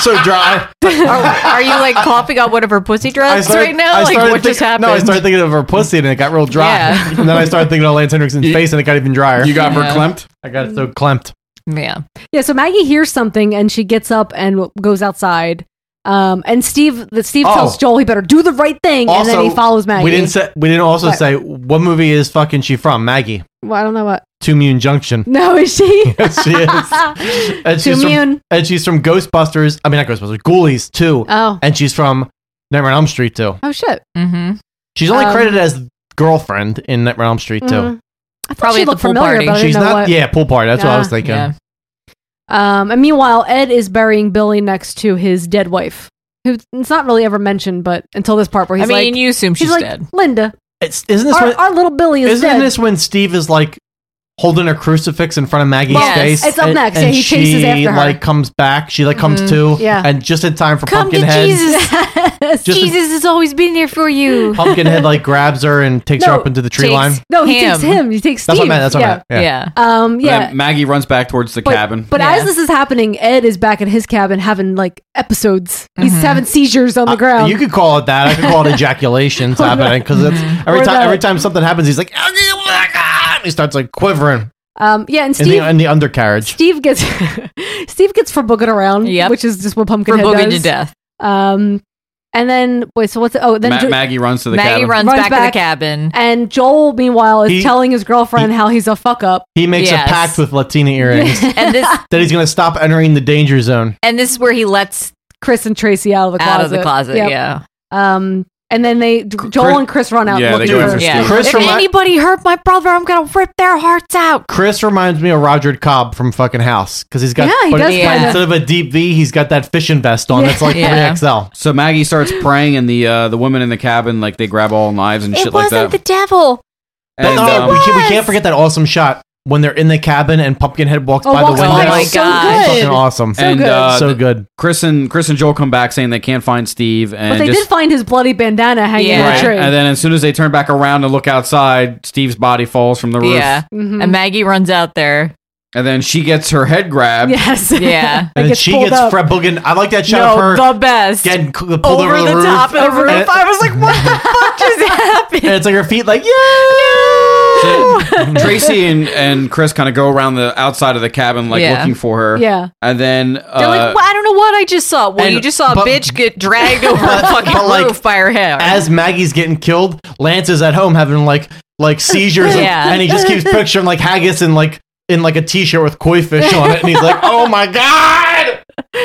so dry. are, are you like coughing on one of her pussy drugs right now? I like, started what just think- happened? No, I started thinking of her pussy and it got real dry. Yeah. <laughs> and then I started thinking of Lance Hendrickson's face and it got even drier. You got her Yeah. clamped? I got it so clamped. Yeah. Yeah, so Maggie hears something and she gets up and w- goes outside. Um, and Steve, the Steve Oh. tells Joel he better do the right thing, and then he follows Maggie. We didn't say. We didn't also What? say what movie is fucking she from? Maggie. Well, I don't know what. <laughs> Two Mune Junction. No, is <laughs> she? <laughs> Yes, she is. And she's, from, Mune. and she's from Ghostbusters. I mean, not Ghostbusters. Ghoulies too. Oh. And she's from Nightmare on Elm Street too. Oh shit. Mm-hmm. She's only Um, mm-hmm. mm. credited as girlfriend in Nightmare on Elm Street too. I thought Probably she at the looked pool familiar, party. but I didn't She's know not. what. Yeah, pool party. That's what I Yeah. was thinking. Yeah. Um, and meanwhile, Ed is burying Billy next to his dead wife, who it's not really ever mentioned, but until this part where I he's mean, like, you assume she's he's like, dead. Linda, It's, isn't this our, when, our little Billy is isn't dead. this when Steve is like holding a crucifix in front of Maggie's Yes. face? It's up next. Yeah, he chases she, after her. Like comes back. She like comes Mhm. to. Yeah. And just in time for Come to <laughs> Pumpkinhead. Jesus. Just- Jesus has always been there for you. Pumpkinhead like grabs her and takes her No, up into the tree takes- line. No, he him. takes him. He takes Steve. That's what I meant, that's what I meant, yeah. Um, And then yeah. Maggie runs back towards the But- cabin. But as this is happening, Ed is back at his cabin having like episodes. He's having seizures on the ground. Uh, Oh, You could call it that. I could call <laughs> it ejaculations happening because it's every Mm-hmm. Or time that. every time something happens, he's like, "Oh, he starts like quivering um, yeah, and in Steve. the in the undercarriage. Steve gets <laughs> Steve gets for booging around, Yep. which is just what For Pumpkinhead booging does. to death. Um, and then wait, so what's oh then Ma- Jo- Maggie runs to the Maggie cabin. runs, back, to the cabin. and Joel meanwhile is He- telling his girlfriend how he's a fuck up. He makes Yes. a pact with Latina earrings <laughs> <laughs> And this that he's going to stop entering the danger zone. and this is where he lets Chris and Tracy out of the closet. out of the closet. Yep. Yeah. Um, and then they Joel and Chris run out. Yeah, looking they go for- after Yeah. Steve. Chris if remi- anybody hurt my brother, I'm gonna rip their hearts out. Chris reminds me of Roger Cobb from fucking House because he's got Yeah, he but does kinda. instead of a deep V, he's got that fishing vest on that's like Yeah. Yeah. 3XL. So Maggie starts praying, and the uh, the women in the cabin like they grab all knives and It shit like wasn't that. the devil. But And, no, um, we, can't, we can't forget that awesome shot when they're in the cabin and Pumpkinhead walks Oh, by walks the by. window. Oh my So God. good. Fucking awesome. and uh, so the- good. Chris and Chris and Joel come back saying they can't find Steve, and But they just, did find his bloody bandana hanging in the Right. tree. And then as soon as they turn back around and look outside, Steve's body falls from the roof. <laughs> Yeah. Mm-hmm. And Maggie runs out there. And then she gets her head grabbed. Yes. <laughs> Yeah. And then she gets Fred Bogan. I like that shot No, of her the best. getting c- pulled over, over, the, roof. top of the roof. And, I was like, <laughs> what the fuck just happened? and it's like her feet, like yeah. <laughs> Tracy and, and Chris kind of go around the outside of the cabin, like Yeah. looking for her. Yeah. And then They're uh, like, well, I don't know what I just saw. Well, and- you just saw a but- bitch get dragged over the fucking <laughs> but, like, roof by her hair. As Maggie's getting killed, Lance is at home having like like seizures, and- Yeah. and he just <laughs> keeps picturing like haggis and like in like a t-shirt with koi fish on it, and he's like, oh my god.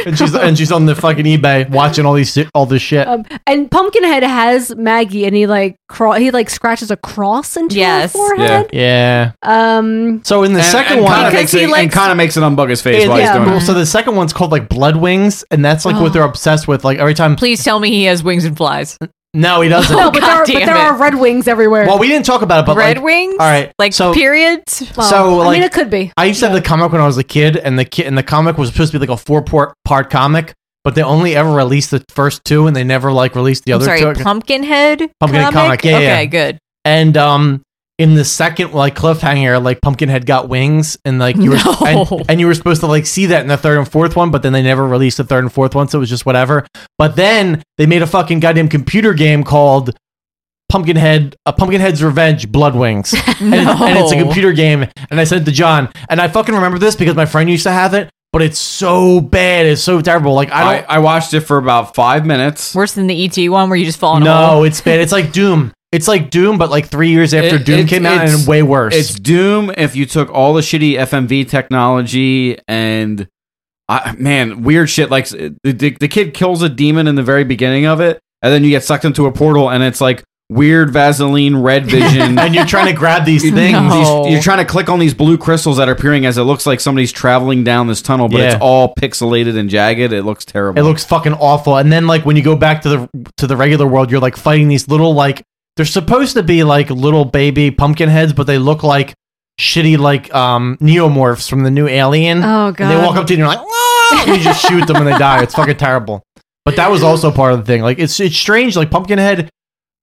and she's and she's on the fucking eBay watching all these si- all this <laughs> shit. Um, and Pumpkinhead has Maggie, and he like craw- he like scratches a cross into Yes. her forehead. yeah. yeah. Um. So in the second and one, Kana Because makes he it- and likes- Kana makes it unbug his face while he's doing it. So the second one's called like Blood Wings, and that's like Oh. what they're obsessed with. Like every time, Please tell me he has wings and flies. no, he doesn't. <laughs> <laughs> no, but there, are, but damn there it. are red wings everywhere. well, we didn't talk about it, but Red like, wings? All right, Like so, periods? so I like, mean, it could be. I used to have the comic when I was a kid, and the kid and the comic was supposed to be like a four part part comic, but they only ever released the first two, and they never like released the I'm other sorry, two. Pumpkinhead. Pumpkinhead comic, yeah, yeah, okay, yeah. good. and um, in the second like cliffhanger, like Pumpkinhead got wings, and like you No. were and, and you were supposed to like see that in the third and fourth one, but then they never released the third and fourth one, so it was just whatever. But then they made a fucking goddamn computer game called Pumpkinhead, uh, Pumpkinhead's Revenge, Blood <laughs> Wings, and, it's, and it's a No. computer game. And I sent it to John, and I fucking remember this because my friend used to have it, but it's so bad, it's so terrible. Like I I, don't, I watched it for about five minutes. Worse than the ET one where you just fall in a hole. no, it's <laughs> bad. It's like Doom. It's like Doom, but like three years after It- Doom it's- came out, it's- and way worse. It's Doom if you took all the shitty FMV technology and I, man, weird shit. Like the, the, the kid kills a demon in the very beginning of it, and then you get sucked into a portal, and it's like weird <laughs> Vaseline red vision. and you're trying to grab these things. These- You're trying to click on these blue crystals that are appearing as it looks like somebody's traveling down this tunnel, but Yeah. it's all pixelated and jagged. It looks terrible. It looks fucking awful. And then like when you go back to the to the regular world, you're like fighting these little like they're supposed to be like little baby pumpkin heads, but they look like shitty like um neomorphs from the new alien. Oh, And they God. walk up to you and you're like, "Ah!" and you just shoot them and they die. It's fucking terrible. But that was also part of the thing. Like it's it's strange, like Pumpkinhead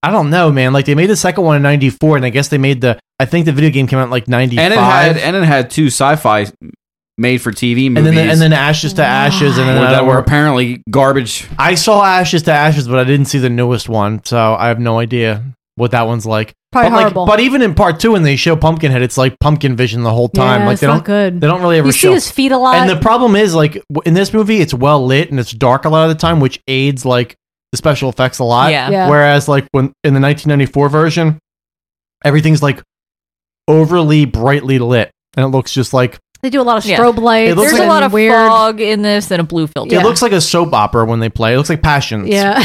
I don't know, man. Like they made the second one in ninety four and I guess they made the I think the video game came out in like ninety five. and it had and it had two sci-fi made for TV movies, and then and then ashes to ashes and then Well, another that were one. apparently garbage. I saw Ashes to Ashes, but I didn't see the newest one, so I have no idea what that one's like. Probably but, like, horrible. but even in part two, when they show Pumpkinhead, it's like Pumpkin Vision the whole time. Yeah, like it's they not don't, good. They don't really ever You show. see his feet a lot. And the problem is, like w- in this movie, it's well lit and it's dark a lot of the time, which aids like the special effects a lot. Yeah. Yeah. Whereas like when in the 1994 version, everything's like overly brightly lit, and it looks just like they do a lot of Yeah. strobe lights. It looks There's like- a lot of weird- fog in this and a blue filter. it looks like a soap opera when they play. It looks like Passions. <laughs> Yeah.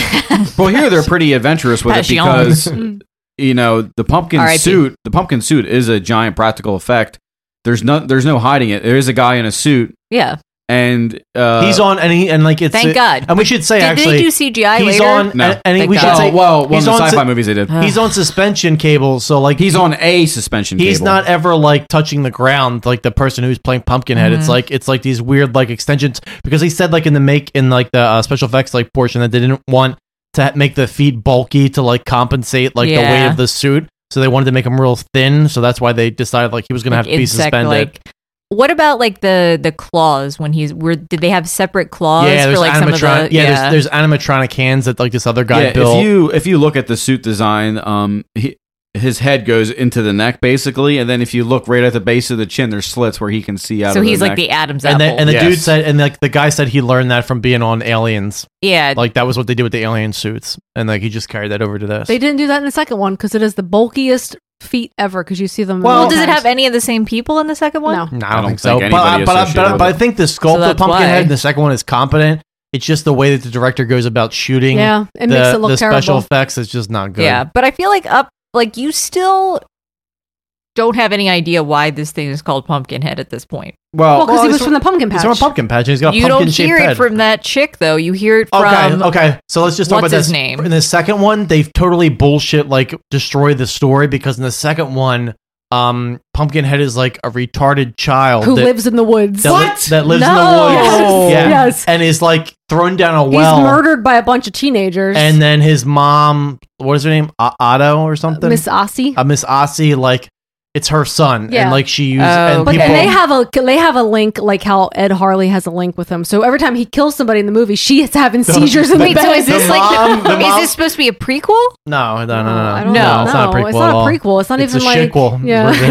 Well, here they're pretty adventurous with it Passion. because <laughs> you know the pumpkin R.I.P. suit. The pumpkin suit is a giant practical effect. There's no there's no hiding it. There is a guy in a suit, <laughs> yeah. and uh, He's on, and he and like it's. Thank God. And we should say Did they actually, do CGI He's later? on, No. and, and he- Thank we should God. say, Oh, well, well, he's in the on sci-fi su- movies they did. He's on suspension cables, so like he's on a suspension. he's cable. not ever like touching the ground like the person who's playing Pumpkinhead. It's Mm-hmm. Mhm. like it's like these weird like extensions because he said like in the make in like the uh, special effects like portion that they didn't want to ha- make the feet bulky to like compensate like the weight Yeah. of the suit. So they wanted to make him real thin, so that's why they decided like he was gonna have to be suspended. Like, what about like the the claws when he's? Were did they have separate claws for like some of the? animatronic. yeah, There's, there's animatronic hands that like this other guy yeah, built. if you if you look at the suit design, um, he, his head goes into the neck basically, and then if you look right at the base of the chin, there's slits where he can see out. So of he's the like neck. the Adam's and apple. the, and the dude Yes. said, and like the guy said, he learned that from being on Aliens. Yeah. like that was what they did with the alien suits, and like he just carried that over to this. They didn't do that in the second one because it is the bulkiest feet ever because you see them. well, does it have any of the same people in the second one? No, I I don't don't think so. think But anybody I, but, I, associated but, I, with but I it. think the sculpt So of that's Pumpkinhead why. in the second one is competent. It's just the way that the director goes about shooting. Yeah, the, it makes it look the special terrible. effects is just not good. Yeah, but I feel like up like you still don't have any idea why this thing is called Pumpkinhead at this point. Well, 'cause he was from the pumpkin patch. He's from a pumpkin patch. and He's got a you pumpkin don't hear shaped it head. from that chick though. You hear it from Okay, okay. So let's just talk what's about his this. name? In the second one, they've totally bullshit like destroy the story because in the second one, um, Pumpkinhead is like a retarded child who that- lives in the woods? that, li- that lives in No! the woods. Yes. Yeah. yes. And is like thrown down a He's well. murdered by a bunch of teenagers. And then his mom, what is her name? O- Otto or something? Miss Ossie. Uh, Miss Ossie, like it's her son, Yeah. and like she uses. and but people, they have a they have a link like how Ed Harley has a link with him. So every time he kills somebody in the movie, she is <laughs> having seizures in the Wait, bed. so is this like mom- the is mom- this supposed to be a prequel? no, no, no, no, I no, don't no, know. It's not a No, prequel. it's not a at all. prequel. It's not It's even, a like- shitquel. Yeah. is what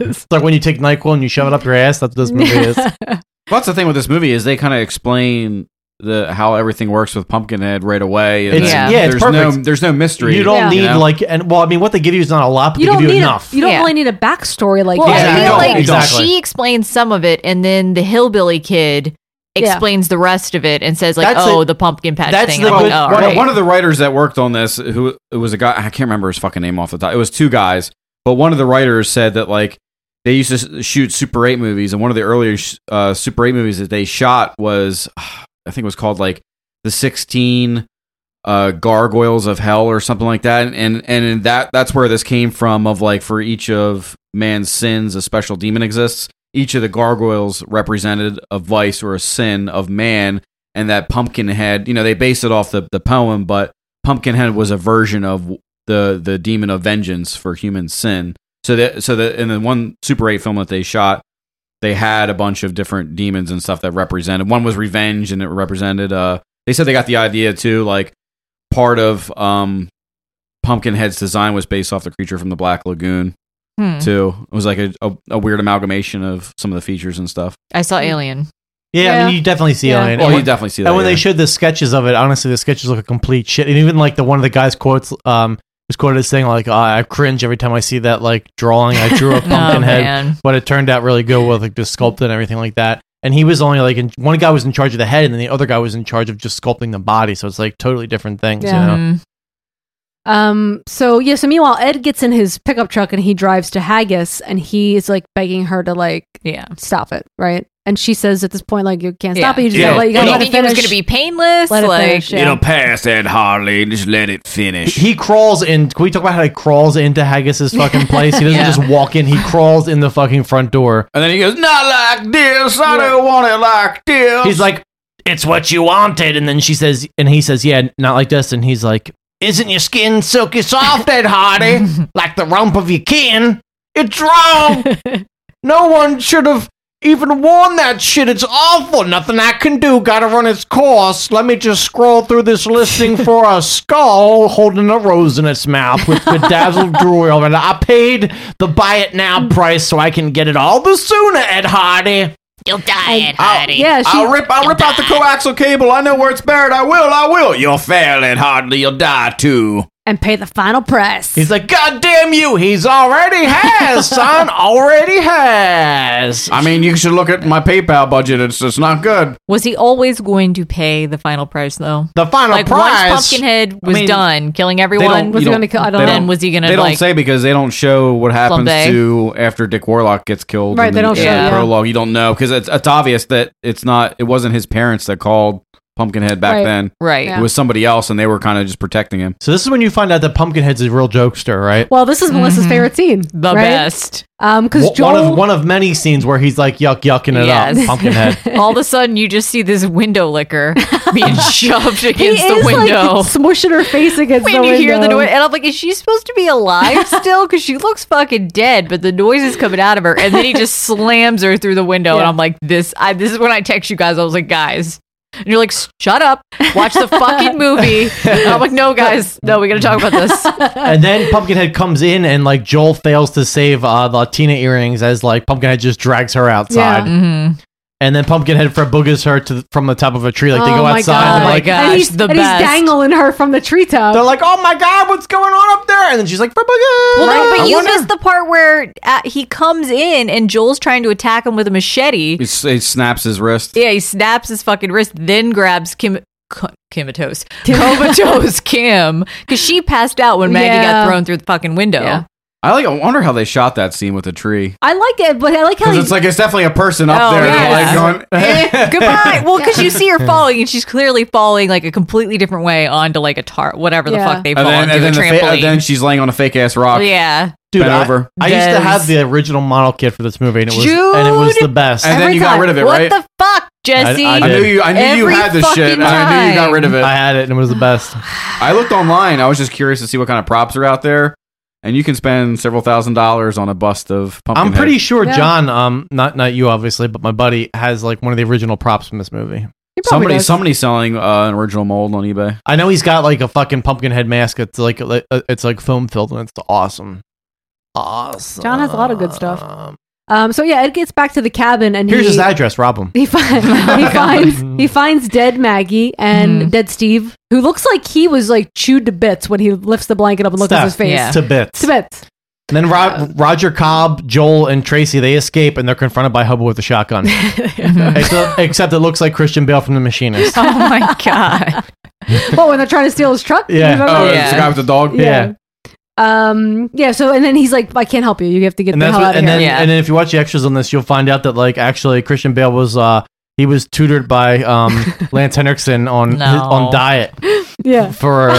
<laughs> is. it's like when you take Nyquil and you shove it up your ass. That's what this movie is. Well, that's the thing with this movie is they kind of explain the how everything works with Pumpkinhead right away. and It's- then yeah, it's there's no perfect. there's no mystery. You don't Yeah. need know? like, and well, I mean, what they give you is not a lot, but you they don't give you need enough. A, you don't Yeah. really need a backstory like Well, that. I Yeah, feel no, like exactly. she explains some of it, and then the hillbilly kid Yeah. explains the rest of it and says like, That's "Oh, it. the pumpkin patch That's thing." the I'm like, good- "Oh, one- right." one One of the writers that worked on this, who it was a guy, I can't remember his fucking name off the top. It was two guys, but one of the writers said that like they used to s- shoot Super Eight movies, and one of the earlier sh- uh, Super Eight movies that they shot was, <sighs> I think, it was called like the Sixteen uh, Gargoyles of Hell or something like that, and and, and that that's where this came from. Of like for each of man's sins, a special demon exists. Each of the gargoyles represented a vice or a sin of man, and that Pumpkinhead, you know, they based it off the, the poem, but Pumpkinhead was a version of the the demon of vengeance for human sin. So that so that in the one Super Eight film that they shot, they had a bunch of different demons and stuff that represented. One was revenge, and it represented. Uh, they said they got the idea too. Like part of um, Pumpkinhead's design was based off the creature from the Black Lagoon. Hmm. Too, it was like a, a, a weird amalgamation of some of the features and stuff. I saw Alien. Yeah, I mean, you definitely see Yeah. Alien. Oh, And you when- definitely see that, And when yeah. they showed the sketches of it, honestly, the sketches look a complete shit. And even like the one of the guys quotes um was quoted as saying like, "Ah, "I cringe every time I see that like drawing. I <laughs> drew a Oh, pumpkin man. head, but it turned out really good with like the sculpt and everything like that." And he was only like in, one guy was in charge of the head, and then the other guy was in charge of just sculpting the body. So it's like totally different things, Yeah. you know. Mhm. <laughs> Um. So yeah. So meanwhile, Ed gets in his pickup truck and he drives to Haggis and he is like begging her to like yeah stop it right. And she says at this point like you can't stop Yeah. it. You just Yeah. gotta let you gotta You let think it it was gonna finish. be painless? Let it Like- finish, yeah. It'll pass, Ed Harley. Just let it finish. He crawls in. Can we talk about how he crawls into Haggis's fucking place? <laughs> He doesn't Yeah. just walk in. He crawls in the fucking front door. And then he goes, "Not like this. I don't want it like this." He's like, "It's what you wanted," and then she says, and he says, "Yeah, not like this." And he's like, "Isn't your skin silky soft, Ed <laughs> Hardy, like the rump of your kin? It's <laughs> wrong. no one should have even worn that shit. It's awful. Nothing I can do. Got to run its course. Let me just scroll through this <laughs> listing for a skull holding a rose in its mouth with bedazzled drool. And I paid the buy it now price, so I can get it all the sooner, Ed Hardy." You'll die, Ed Hardy. yeah, I'll rip, I'll rip out the coaxial cable. I know where it's buried. <laughs> I will. I will. You'll fail, Ed Hardy. You'll die too. and pay the final price. He's like, God damn you, he's <laughs> already has, son, already has. I mean, you should look at my PayPal budget. It's just not good. Was he always going to pay the final price though? The final like, price- Once Pumpkinhead I was mean, done, killing They don't- everyone. you don't- they Then was he gonna? They don't like, say because they don't show what happens Someday. to after Dick Warlock gets killed. Right, in they don't the show, yeah. prologue. You don't know because it's, it's obvious that it's not. It wasn't his parents that called Pumpkinhead back Right. then. Right. It was somebody else, and they were kind of just protecting him. So this is when you find out that Pumpkinhead's a real jokester, right? Well, this is Melissa's favorite scene. Mm-hmm. The right? best. <laughs> Um, because One- Joel. one of one of many scenes where he's like yuck yucking it <laughs> up, <laughs> Pumpkinhead. All of a sudden, you just see this window licker <laughs> being shoved against he the is window. like <laughs> smushing her face against when the you window. hear the noise, and I'm like, is she supposed to be <laughs> alive still? Because she looks fucking dead, but the noise is coming out of her. And then he <laughs> just slams her through the window, and Yeah. I'm like, this. I this is when I text you guys. I was like, guys. And you're like, shut up, watch the <laughs> fucking movie. And I'm like, no, guys, no, we gotta talk about <laughs> this. and then Pumpkinhead comes in and like Joel fails to save uh, the Latina earrings as like Pumpkinhead just drags her outside. Mm-hmm. Mm-hmm. And then Pumpkinhead boogas her to, from the top of a tree. Like they oh go my outside. God. And, like, and he's, and he's dangling her from the treetop. They're like, oh my god, what's going on up there? And then she's like, "Fuck, Well, no, Right? but I you wonder- missed the part where uh, he comes in and Joel's trying to attack him with a machete. He, s- he snaps his wrist. Yeah, he snaps his fucking wrist, then grabs Kim. Co- <laughs> Comatose. Comatose Kim. Because she passed out when Maggie Yeah. got thrown through the fucking window. I like. I wonder how they shot that scene with a tree. I like it, but I like how Because he, it's like it's definitely a person up Oh, there, yeah. like going. <laughs> Eh, goodbye. Well, because you see her falling, and she's clearly falling like a completely different way onto like a tar, whatever the Yeah. fuck they <laughs> And fall then, onto and then, a the fa- trampoline. and then she's laying on a fake ass rock. yeah, Dude, Bent I, over. I used to Des. have the original model kit for this movie, and it was and it was the best. And then you got rid of it, what right? the fuck, Jesse? I knew you. I knew you Every had this shit. fucking and I knew you got time. rid of it. I had it, and it was the <sighs> best. I looked online. I was just curious to see what kind of props are out there, and you can spend several thousand dollars on a bust of. Pumpkin I'm pretty sure John, um, not not you obviously, but my buddy has like one of the original props from this movie. probably Somebody, does. somebody's selling uh, an original mold on eBay. I know he's got like a fucking pumpkin head mask. It's like uh, it's like foam filled, and it's awesome. Awesome. John has a lot of good stuff. Um, so yeah, Ed gets back to the cabin and Here's he, his address. Rob Mm. him. He, fi- <laughs> he finds he finds dead Maggie and dead Steve, who looks like he was like chewed to bits when he lifts the blanket up and looks at his face. to bits. To bits. And then Ro- Roger Cobb, Joel, and Tracy they escape and they're confronted by Hubble with <laughs> a shotgun. <laughs> except, except it looks like Christian Bale from <laughs> The Machinist. Oh my god! well, when they're trying to steal his truck, Yeah. You don't Oh, know? it's the guy with the dog? Yeah. Yeah. Um. Yeah. So, and then he's like, "I can't help you. You have to get and the that's hell what, out and of then here." and then if you watch the extras on this, you'll find out that like actually Christian Bale was uh he was tutored by um <laughs> Lance Henriksen on No. on diet yeah. <laughs> for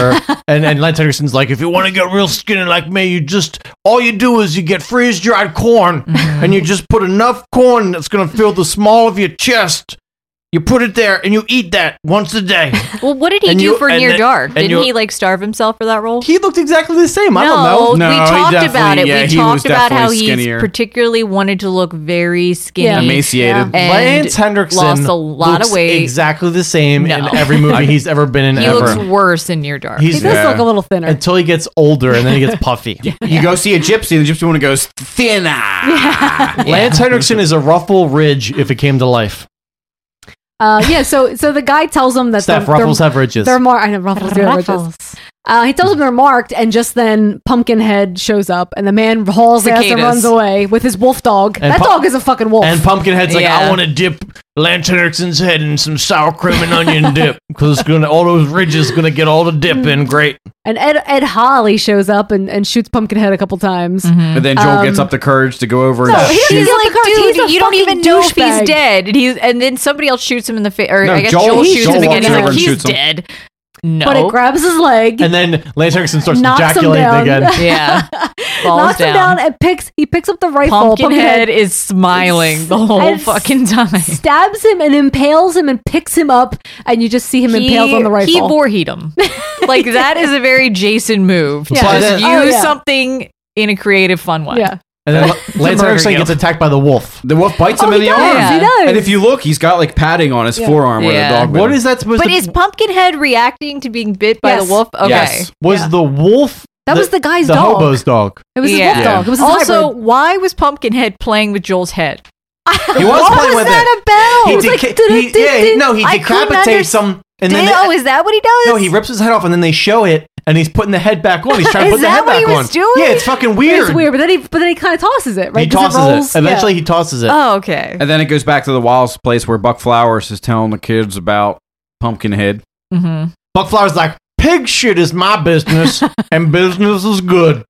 and and Lance Henriksen's like if you want to get real skinny like me, you just all you do is you get freeze <laughs> dried corn and you just put enough corn that's gonna fill the small of your chest. You put it there and you eat that once <laughs> a day. Well, what did he And do you- for and Near the- Dark? and Didn't you- he like starve himself for that role? He looked exactly the same. I don't know. No, we he talked definitely- about it. yeah, we he talked was about how definitely he skinnier. particularly wanted to look very skinny, Yeah. Emaciated. and Lance Hendrickson lost a lot looks of weight. Exactly the same No. in every <laughs> movie he's ever been in He ever. looks worse in Near Dark. He's- He does Yeah. look a little thinner until he gets older and then he gets <laughs> puffy. You go see a gypsy, and the gypsy woman goes thinner. Lance Henriksen is a ruffle ridge if it came to life. Uh, yeah. So, so the guy tells them that Staff they're, ruffles they're, have ridges. They're mar- I know ruffles do have ridges. Ruffles. Uh, he tells them they're marked, and just then Pumpkinhead shows up, and the man hauls ass and Cicadas. runs away with his wolf dog. And that Pu- dog is a fucking wolf. And Pumpkinhead's like, I want to dip Lance Henriksen's head in some sour cream <laughs> and onion dip because it's gonna all those ridges gonna get all the dip Mm-hmm. in. Great. And Ed Ed Holly shows up and, and shoots Pumpkinhead a couple times. Mm-hmm. But then Joel gets Um, up the courage to go over and he shoot. doesn't- like, He's a dude, fucking you don't even know if he's douchebag. dead. And he's and then somebody else shoots him in the face. Or No, I guess Joel- Joel, shoots Joel him again. walks He's over like, and he's shoots him." dead. No, But it grabs his leg. And then Lance Henriksen starts Knocks him ejaculating down. again. <laughs> <laughs> Yeah. knocks him down and picks he picks up the rifle. Pumpkinhead is smiling the whole and s- fucking time. stabs him and impales him and picks him up, and you just see him impaled on the rifle. He Voorheed him. <laughs> Like that is a very Jason move. Yeah. But Just then- use Oh, yeah. something in a creative, fun way. Yeah. And <laughs> <laughs> then <laughs> Lance murder Henriksen kill. gets attacked by the wolf. The wolf bites Oh, him in he the does, arm. he does. And if you look, he's got like padding on his Yeah. forearm where Yeah. the dog bit What him. is that supposed But to is Pumpkinhead reacting to being bit by the wolf? Okay. Was the wolf That was the guy's the dog. hobo's dog. It was his Yeah. wolf dog. It was his also, hybrid. why was Pumpkinhead playing with Joel's <laughs> head? He was what playing was with that it. about? It was He like, deca- "Do-do-do-do." he- yeah, no, he I couldn't decapitates some, and then Did- the- oh, is that what he does? No, he rips his head off, and then they show it, and he's putting the head back on. He's trying to Is put the that head what back he was on. doing? Yeah, it's fucking weird. It's weird, but then he but then he kind of tosses it right. He 'Cause tosses it. rolls- Eventually, he tosses it. Oh, okay. And then it goes back to the Wallace place where Buck Flowers is telling the kids about Pumpkinhead. Mm-hmm. Buck Flowers like pig shit is my <laughs> business, and business is good.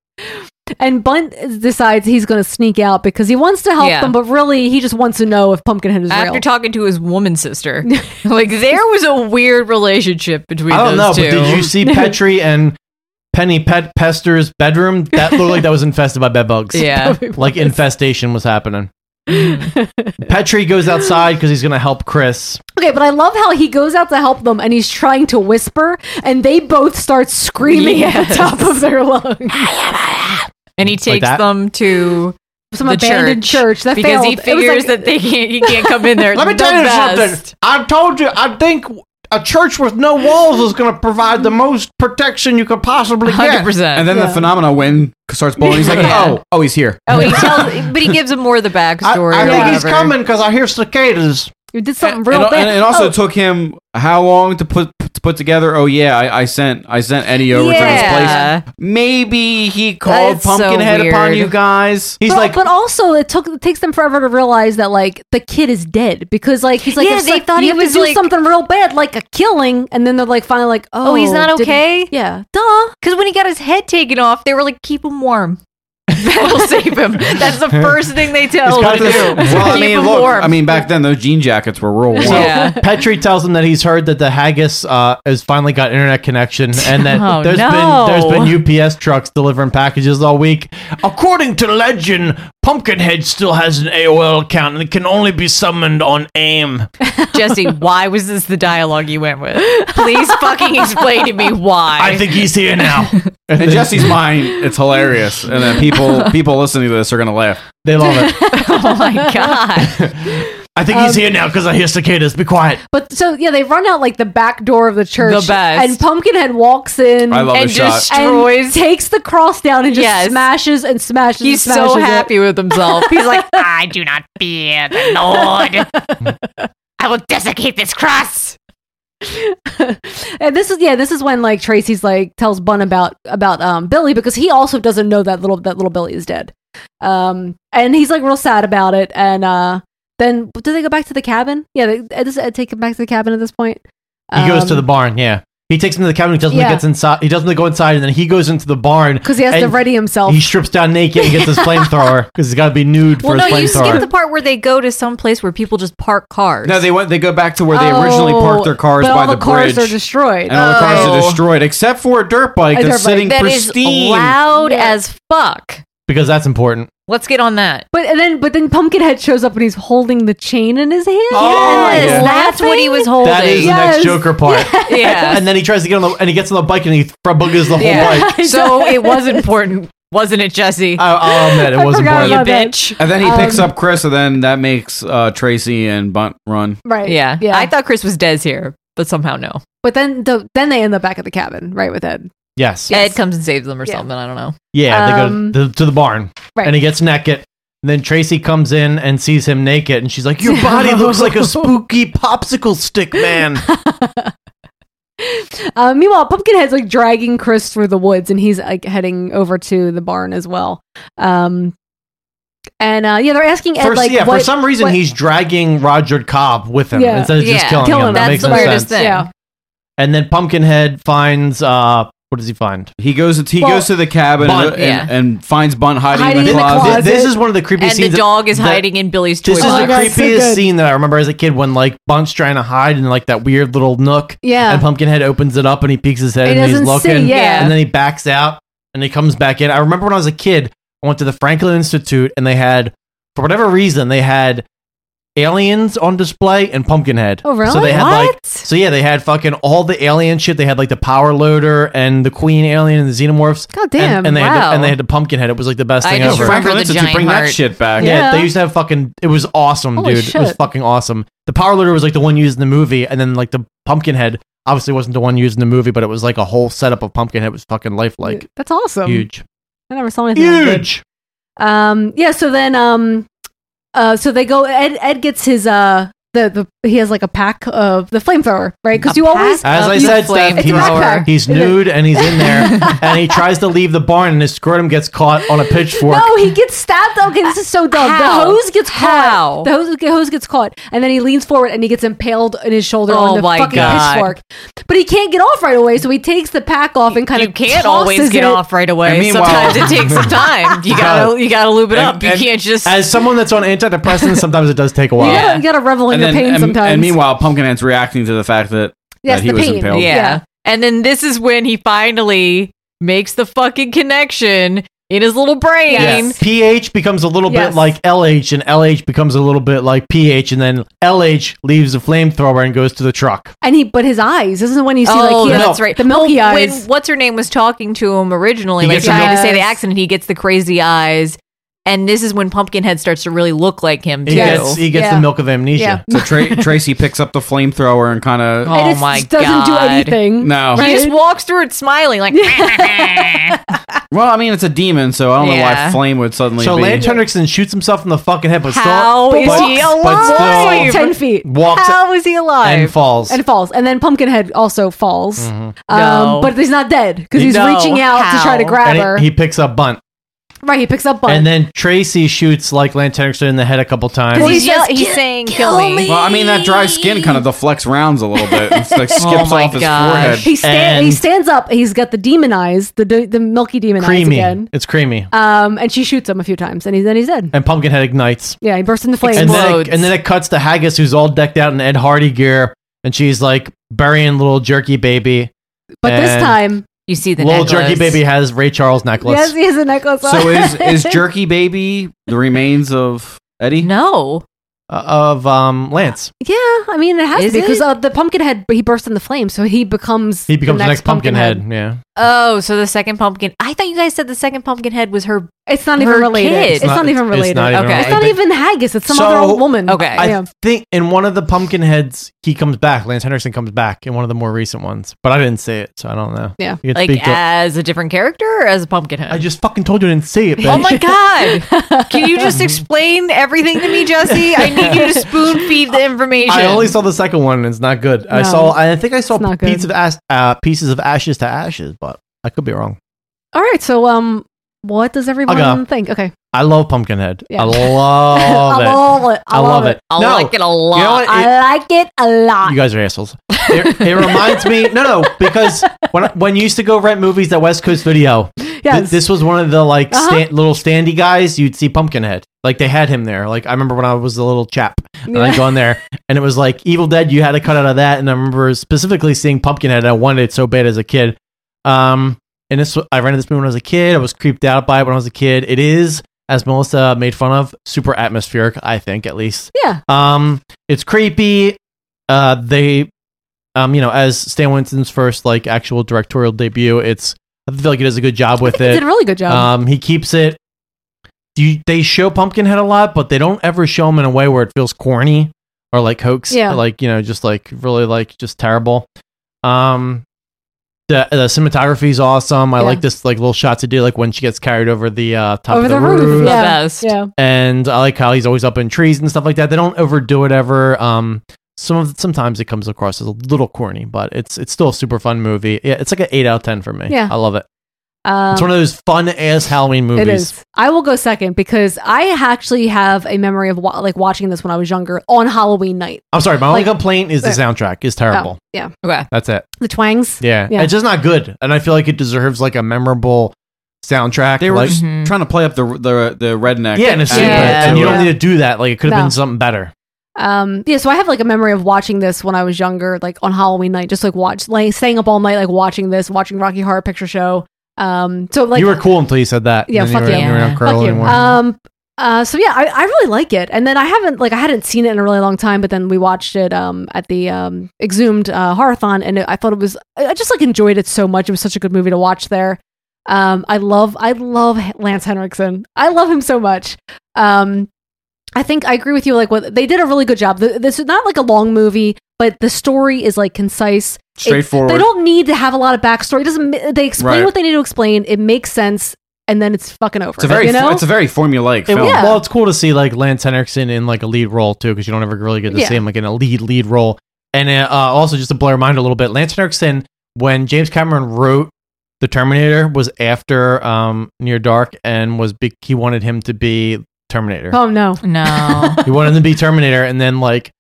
And Bunt decides he's going to sneak out because he wants to help Yeah. them, but really he just wants to know if Pumpkinhead is After real. talking to his woman <laughs> sister, like there was a weird relationship between. I don't know, those but two. did <laughs> you see Petri and Penny Pet Pester's bedroom? That looked like that was infested by bed <laughs> bugs. Yeah. like infestation was happening. Petri goes outside because he's gonna help Chris. okay, but I love how he goes out to help them and he's trying to whisper, and they both start screaming at the Yes. top of their lungs. and he takes that? them to Some the abandoned church that because he failed. It was figures like- that they can't. He can't come in there. <laughs> Let me The tell you best. something. I told you. I think a church with no walls is going to provide the most protection you could possibly get. 100%. And then the Yeah. phenomena wind starts blowing. He's like, Yeah. oh, oh, he's here. <laughs> Oh, he tells, but he gives him more of the backstory. I or think he's whatever. coming because I hear cicadas. You did something And, real and, bad. and also Oh, it took him how long to put to put together? Oh yeah, I, I sent I sent Eddie over Yeah. to this place. Maybe he called That's so Pumpkinhead upon weird. you guys. but, but also it took it takes them forever to realize that like the kid is dead because like he's like Yeah, it's they like, thought you he have to was, do like- something real bad like a killing and then they're like finally like oh, Oh, he's not didn't- okay. yeah Oh, duh Because when he got his head taken off, they were like, "Keep him warm. <laughs> That'll save him." That's the first thing they tell him to do. <laughs> well, I Keep mean, him look, warm. I mean, back then those jean jackets were real warm. So Petri tells him that he's heard that the haggis uh, has finally got internet connection, and that Oh, there's no. been there's been UPS trucks delivering packages all week. According to legend, Pumpkinhead still has an AOL account and can only be summoned on AIM. Jesse, why was this the dialogue you went with? Please fucking explain to me why. I think he's here now. In Jesse's mind, it's hilarious, and then people people listening to this are gonna laugh. They love it. <laughs> oh my god. I think he's here now because I hear cicadas. Be quiet. But so yeah, they run out like the back door of the church. The best. And Pumpkinhead walks in. I love and And this shot. destroys- takes the cross down and just Yes. smashes and smashes. and He's so smashes it. happy <laughs> with himself. He's like, I do not fear the Lord. I will desiccate this cross. And Uh, this is yeah, this is when like Tracy's like tells Bun about about um Billy because he also doesn't know that little that little Billy is dead. Um and he's like real sad about it and uh then do they go back to the cabin? Yeah, they, Ed- does Ed take him back to the cabin at this point? He goes to Um, the barn. Yeah, he takes him to the cabin. He doesn't Yeah. gets inside. He doesn't go inside, and then he goes into the barn 'Cause he has to and ready himself. He strips down naked and gets his flamethrower because he's got to be nude Well, for no, you his flamethrower. skipped the part where they go to some place where people just park cars. No, they went. They go back to where they originally Oh, parked their cars but by all the, the cars bridge, are destroyed. and all the cars Oh. are destroyed except for a dirt bike That that's is sitting pristine. loud as fuck. because that's important. Let's get on that. But and then but then Pumpkinhead shows up and he's holding the chain in his hand. Oh, Yes, yeah. that's what he was holding. That is the next Joker part. Yes. <laughs> and then he tries to get on the and he gets on the bike and he frabugas the whole <laughs> <laughs> bike. so it was important, wasn't it, Jesse? I, <laughs> I'll admit it was important. You bitch. And then he picks Um, up Chris, and then that makes uh, Tracy and Bunt run. Right. Yeah. Yeah. I thought Chris was Dez here, but somehow no. But then the, then they end up back at the cabin, right with Ed. Yes. Ed comes and saves them or something. I don't know. Yeah, they Um, go to, to the barn. right. And he gets naked. And then Tracy comes in and sees him naked, and she's like, "Your body looks like a spooky popsicle <laughs> stick, man." Uh, meanwhile, Pumpkinhead's like dragging Chris through the woods, and he's like heading over to the barn as well. Um, and uh, yeah, they're asking Ed For, like, yeah, what- for some reason what- he's dragging Roger Cobb with him Yeah. instead of just Yeah. killing Kill him. him. That That's makes the no weirdest sense. thing. Yeah. And then Pumpkinhead finds uh, what does he find? He goes. He Well, goes to the cabin and, Bunt, and, yeah. and finds Bunt hiding, Hiding in the in the closet. closet. This is one of the creepiest And the scenes that- dog is that- hiding in Billy's toy This is box. the Oh, creepiest scene that I remember as a kid when like Bunt's trying to hide in like that weird little nook. Yeah. And Pumpkinhead opens it up and he peeks his head He and he's doesn't see, looking. yeah. And then he backs out and he comes back in. I remember when I was a kid, I went to the Franklin Institute and they had, for whatever reason, they had aliens on display and Pumpkinhead. Oh, really? So they had like, What? so yeah, they had fucking all the alien shit. They had like the power loader and the queen alien and the xenomorphs. God And, damn, and they had wow. the, and they had the Pumpkinhead. It was like the best I thing just ever. remember Franklin the Institute, giant bring that heart. shit back. Yeah. Yeah. they used to have fucking. It was awesome, Holy dude. It was shit. fucking awesome. The power loader was like the one used in the movie, and then like the Pumpkinhead obviously wasn't the one used in the movie, but it was like a whole setup of Pumpkinhead. It was fucking lifelike, That's awesome. huge. I never saw anything like that. Huge. Um, yeah. So then, um, uh, so they go. Ed Ed gets his uh. The, the he has like a pack of the flamethrower, right? Because you always Uh, As I you- said, Steph, it's a backpack. he's, he's It is. nude and he's in there, <laughs> and he tries to leave the barn, and his scrotum gets caught on a pitchfork. No, he gets stabbed. Okay, this is so dumb. How? The hose gets caught. How? The hose, the hose gets caught, and then he leans forward and he gets impaled in his shoulder Oh on the my fucking God. pitchfork. But he can't get off right away, so he takes the pack off and kind You of tosses can't always it. get off right away. And meanwhile- sometimes it takes some time. You gotta you gotta lube it And- up. You and can't just As someone that's <laughs> on antidepressants, sometimes it does take a while. You gotta, you gotta revel in And the then- pain and- sometimes. And meanwhile, Pumpkinhead's reacting to the fact that, Yes, uh, that he the was pain. impaled. Yeah. And then this is when he finally makes the fucking connection in his little brain. Yes. pH becomes a little Yes. bit like LH, and LH becomes a little bit like pH, and then LH leaves the flamethrower and goes to the truck. and he, but his eyes. This is when you see oh, like he has that's right. the milky Well, eyes. When what's her name was talking to him originally, He like gets trying to the- say the accent, he gets the crazy eyes. And this is when Pumpkinhead starts to really look like him too. He gets he gets the milk of amnesia. So Tra- Tracy picks up the flamethrower and kind <laughs> of. Oh And it my doesn't do God. anything. No. He just walks through it smiling like "Ah." Well, I mean, it's a demon, so I don't know Yeah. why flame would suddenly. So be. Lance Hendrickson shoots himself in the fucking head, but How still, is but, he But still, alive? Like ten feet. Walks- How is he alive? and falls. And falls. And then Pumpkinhead also falls. Mhm. Um, No. but he's not dead because he's No. reaching out to try to grab and he- her. He, picks up Bunt, right, he picks up Bun. and then Tracy shoots like Lance Hendrickson in the head a couple times. he's, yell- he's saying kill me. Well, I mean, that dry skin kind of deflects rounds a little bit. <laughs> It's like skips Oh my off his gosh. forehead. He, sta- And- he stands up. He's got the demon eyes, the the milky demon creamy. eyes again. It's creamy. Um, and she shoots him a few times, and he's then he's dead. And Pumpkinhead ignites. Yeah, he bursts into flames. And then, it, and then it cuts to Haggis, who's all decked out in Ed Hardy gear, and she's like burying little jerky baby. but this And time, you see little jerky baby has Ray Charles necklace. Yes, he has a necklace. on. So is <laughs> is Jerky Baby the remains of Eddie? No. Uh, of um Lance. Yeah, I mean it has Is to be because it? uh, the Pumpkinhead he bursts into flames, so he becomes He becomes the next, Pumpkinhead. Yeah. Oh, so the second pumpkin. I thought you guys said the second pumpkin head was her It's not even Her related. kid. It's, not, even related. It's not even It's not related. even haggis. It's some So- other old woman. I Yeah. think in one of the Pumpkinheads, he comes back. Lance Henderson comes back in one of the more recent ones, but I didn't see it, so I don't know. Yeah. You can like uh, speak to- as a different character or as a pumpkin head? I just fucking told you I didn't see it. <laughs> Oh bitch. my god! Can you just explain everything to me, Jesse? I need you to spoon feed the information. <laughs> I only saw the second one. and It's not good. I No. saw. I think I saw It's not good. pieces of ash, uh, pieces of ashes to ashes, but I could be wrong. All right. So, um, what does go. everyone think? Okay. I love Pumpkinhead. Yeah. <laughs> I love I it. love it. I I love love it. I No, like it a lot. You know what? It- I like it a lot. you guys are assholes. It, it reminds me, no, no, because when I, when you used to go rent movies at West Coast Video, th- Yes. this was one of the like Uh-huh. sta- little standy guys. You'd see Pumpkinhead, like they had him there. Like I remember when I was a little chap, and Yeah. I'd go in there, and it was like Evil Dead. You had to cut out of that, and I remember specifically seeing Pumpkinhead. and I wanted it so bad as a kid. Um, and this I rented this movie when I was a kid. I was creeped out by it when I was a kid. It is, as Melissa made fun of, super atmospheric. I think at least. Yeah. Um, it's creepy. Uh, they, um, you know, as Stan Winston's first like actual directorial debut, it's I feel like he does a good job with think it. he did a really good job. Um, he keeps it. You, they show Pumpkinhead a lot, but they don't ever show him in a way where it feels corny or like hoax. Yeah. Like you know, just like really like just terrible. Um, the the cinematography is awesome. I Yeah. like this like little shots to do like when she gets carried over the uh, top Over of the, the, roof. roof Yeah. best. Yeah. and I like how he's always up in trees and stuff like that. They don't overdo it ever. Um, some of sometimes it comes across as a little corny, but it's it's still a super fun movie. Yeah, it's like an eight out of ten for me. Yeah. I love it. Um, it's one of those fun ass Halloween movies. It is. I will go second because I actually have a memory of wa- like watching this when I was younger on Halloween night. I'm sorry, my only Like- complaint is the Uh, soundtrack is terrible. Oh, yeah. Okay. That's it. The twangs. Yeah. Yeah. it's just not good, and I feel like it deserves like a memorable soundtrack. They were like, just Mm-hmm. trying to play up the the the redneck. yeah, and it's stupid, aspect and to you it. don't need to do that. Like it could have No. been something better. Um, yeah, so I have like a memory of watching this when I was younger, like on Halloween night, just like watch, like staying up all night, like watching this, watching Rocky Horror Picture Show. Um, so like you were cool until you said that. Yeah, and then fuck you. Were, you. you were not Fuck cool you. anymore. Um, uh, so yeah, I, I really like it, and then I haven't like I hadn't seen it in a really long time, but then we watched it um at the um exhumed uh, horathon, and it, I thought it was I I just like enjoyed it so much. It was such a good movie to watch there. Um, I love I love Lance Henriksen. I love him so much. Um, I think I agree with you. Like, what they did a really good job. Th- This is not like a long movie, but the story is like concise, It- Straightforward. they don't need to have a lot of backstory. It doesn't ma- they explain Right. what they need to explain? It makes sense, and then it's fucking over. It's a very you know? it's a very formulaic It- film. Yeah. Well, it's cool to see like Lance Henriksen in like a lead role too, because you don't ever really get to Yeah. see him like in a lead lead role. And uh, uh, also, just to blow your mind a little bit, Lance Henriksen, when James Cameron wrote the Terminator, was after um, Near Dark, and was big, he wanted him to be Terminator. oh no, No. He wanted him to be Terminator, and then like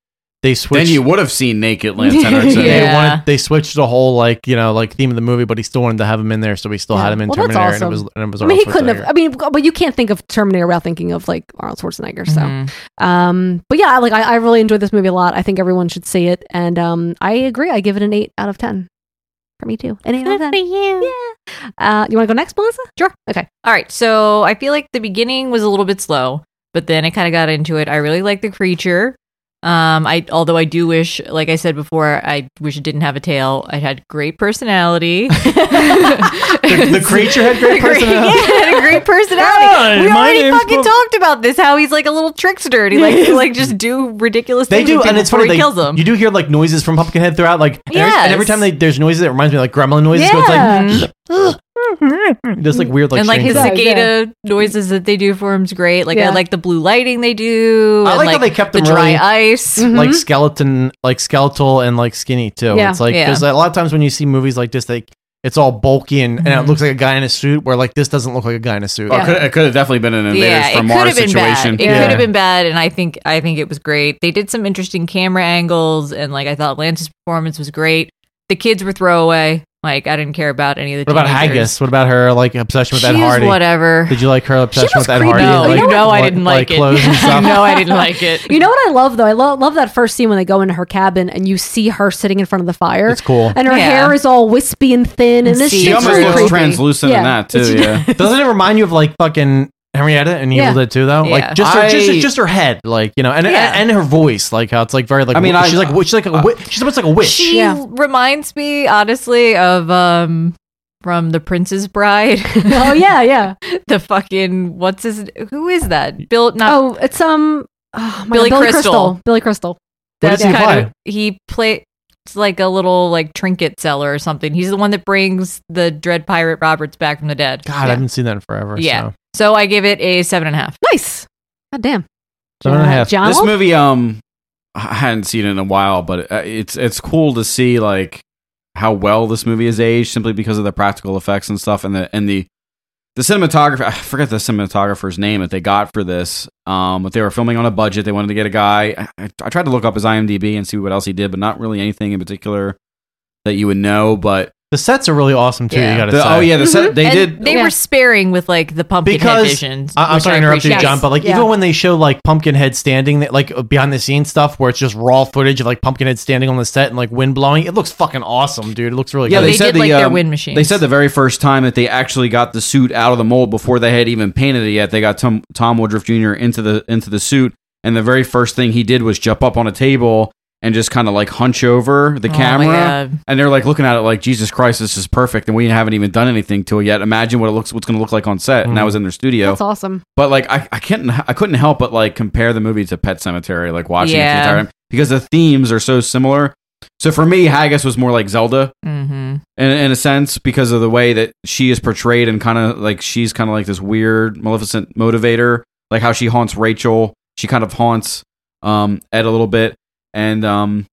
they switched. Then you would have seen naked <laughs> Lance Yeah. Henriksen. They Yeah. wanted they switched the whole like you know like theme of the movie, but he still wanted to have him in there, so he still had him in Well, that's Terminator, awesome. and it was and it was. I mean, he Arnold couldn't have. Schwarzenegger. I mean, but you can't think of Terminator without thinking of like Arnold Schwarzenegger. So, um, but yeah, like I, I really enjoyed this movie a lot. I think everyone should see it, and um, I agree. I give it an eight out of ten. For me too, an eight out of ten. you. Uh, you want to go next, Melissa? Sure. Okay. All right, so I feel like the beginning was a little bit slow, but then I kind of got into it. I really like the creature. Um, I although I do wish, like I said before, I wish it didn't have a tail. I had great <laughs> personality. the, the creature had great personality. <laughs> Yeah, it had a great personality. Hi, we my already name's fucking Bo- talked about this. How he's like a little trickster. And he likes to Yes. like just do ridiculous They things. with do, and people it's funny. before They, he kills them. You do hear like noises from Pumpkinhead throughout, like and every, and every Yes. time they, there's noises, it reminds me of, like gremlin noises. so it's like just like weird, like and like his does, strange- Mm-hmm. yeah. cicada noises that they do for him's great. Like Yeah. I like the blue lighting they do. I and, like how they kept the them dry really- ice. Mm-hmm. like skeleton, like skeletal and like skinny too. Mm-hmm. Yeah. It's like Yeah. because a lot of times when you see movies like this, like it's all bulky and, and Mm-hmm. it looks like a guy in a suit, where like this doesn't look like a guy in a suit. Oh, it, could, it could have definitely been an invaders yeah, from it could Mars have been situation. bad. It Yeah. could have been bad, and I think I think it was great. They did some interesting camera angles, and like I thought Lance's performance was great. The kids were throwaway. Like I didn't care about any of the. What about teenagers. Haggis? What about her like obsession with Ed She's Hardy? whatever. Did you like her obsession was with Ed creepy. Hardy? No, like, you know I what- didn't like it. clothes <laughs> and stuff. no, I didn't like it. You know what I love though? I love love that first scene when they go into her cabin and you see her sitting in front of the fire. It's cool. And her Yeah. hair is all wispy and thin, and this See, She shit's It's almost really looks creepy. translucent in Yeah. that too. Yeah. <laughs> Doesn't it remind you of like fucking Henrietta and Evil Yeah. Dead too though? Yeah. Like just her, just, I- just her head, like you know, and Yeah. and, and her voice, like how it's like very like. I I mean, mean, I- uh, she's like she's like a wi- she's almost like a witch. She Yeah. reminds me honestly of um from The Princess Bride. <laughs> oh yeah, yeah. <laughs> the fucking what's his? Who is that? Bill? Not oh, it's um oh, my Billy God, Crystal. Billy Crystal. that's Yeah. kind of he plays like a little like trinket seller or something. He's the one that brings the Dread Pirate Roberts back from the dead. God, I haven't seen that in forever. yeah. so. So I give it a seven and a half. Nice. God damn. Seven and a half. John- This movie, um, I hadn't seen it in a while, but uh, it's it's cool to see like how well this movie is aged, simply because of the practical effects and stuff, and the and the the cinematographer. I forget the cinematographer's name that they got for this. Um, but they were filming on a budget. They wanted to get a guy. I, I tried to look up his IMDb and see what else he did, but not really anything in particular that you would know. But the sets are really awesome too. You got to The- say. oh, yeah, <laughs> the set- they Mm-hmm. And did- They Yeah. were sparing with like the pumpkin head because visions. I, am which sorry I to interrupt you, appreciate. John, but like Yeah. even when they show like Pumpkinhead standing, that like behind the scenes stuff where it's just raw footage of like Pumpkinhead standing on the set and like wind blowing, it looks fucking awesome, dude. It looks really yeah, good. they, said the, um, They said the very first time that they actually got the suit out of the mold before they had even painted it yet. They got Tom, Tom Woodruff Jr. into the into the suit, and the very first thing he did was jump up on a table and just kind of like hunch over the Oh my camera. God. And they're like looking at it like Jesus Christ, this is perfect, and we haven't even done anything to it yet. Imagine what it looks, what's going to look like on set. Mm-hmm. And that was in their studio. That's awesome. But like I, I can't I couldn't help but like compare the movie to Pet Cemetery, like watching it Yeah. for the entire time because the themes are so similar. So for me, Haggis was more like Zelda Mhm. in, in a sense because of the way that she is portrayed and kind of like she's kind of like this weird maleficent motivator, like how she haunts Rachel. She kind of haunts um, Ed a little bit, and um,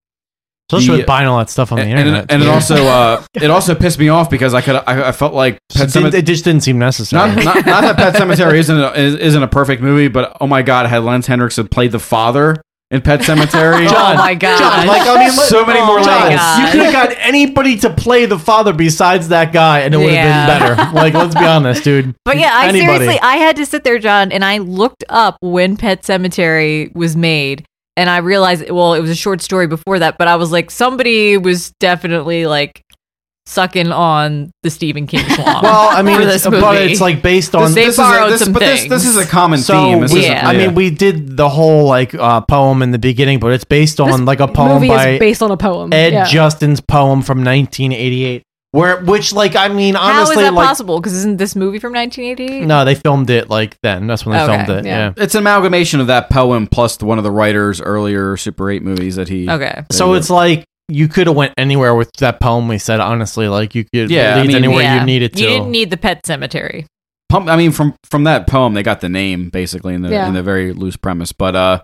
Especially the- with buying all that stuff on the and, internet, and, it too. also <laughs> uh, it also pissed me off because I could I, I felt like It Pet didn't- Cemetery it just didn't seem necessary. not, not, not that <laughs> Pet Cemetery isn't a, is, isn't a perfect movie, but oh my god, had Lance Hendrickson played the father <laughs> in Pet Cemetery? John, Oh my God. Oh John, like, I mean, so many more John, levels. You could have got anybody to play the father besides that guy, and it would have Yeah. been better. Like, let's be honest, dude. <laughs> But yeah, I Anybody. seriously, I had to sit there, John, and I looked up when Pet Cemetery was made, and I realized, well, it was a short story before that, but I was like, somebody was definitely like sucking on the Stephen <laughs> King swamp. Well, I mean, for it's, this movie. but it's like based on they borrowed this- some but this- things. this is a common theme. This we- isn't- I yeah. mean, we did the whole like uh, poem in the beginning, but it's based on like a poem Movie by is based on a poem. Ed yeah. Justin's poem from 1988. Where, which, like, I mean, How is honestly, that like, possible? Because isn't this movie from 1988? no, they filmed it like then. That's when they Okay, filmed it. yeah. Yeah. It's an amalgamation of that poem plus the- one of the writer's earlier Super 8 movies that he. that So he- it's like you could have went anywhere with that poem we said. Honestly, like you could Yeah, yeah, I mean- anywhere Yeah. you needed to. You didn't need the Pet Cemetery. Pump, I mean, from from that poem, they got the name basically in the Yeah. in the very loose premise. But uh,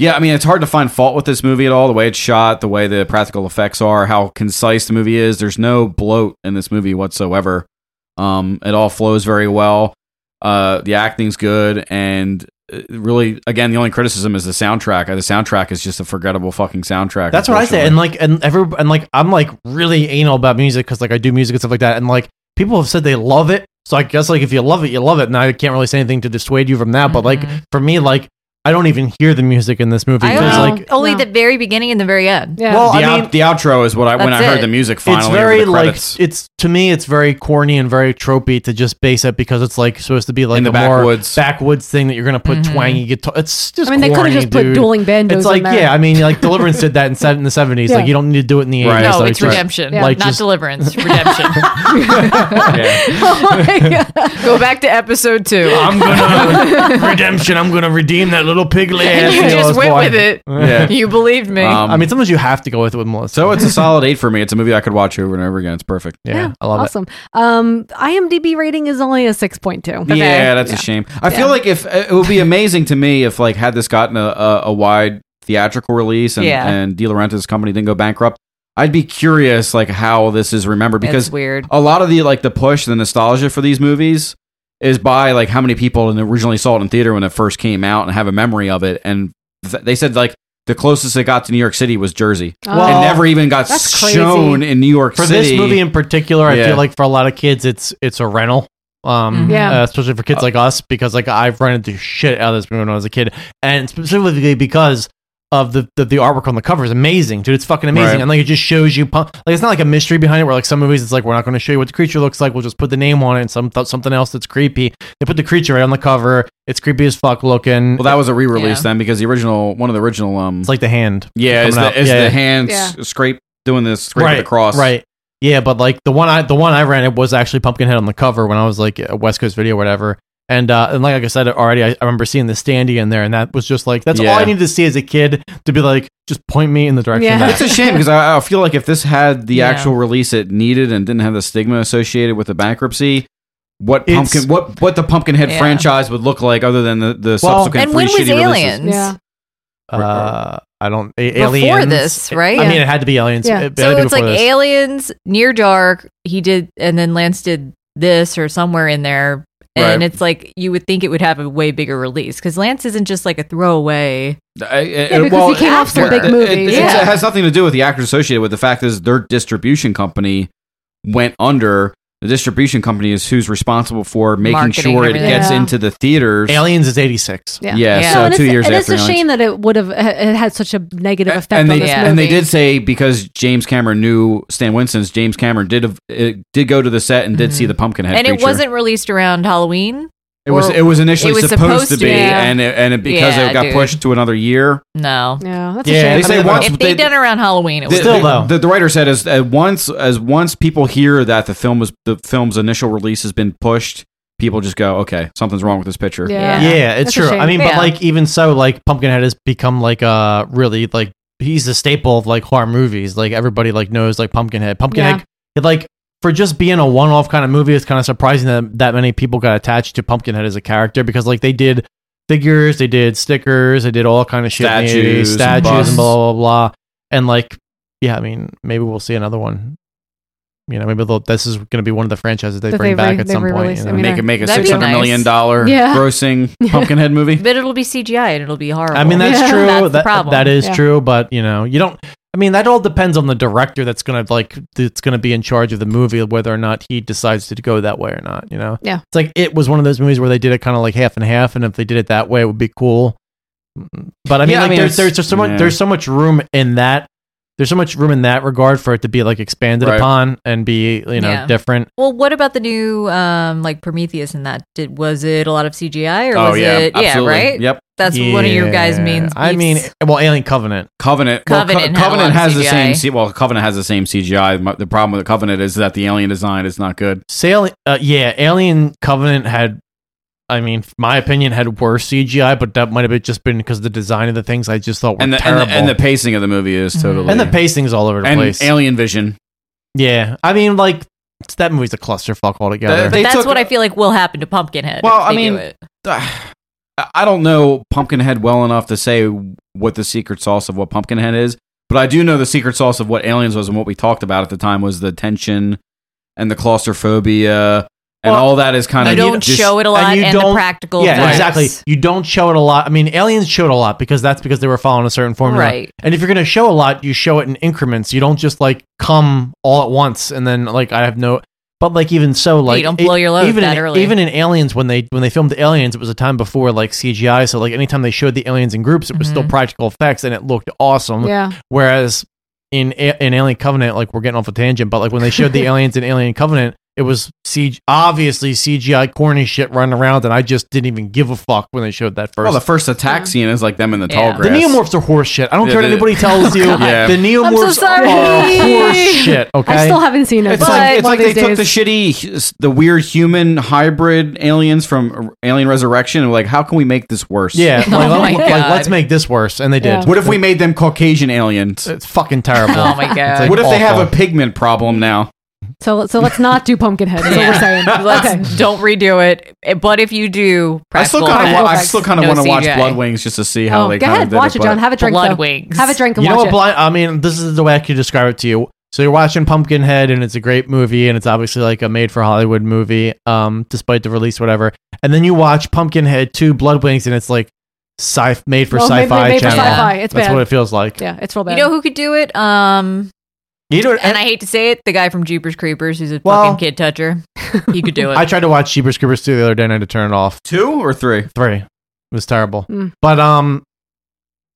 yeah, I mean, it's hard to find fault with this movie at all. The way it's shot, the way the practical effects are, how concise the movie is. There's no bloat in this movie whatsoever. Um, it all flows very well. Uh, the acting's good, and uh, really, again, the only criticism is the soundtrack. Uh, The soundtrack is just a forgettable fucking soundtrack. That's what I say. unfortunately. And like, and every and like, I'm like really anal about music because like I do music and stuff like that. And like, people have said they love it. So I guess like if you love it, you love it. And I can't really say anything to dissuade you from that. But like for me, like I don't even hear the music in this movie. I There's, only, like only the very beginning and the very end. Yeah. Well, the, I out- mean- the outro is what I when I That's heard it. the music finally. it's over very the like credits. it's to me it's very corny and very tropey to just base it because it's like supposed to be like In the a more backwoods. backwoods thing that you're gonna put twangy guitar. It's Mm-hmm. I just mean, they coulda corny, just put dude. dueling banjos It's in like there. yeah, I mean like Deliverance did that in, seven, in the seventies. <laughs> Yeah. Like you don't need to do it in the eighties. Right. No, like, it's just- redemption, Like not just <laughs> deliverance. Redemption. <laughs> Oh Go back to episode two. I'm <laughs> gonna redemption. I'm gonna redeem that little piglet. And <laughs> you just went with it. Yeah. You believed me. Um, I mean, sometimes you have to go with it with Melissa. So <laughs> it's a solid eight for me. It's a movie I could watch over and over again. It's perfect. Yeah, I love awesome. Um, IMDb rating is only a six point two. Yeah, that's a shame. I Yeah. feel like if it would be amazing to me if like had this gotten a, a, a wide theatrical release and Yeah. and De Laurentiis company didn't go bankrupt. I'd be curious like how this is remembered It's because weird. a lot of the like the push the nostalgia for these movies is by like how many people and originally saw it in theater when it first came out and have a memory of it and th- they said like the closest it got to New York City was Jersey. Well, it never even got Oh. that's shown crazy. in New York for City. this movie in particular, I Yeah. feel like for a lot of kids, it's it's a rental. Um, Mhm. Yeah. uh, especially for kids like us, because like I've rented the shit out of this movie when I was a kid, and specifically because of the the, the artwork on the cover is amazing, dude. It's fucking amazing, Right. and like it just shows you punk- like it's not like a mystery behind it. Where like some movies, it's like we're not going to show you what the creature looks like. We'll just put the name on it and some something else that's creepy. They put the creature right on the cover. It's creepy as fuck looking. well, that was a re-release Yeah. then because the original one of the original um it's like the hand. Yeah, is coming the, out. is Yeah, yeah. the hand s- scrape doing this scrape right, across? Right. Yeah, but like the one I the one I rented was actually Pumpkinhead on the cover when I was like at West Coast Video, or whatever. And uh, and like I said already, I, I remember seeing the standee in there, and that was just like that's all I Yeah. needed to see as a kid to be like, just point me in the direction. of that. It's a shame because I, I feel like if this had the Yeah. actual release it needed and didn't have the stigma associated with the bankruptcy, what It's- pumpkin what what the Pumpkinhead Yeah. franchise would look like other than the, the subsequent and three when was shitty releases. Aliens? Yeah. Uh, I don't. A- Before aliens. this, right? I mean, Yeah. it had to be aliens. Yeah. It, so had to be it's like before this. Aliens, Near Dark. He did, and then Lance did this or somewhere in there. And Right. it's like you would think it would have a way bigger release because Lance isn't just like a throwaway. Uh, I- I- Yeah, because well, he came off some it- big it- movies. It, it's- Yeah. it has nothing to do with the actors associated with. The fact is, their distribution company went under. The distribution company is who's responsible for making Marketing sure it everything. gets Yeah. into the theaters. Aliens is eighty six. Yeah, No, and so two it's, years and after it's a Aliens. shame that it would have it had such a negative effect and on they this movie. and they did say because James Cameron knew Stan Winston's James Cameron did have- it did go to the set and did see the Mm. Pumpkinhead and it creature. wasn't released around Halloween. It was Or- it was initially it was supposed, to be, yeah. and it, and it, because Yeah, it got dude. pushed to another year. No, no, that's a Yeah, shame. they say once- if they they- done around Halloween, it was the, the, the writer said as, as once as once people hear that the film was the film's initial release has been pushed, people just go, okay, something's wrong with this picture. Yeah, it's true. I mean, but like even so, like Pumpkinhead has become like uh really like he's a staple of like horror movies. Like everybody like knows like Pumpkinhead. Pumpkinhead Yeah. it, like for just being a one off kind of movie, it's kind of surprising that that many people got attached to Pumpkinhead as a character because like they did figures, they did stickers, they did all kind of shit, in the 80s, Statues and statues, busts. and blah blah blah. And like, yeah, I mean, maybe we'll see another one. You know, maybe they'll- this is going to be one of the franchises they That bring they back re- at they some point. re-release. You I know? mean, Make it make a That'd be six hundred nice. million dollar Yeah. <laughs> grossing Pumpkinhead movie. but it'll be CGI and it'll be horrible. I mean, that's true. That's the that, problem. that is true, but you know, you don't. I mean, that all depends on the director that's gonna like that's gonna be in charge of the movie, whether or not he decides to go that way or not. You know, Yeah. It's like it was one of those movies where they did it kind of like half and half, and if they did it that way, it would be cool. But I mean, Yeah, I like, mean, there's it's- there's just so much yeah. there's so much room in that. There's so much room in that regard for it to be like expanded Right. upon and be you know Yeah. different. Well, what about the new um like Prometheus and that? Did was it a lot of CGI or Oh, was yeah, it absolutely. yeah, right? Yep. That's one of your guys' Yeah. mains. I mean, well, Alien Covenant, Covenant. Covenant had a Covenant lot of has the CGI. same. C- Well, Covenant has the same CGI. My- The problem with Covenant is that the alien design is not good. Sailing, uh, yeah, Alien Covenant had, I mean, my opinion had worse CGI, but that might have been just been because the design of the things I just thought were and the, and terrible. the and the pacing of the movie is Mm-hmm. Mm-hmm. totally And the pacing's all over the and place. Alien Vision. yeah, I mean, like it's- that movie's a clusterfuck altogether. but that's what I feel like will happen to Pumpkinhead. Well, if I they do mean, it. I I don't know Pumpkinhead well enough to say what the secret sauce of what Pumpkinhead is, but I do know the secret sauce of what Aliens was and what we talked about at the time was the tension and the claustrophobia and all that is kind You of don't show it a lot, and the practical Yeah, effects. exactly. You don't show it a lot. I mean, aliens showed a lot because that's because they were following a certain formula. Right. And if you're going to show a lot, you show it in increments. You don't just like come all at once and then like I have no. But like even so, like e- don't blow your load even that in, early. Even in Aliens, when they when they filmed Aliens, it was a time before like CGI. So like anytime they showed the aliens in groups, it was Mm-hmm. still practical effects and it looked awesome. Yeah. Whereas in A- in Alien Covenant, like we're getting off a tangent, but like when they showed the aliens in Alien Covenant, it was CG, obviously CGI corny shit running around, and I just didn't even give a fuck when they showed that first. Well, the first attack scene is like them in the tall the grass. neomorphs are horse shit. I don't Yeah, care what they- anybody tells you. Oh, God. The <laughs> Yeah. neomorphs I'm so sorry. Oh, are horse Oh, shit. Okay, <laughs> I still haven't seen it. It's but like, it's one like of they these took the days- shitty, the weird human hybrid aliens from Alien Resurrection and were like, how can we make this worse? <laughs> Yeah, Oh like, let, like, let's make this worse, and they did. What if we made them Caucasian aliens? It's fucking terrible. Oh my God. It's like what if they have a pigment problem now? So so let's not do Pumpkinhead. That's what we're saying. Okay. <laughs> Let's don't redo it. But if you do, I still practical kind of, I effects, still kind of no want to watch CGI. Blood Wings just to see how Oh, they go kind ahead, of did watch it, but- John. Have a drink. Blood though. Wings. Have a drink and you know watch what, it. blind? I mean, this is the way I could describe it to you. So you're watching Pumpkinhead, and it's a great movie, and it's obviously like a made for Hollywood movie, um, despite the release, whatever. And then you watch Pumpkinhead Two Blood Wings, and it's like sci made for Well, made- sci-fi made for channel. sci-fi. It's That's bad. what it feels like. Yeah, it's real bad. You know who could do it? Um, You know, and I hate to say it, the guy from Jeepers Creepers, who's a Well- fucking kid toucher, he could do it. I tried to watch Jeepers Creepers two the other day, and I had to turn it off. Two or three? Three. It was terrible. Mm. But um,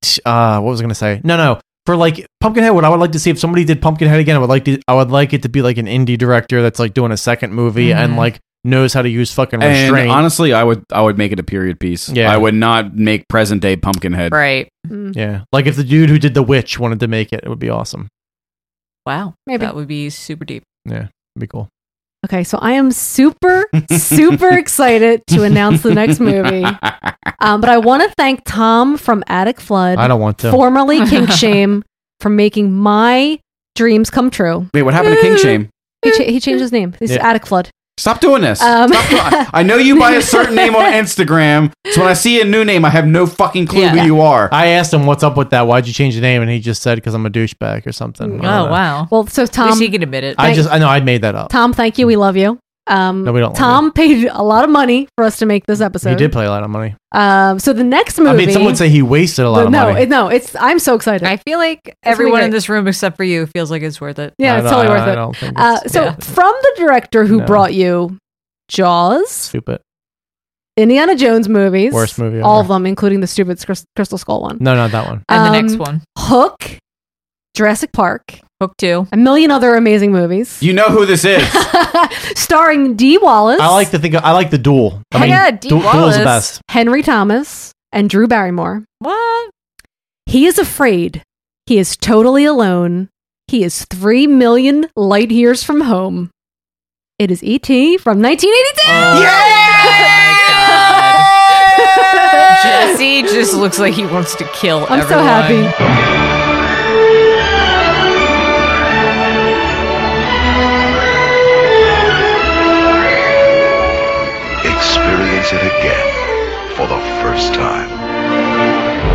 t- uh, what was I gonna say? No, no. For like Pumpkinhead, what I would like to see if somebody did Pumpkinhead again, I would like to. I would like it to be like an indie director that's like doing a second movie and Mm-hmm. Mhm. like knows how to use fucking And restraint. honestly, I would I would make it a period piece. Yeah. I would not make present day Pumpkinhead. right. Mm. yeah, like if the dude who did The Witch wanted to make it, it would be awesome. Wow. Maybe. That would be super deep. Yeah, it'd be cool. Okay, so I am super, <laughs> super excited to announce the next movie. Oh, Um, but I want to thank Tom from Attic Flood. I don't want to. Formerly <laughs> King Shame for making my dreams come true. Wait, what happened to <laughs> King Shame? He, cha- he changed his name. He's Yeah. Attic Flood. Stop doing this. Um, Stop doing- I know you by a certain name <laughs> on Instagram, so when I see a new name, I have no fucking clue who you are. I asked him what's up with that. Why'd you change the name? And he just said because I'm a douchebag or something. I Oh, don't know. Well, so Tom, least he can admit it. I just I know I made that up. Tom, thank you. We love you. Um, No, we don't love Tom paid a lot of money for us to make this episode. he did play a lot of money. Um, so the next movie. I mean, someone say he wasted a lot But of no, money. It, no, it's. I'm so excited. I feel like Everyone in this room except for you feels like it's worth it. Yeah, it's totally worth it. uh, so from the director who No. brought you Jaws, stupid. Indiana Jones movies, Worst movie all ever. of them, including the stupid Crys- Crystal Skull one. Um, No, not that one. Um, And the next one. Hook, Jurassic Park, Hook Two, a million other amazing movies, You know who this is. starring Dee Wallace. I like to think I like the duel. I mean, du- duel's the best. Henry Thomas and Drew Barrymore. What? He is afraid. He is totally alone. He is three million light years from home. It is E.T. from 1982. <laughs> Oh. Jesse <laughs> just looks like he wants to kill I'm so everyone. happy. Experience it again for the first time.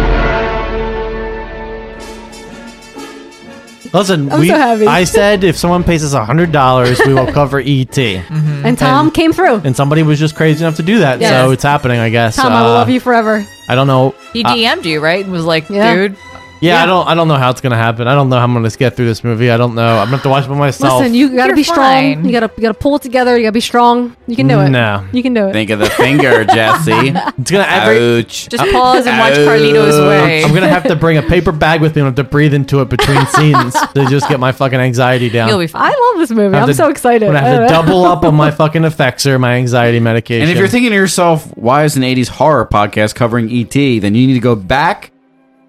Listen, I'm we, so happy. I said if someone pays us hundred dollars, <laughs> we will cover ET. Mm-hmm. And Tom came through. And somebody was just crazy enough to do that, Yes. so it's happening. I guess. Tom, I will Uh, love you forever. I don't know. He I- DM'd you, right? And was like, Yeah. dude, yeah, I don't. I don't know how it's gonna happen. I don't know how I'm gonna get through this movie. I don't know. I'm gonna have to watch it by myself. Listen, you gotta You're be strong. fine. You gotta you gotta pull it together. You gotta be strong. You can do it. No. you can do it. Think of <laughs> the finger, Jesse. It's gonna every, Ouch. Just pause and watch Carlito's way. I'm gonna have to bring a paper bag with me and have to breathe into it <laughs> between scenes to just get my fucking anxiety down. you'll be fine. I love this movie. I'm I have to- so excited. I'm gonna have I <laughs> <laughs> to don't know. double up on my fucking effexor, my anxiety medication. And if you're thinking to yourself, why is an 80s horror podcast covering ET? Then you need to go back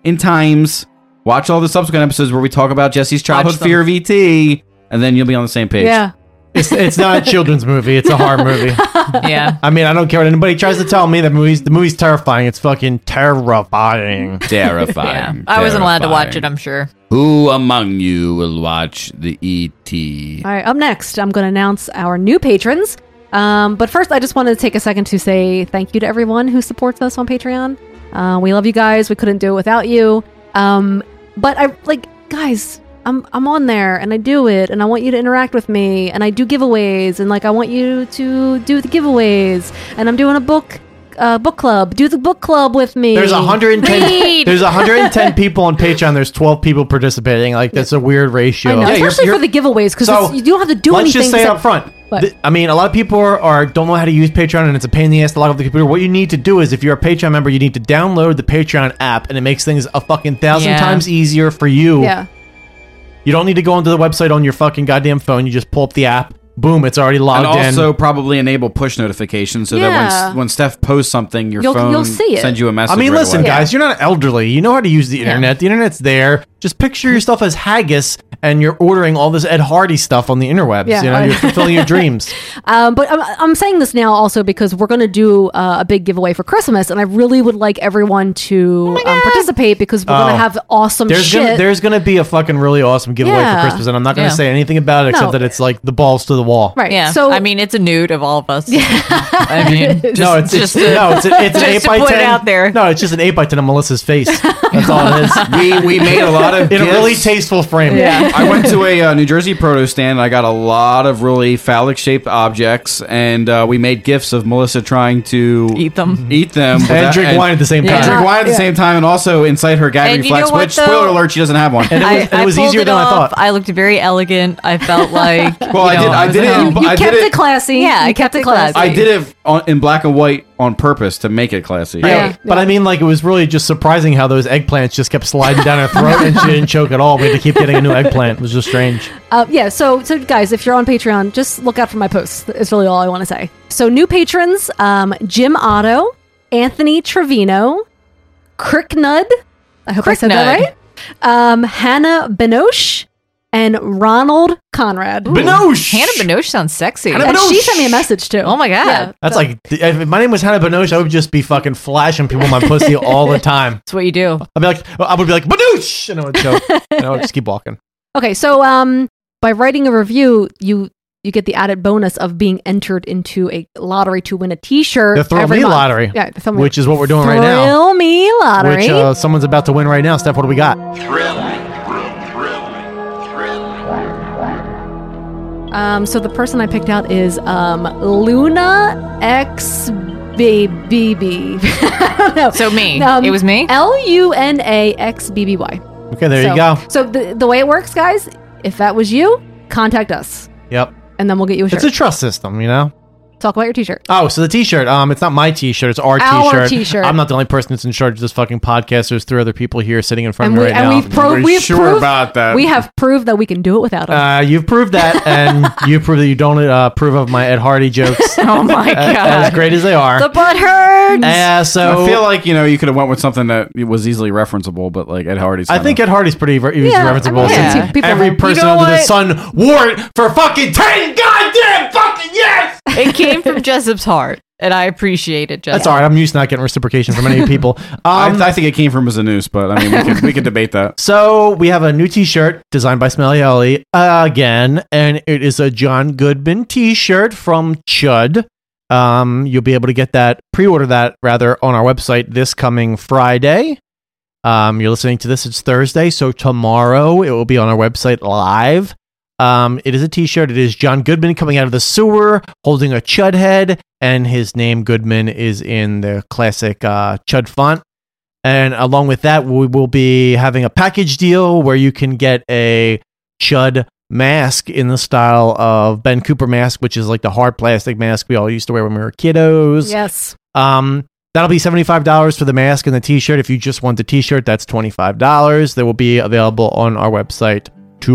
in times, watch all the subsequent episodes where we talk about Jesse's childhood them. fear of ET, and then you'll be on the same page. it's, it's not a children's movie; it's a horror movie. <laughs> Yeah. I mean, I don't care what anybody tries to tell me. The movie's the movie's terrifying. It's fucking terrifying. Terrifying. I wasn't allowed to watch Terrifying. it, I'm sure. Who among you will watch the E ET? All right, up next, I'm going to announce our new patrons. Um, but first, I just wanted to take a second to say thank you to everyone who supports us on Patreon. Uh, we love you guys. We couldn't do it without you. Um, but I like guys. I'm I'm on there and I do it and I want you to interact with me and I do giveaways and like I want you to do the giveaways and I'm doing a book uh, book club. Do the book club with me. There's 110. Read! <laughs> There's 110 people on Patreon. There's 12 people participating. Like that's a weird ratio. I know, especially for the giveaways So, because you don't have to do Let's anything. just say except- up front. What? th- I mean, a lot of people are, are don't know how to use Patreon, and it's a pain in the ass to log off the computer. What you need to do is, if you're a Patreon member, you need to download the Patreon app, and it makes things a fucking thousand Yeah. times easier for you. yeah. You don't need to go onto the website on your fucking goddamn phone. You just pull up the app. Boom, it's already And logged also in. probably enable push notifications so that Yeah. when, when Steph posts something, your You'll- phone you'll see it. sends you a message. I mean, right listen, away. guys, you're not elderly. You know how to use the Yeah. internet. The internet's there. Just picture yourself as haggis, and you're ordering all this Ed Hardy stuff on the interwebs. Yeah. You <laughs> know, you're fulfilling your dreams. Um, but I'm, I'm saying this now also because we're going to do uh, a big giveaway for Christmas, and I really would like everyone to um, participate because we're going Oh. to have awesome there's shit. Gonna, there's going to be a fucking really awesome giveaway Yeah. for Christmas, and I'm not going to Yeah. say anything about it No. except that it's like the balls to the wall. Right. Yeah. So- So I mean, it's a nude of all of us. I <laughs> mean, <laughs> just, no, it's, just it's no, it's, a- it's <laughs> an just eight to by put ten. it out there. No, it's just an eight by ten on <laughs> Melissa's face. That's all it <laughs> is. We- we made a lot of in a really gifts. tasteful frame. <laughs> I went to a uh, New Jersey proto stand. And I got a lot of really phallic shaped objects, and uh, we made gifs of Melissa trying to eat them, eat them, And drink wine at the same And time. drink wine at the Yeah. same time, and also incite her gag And you know reflex. what, which spoiler though? alert, she doesn't have one. I, I pulled off. I looked very elegant. I <laughs> felt like. Well, I you know, did- I was did it at in- home. You- you I did kept it- it classy. Yeah, You I kept kept it it classy. I did it on, in black and white on purpose to make it classy. Yeah, but I mean, like, it was really just surprising how those eggplants just kept sliding down her throat and <laughs> she didn't choke at all. We had to keep getting a new eggplant. It was just strange. Uh, yeah, so so guys, if you're on Patreon, just look out for my posts. It's really all I want to say. So new patrons: um, Jim Otto, Anthony Trevino, Cricknud. I hope I said that Cricknud. right. Um, Hannah Benoche, and Ronald Conrad. Binoche! Hannah Binoche sounds sexy. And she sent me a message too. Oh my god. Yeah. That's like if my name was Hannah Binoche, I would just be fucking flashing people my <laughs> pussy all the time. That's what you do. I'd be like, I would be like Binoche, and I would go, and I would just <laughs> keep walking. Okay, so um, by writing a review, you you get the added bonus of being entered into a lottery to win a T-shirt. The Thrill every Me month. lottery, yeah, the Thrill Me- which is what we're doing right now. Thrill Me lottery. Which uh, someone's about to win right now. Steph, what do we got? um, so the person I picked out is um Luna X <laughs> BBB. So me. Um, it was me. L U N A X B B Y. Okay, there so, you go. So the, the way it works, guys, if that was you, contact us, Yep, and then we'll get you a shirt. it's a trust system, you know. Talk about your T-shirt. Oh, so the T-shirt. Um, it's not my T-shirt. It's our, Our T-shirt. T-shirt. I'm not the only person that's in charge of this fucking podcast. There's three other people here sitting in and front of we me right and now. we've proved we've proved, We have proved that we can do it without them. Uh, you've proved that, and you've proved that you don't uh, approve of my Ed Hardy jokes. <laughs> <laughs> oh my as, god. as great as they are. The butt hurts. Yeah, so I feel like you know you could have went with something that was easily referenceable, but like Ed Hardy's. I think Ed Hardy's pretty ver- he's Yeah, referenceable I mean, since yeah. people every like- person You know under the what? sun wore it for fucking ten goddamn fucking years. It came from Jessup's heart, and I appreciate it, Jessup. That's all right. I'm used to not getting reciprocation from any people. Um, <laughs> I, I think it came from his news, but I mean we could, we could debate that. <laughs> So we have a new T-shirt designed by Smelly Ellie again, and it is a John Goodman T-shirt from Chud. Um, you'll be able to get that pre-order that rather on our website this coming Friday. Um, you're listening to this; it's Thursday, so tomorrow it will be on our website live. Um, it is a T-shirt. It is John Goodman coming out of the sewer, holding a Chud head, and his name Goodman is in the classic uh, Chud font. And along with that, we will be having a package deal where you can get a Chud mask in the style of Ben Cooper mask, which is like the hard plastic mask we all used to wear when we were kiddos. Yes. Um, that'll be $75 for the mask and the t shirt. If you just want the t shirt, that's $25. They will be available on our website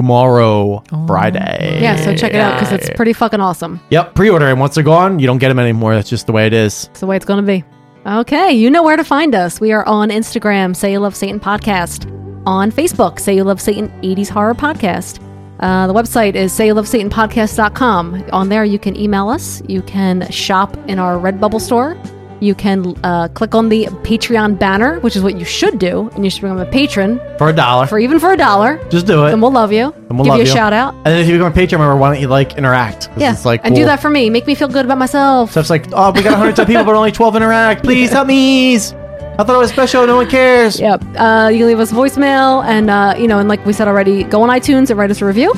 tomorrow, Friday. Oh. Yeah, so check it out because it's pretty fucking awesome. Yep, pre order. And once they're gone, you don't get them anymore. That's just the way it is. It's the way it's going to be. Okay, you know where to find us. We are on Instagram, Say You Love Satan Podcast. On Facebook, Say You Love Satan 80s Horror Podcast. Uh, the website is sayyoulovesatanpodcast.com. On there, you can email us. You can shop in our Redbubble store. You can uh, click on the Patreon banner, which is what you should do, and you should become a patron For a dollar. for even for a dollar. Just do it. And we'll love you. And we'll Give love you a shout out. And then if you become a Patreon member, why don't you like interact? 'Cause Yeah, it's like and do cool. that for me. Make me feel good about myself. So it's like, oh, we <laughs> got 110 people, but only 12 interact. Please help me. I thought I was special. No one cares. Yep. Uh, you can leave us voicemail, and uh, you know, and like we said already, go on iTunes and write us a review.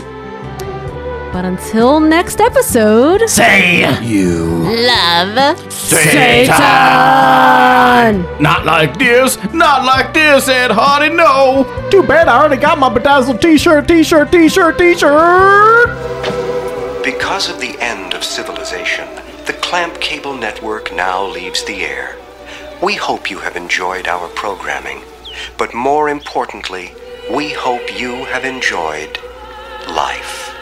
But until next episode, Say you Love. Satan. Not like this, not like this, Ed Hardy, no! Too bad I already got my bedazzled t-shirt, t-shirt, t-shirt, t-shirt. Because of the end of civilization, the Clamp Cable Network now leaves the air. We hope you have enjoyed our programming, but more importantly, we hope you have enjoyed life.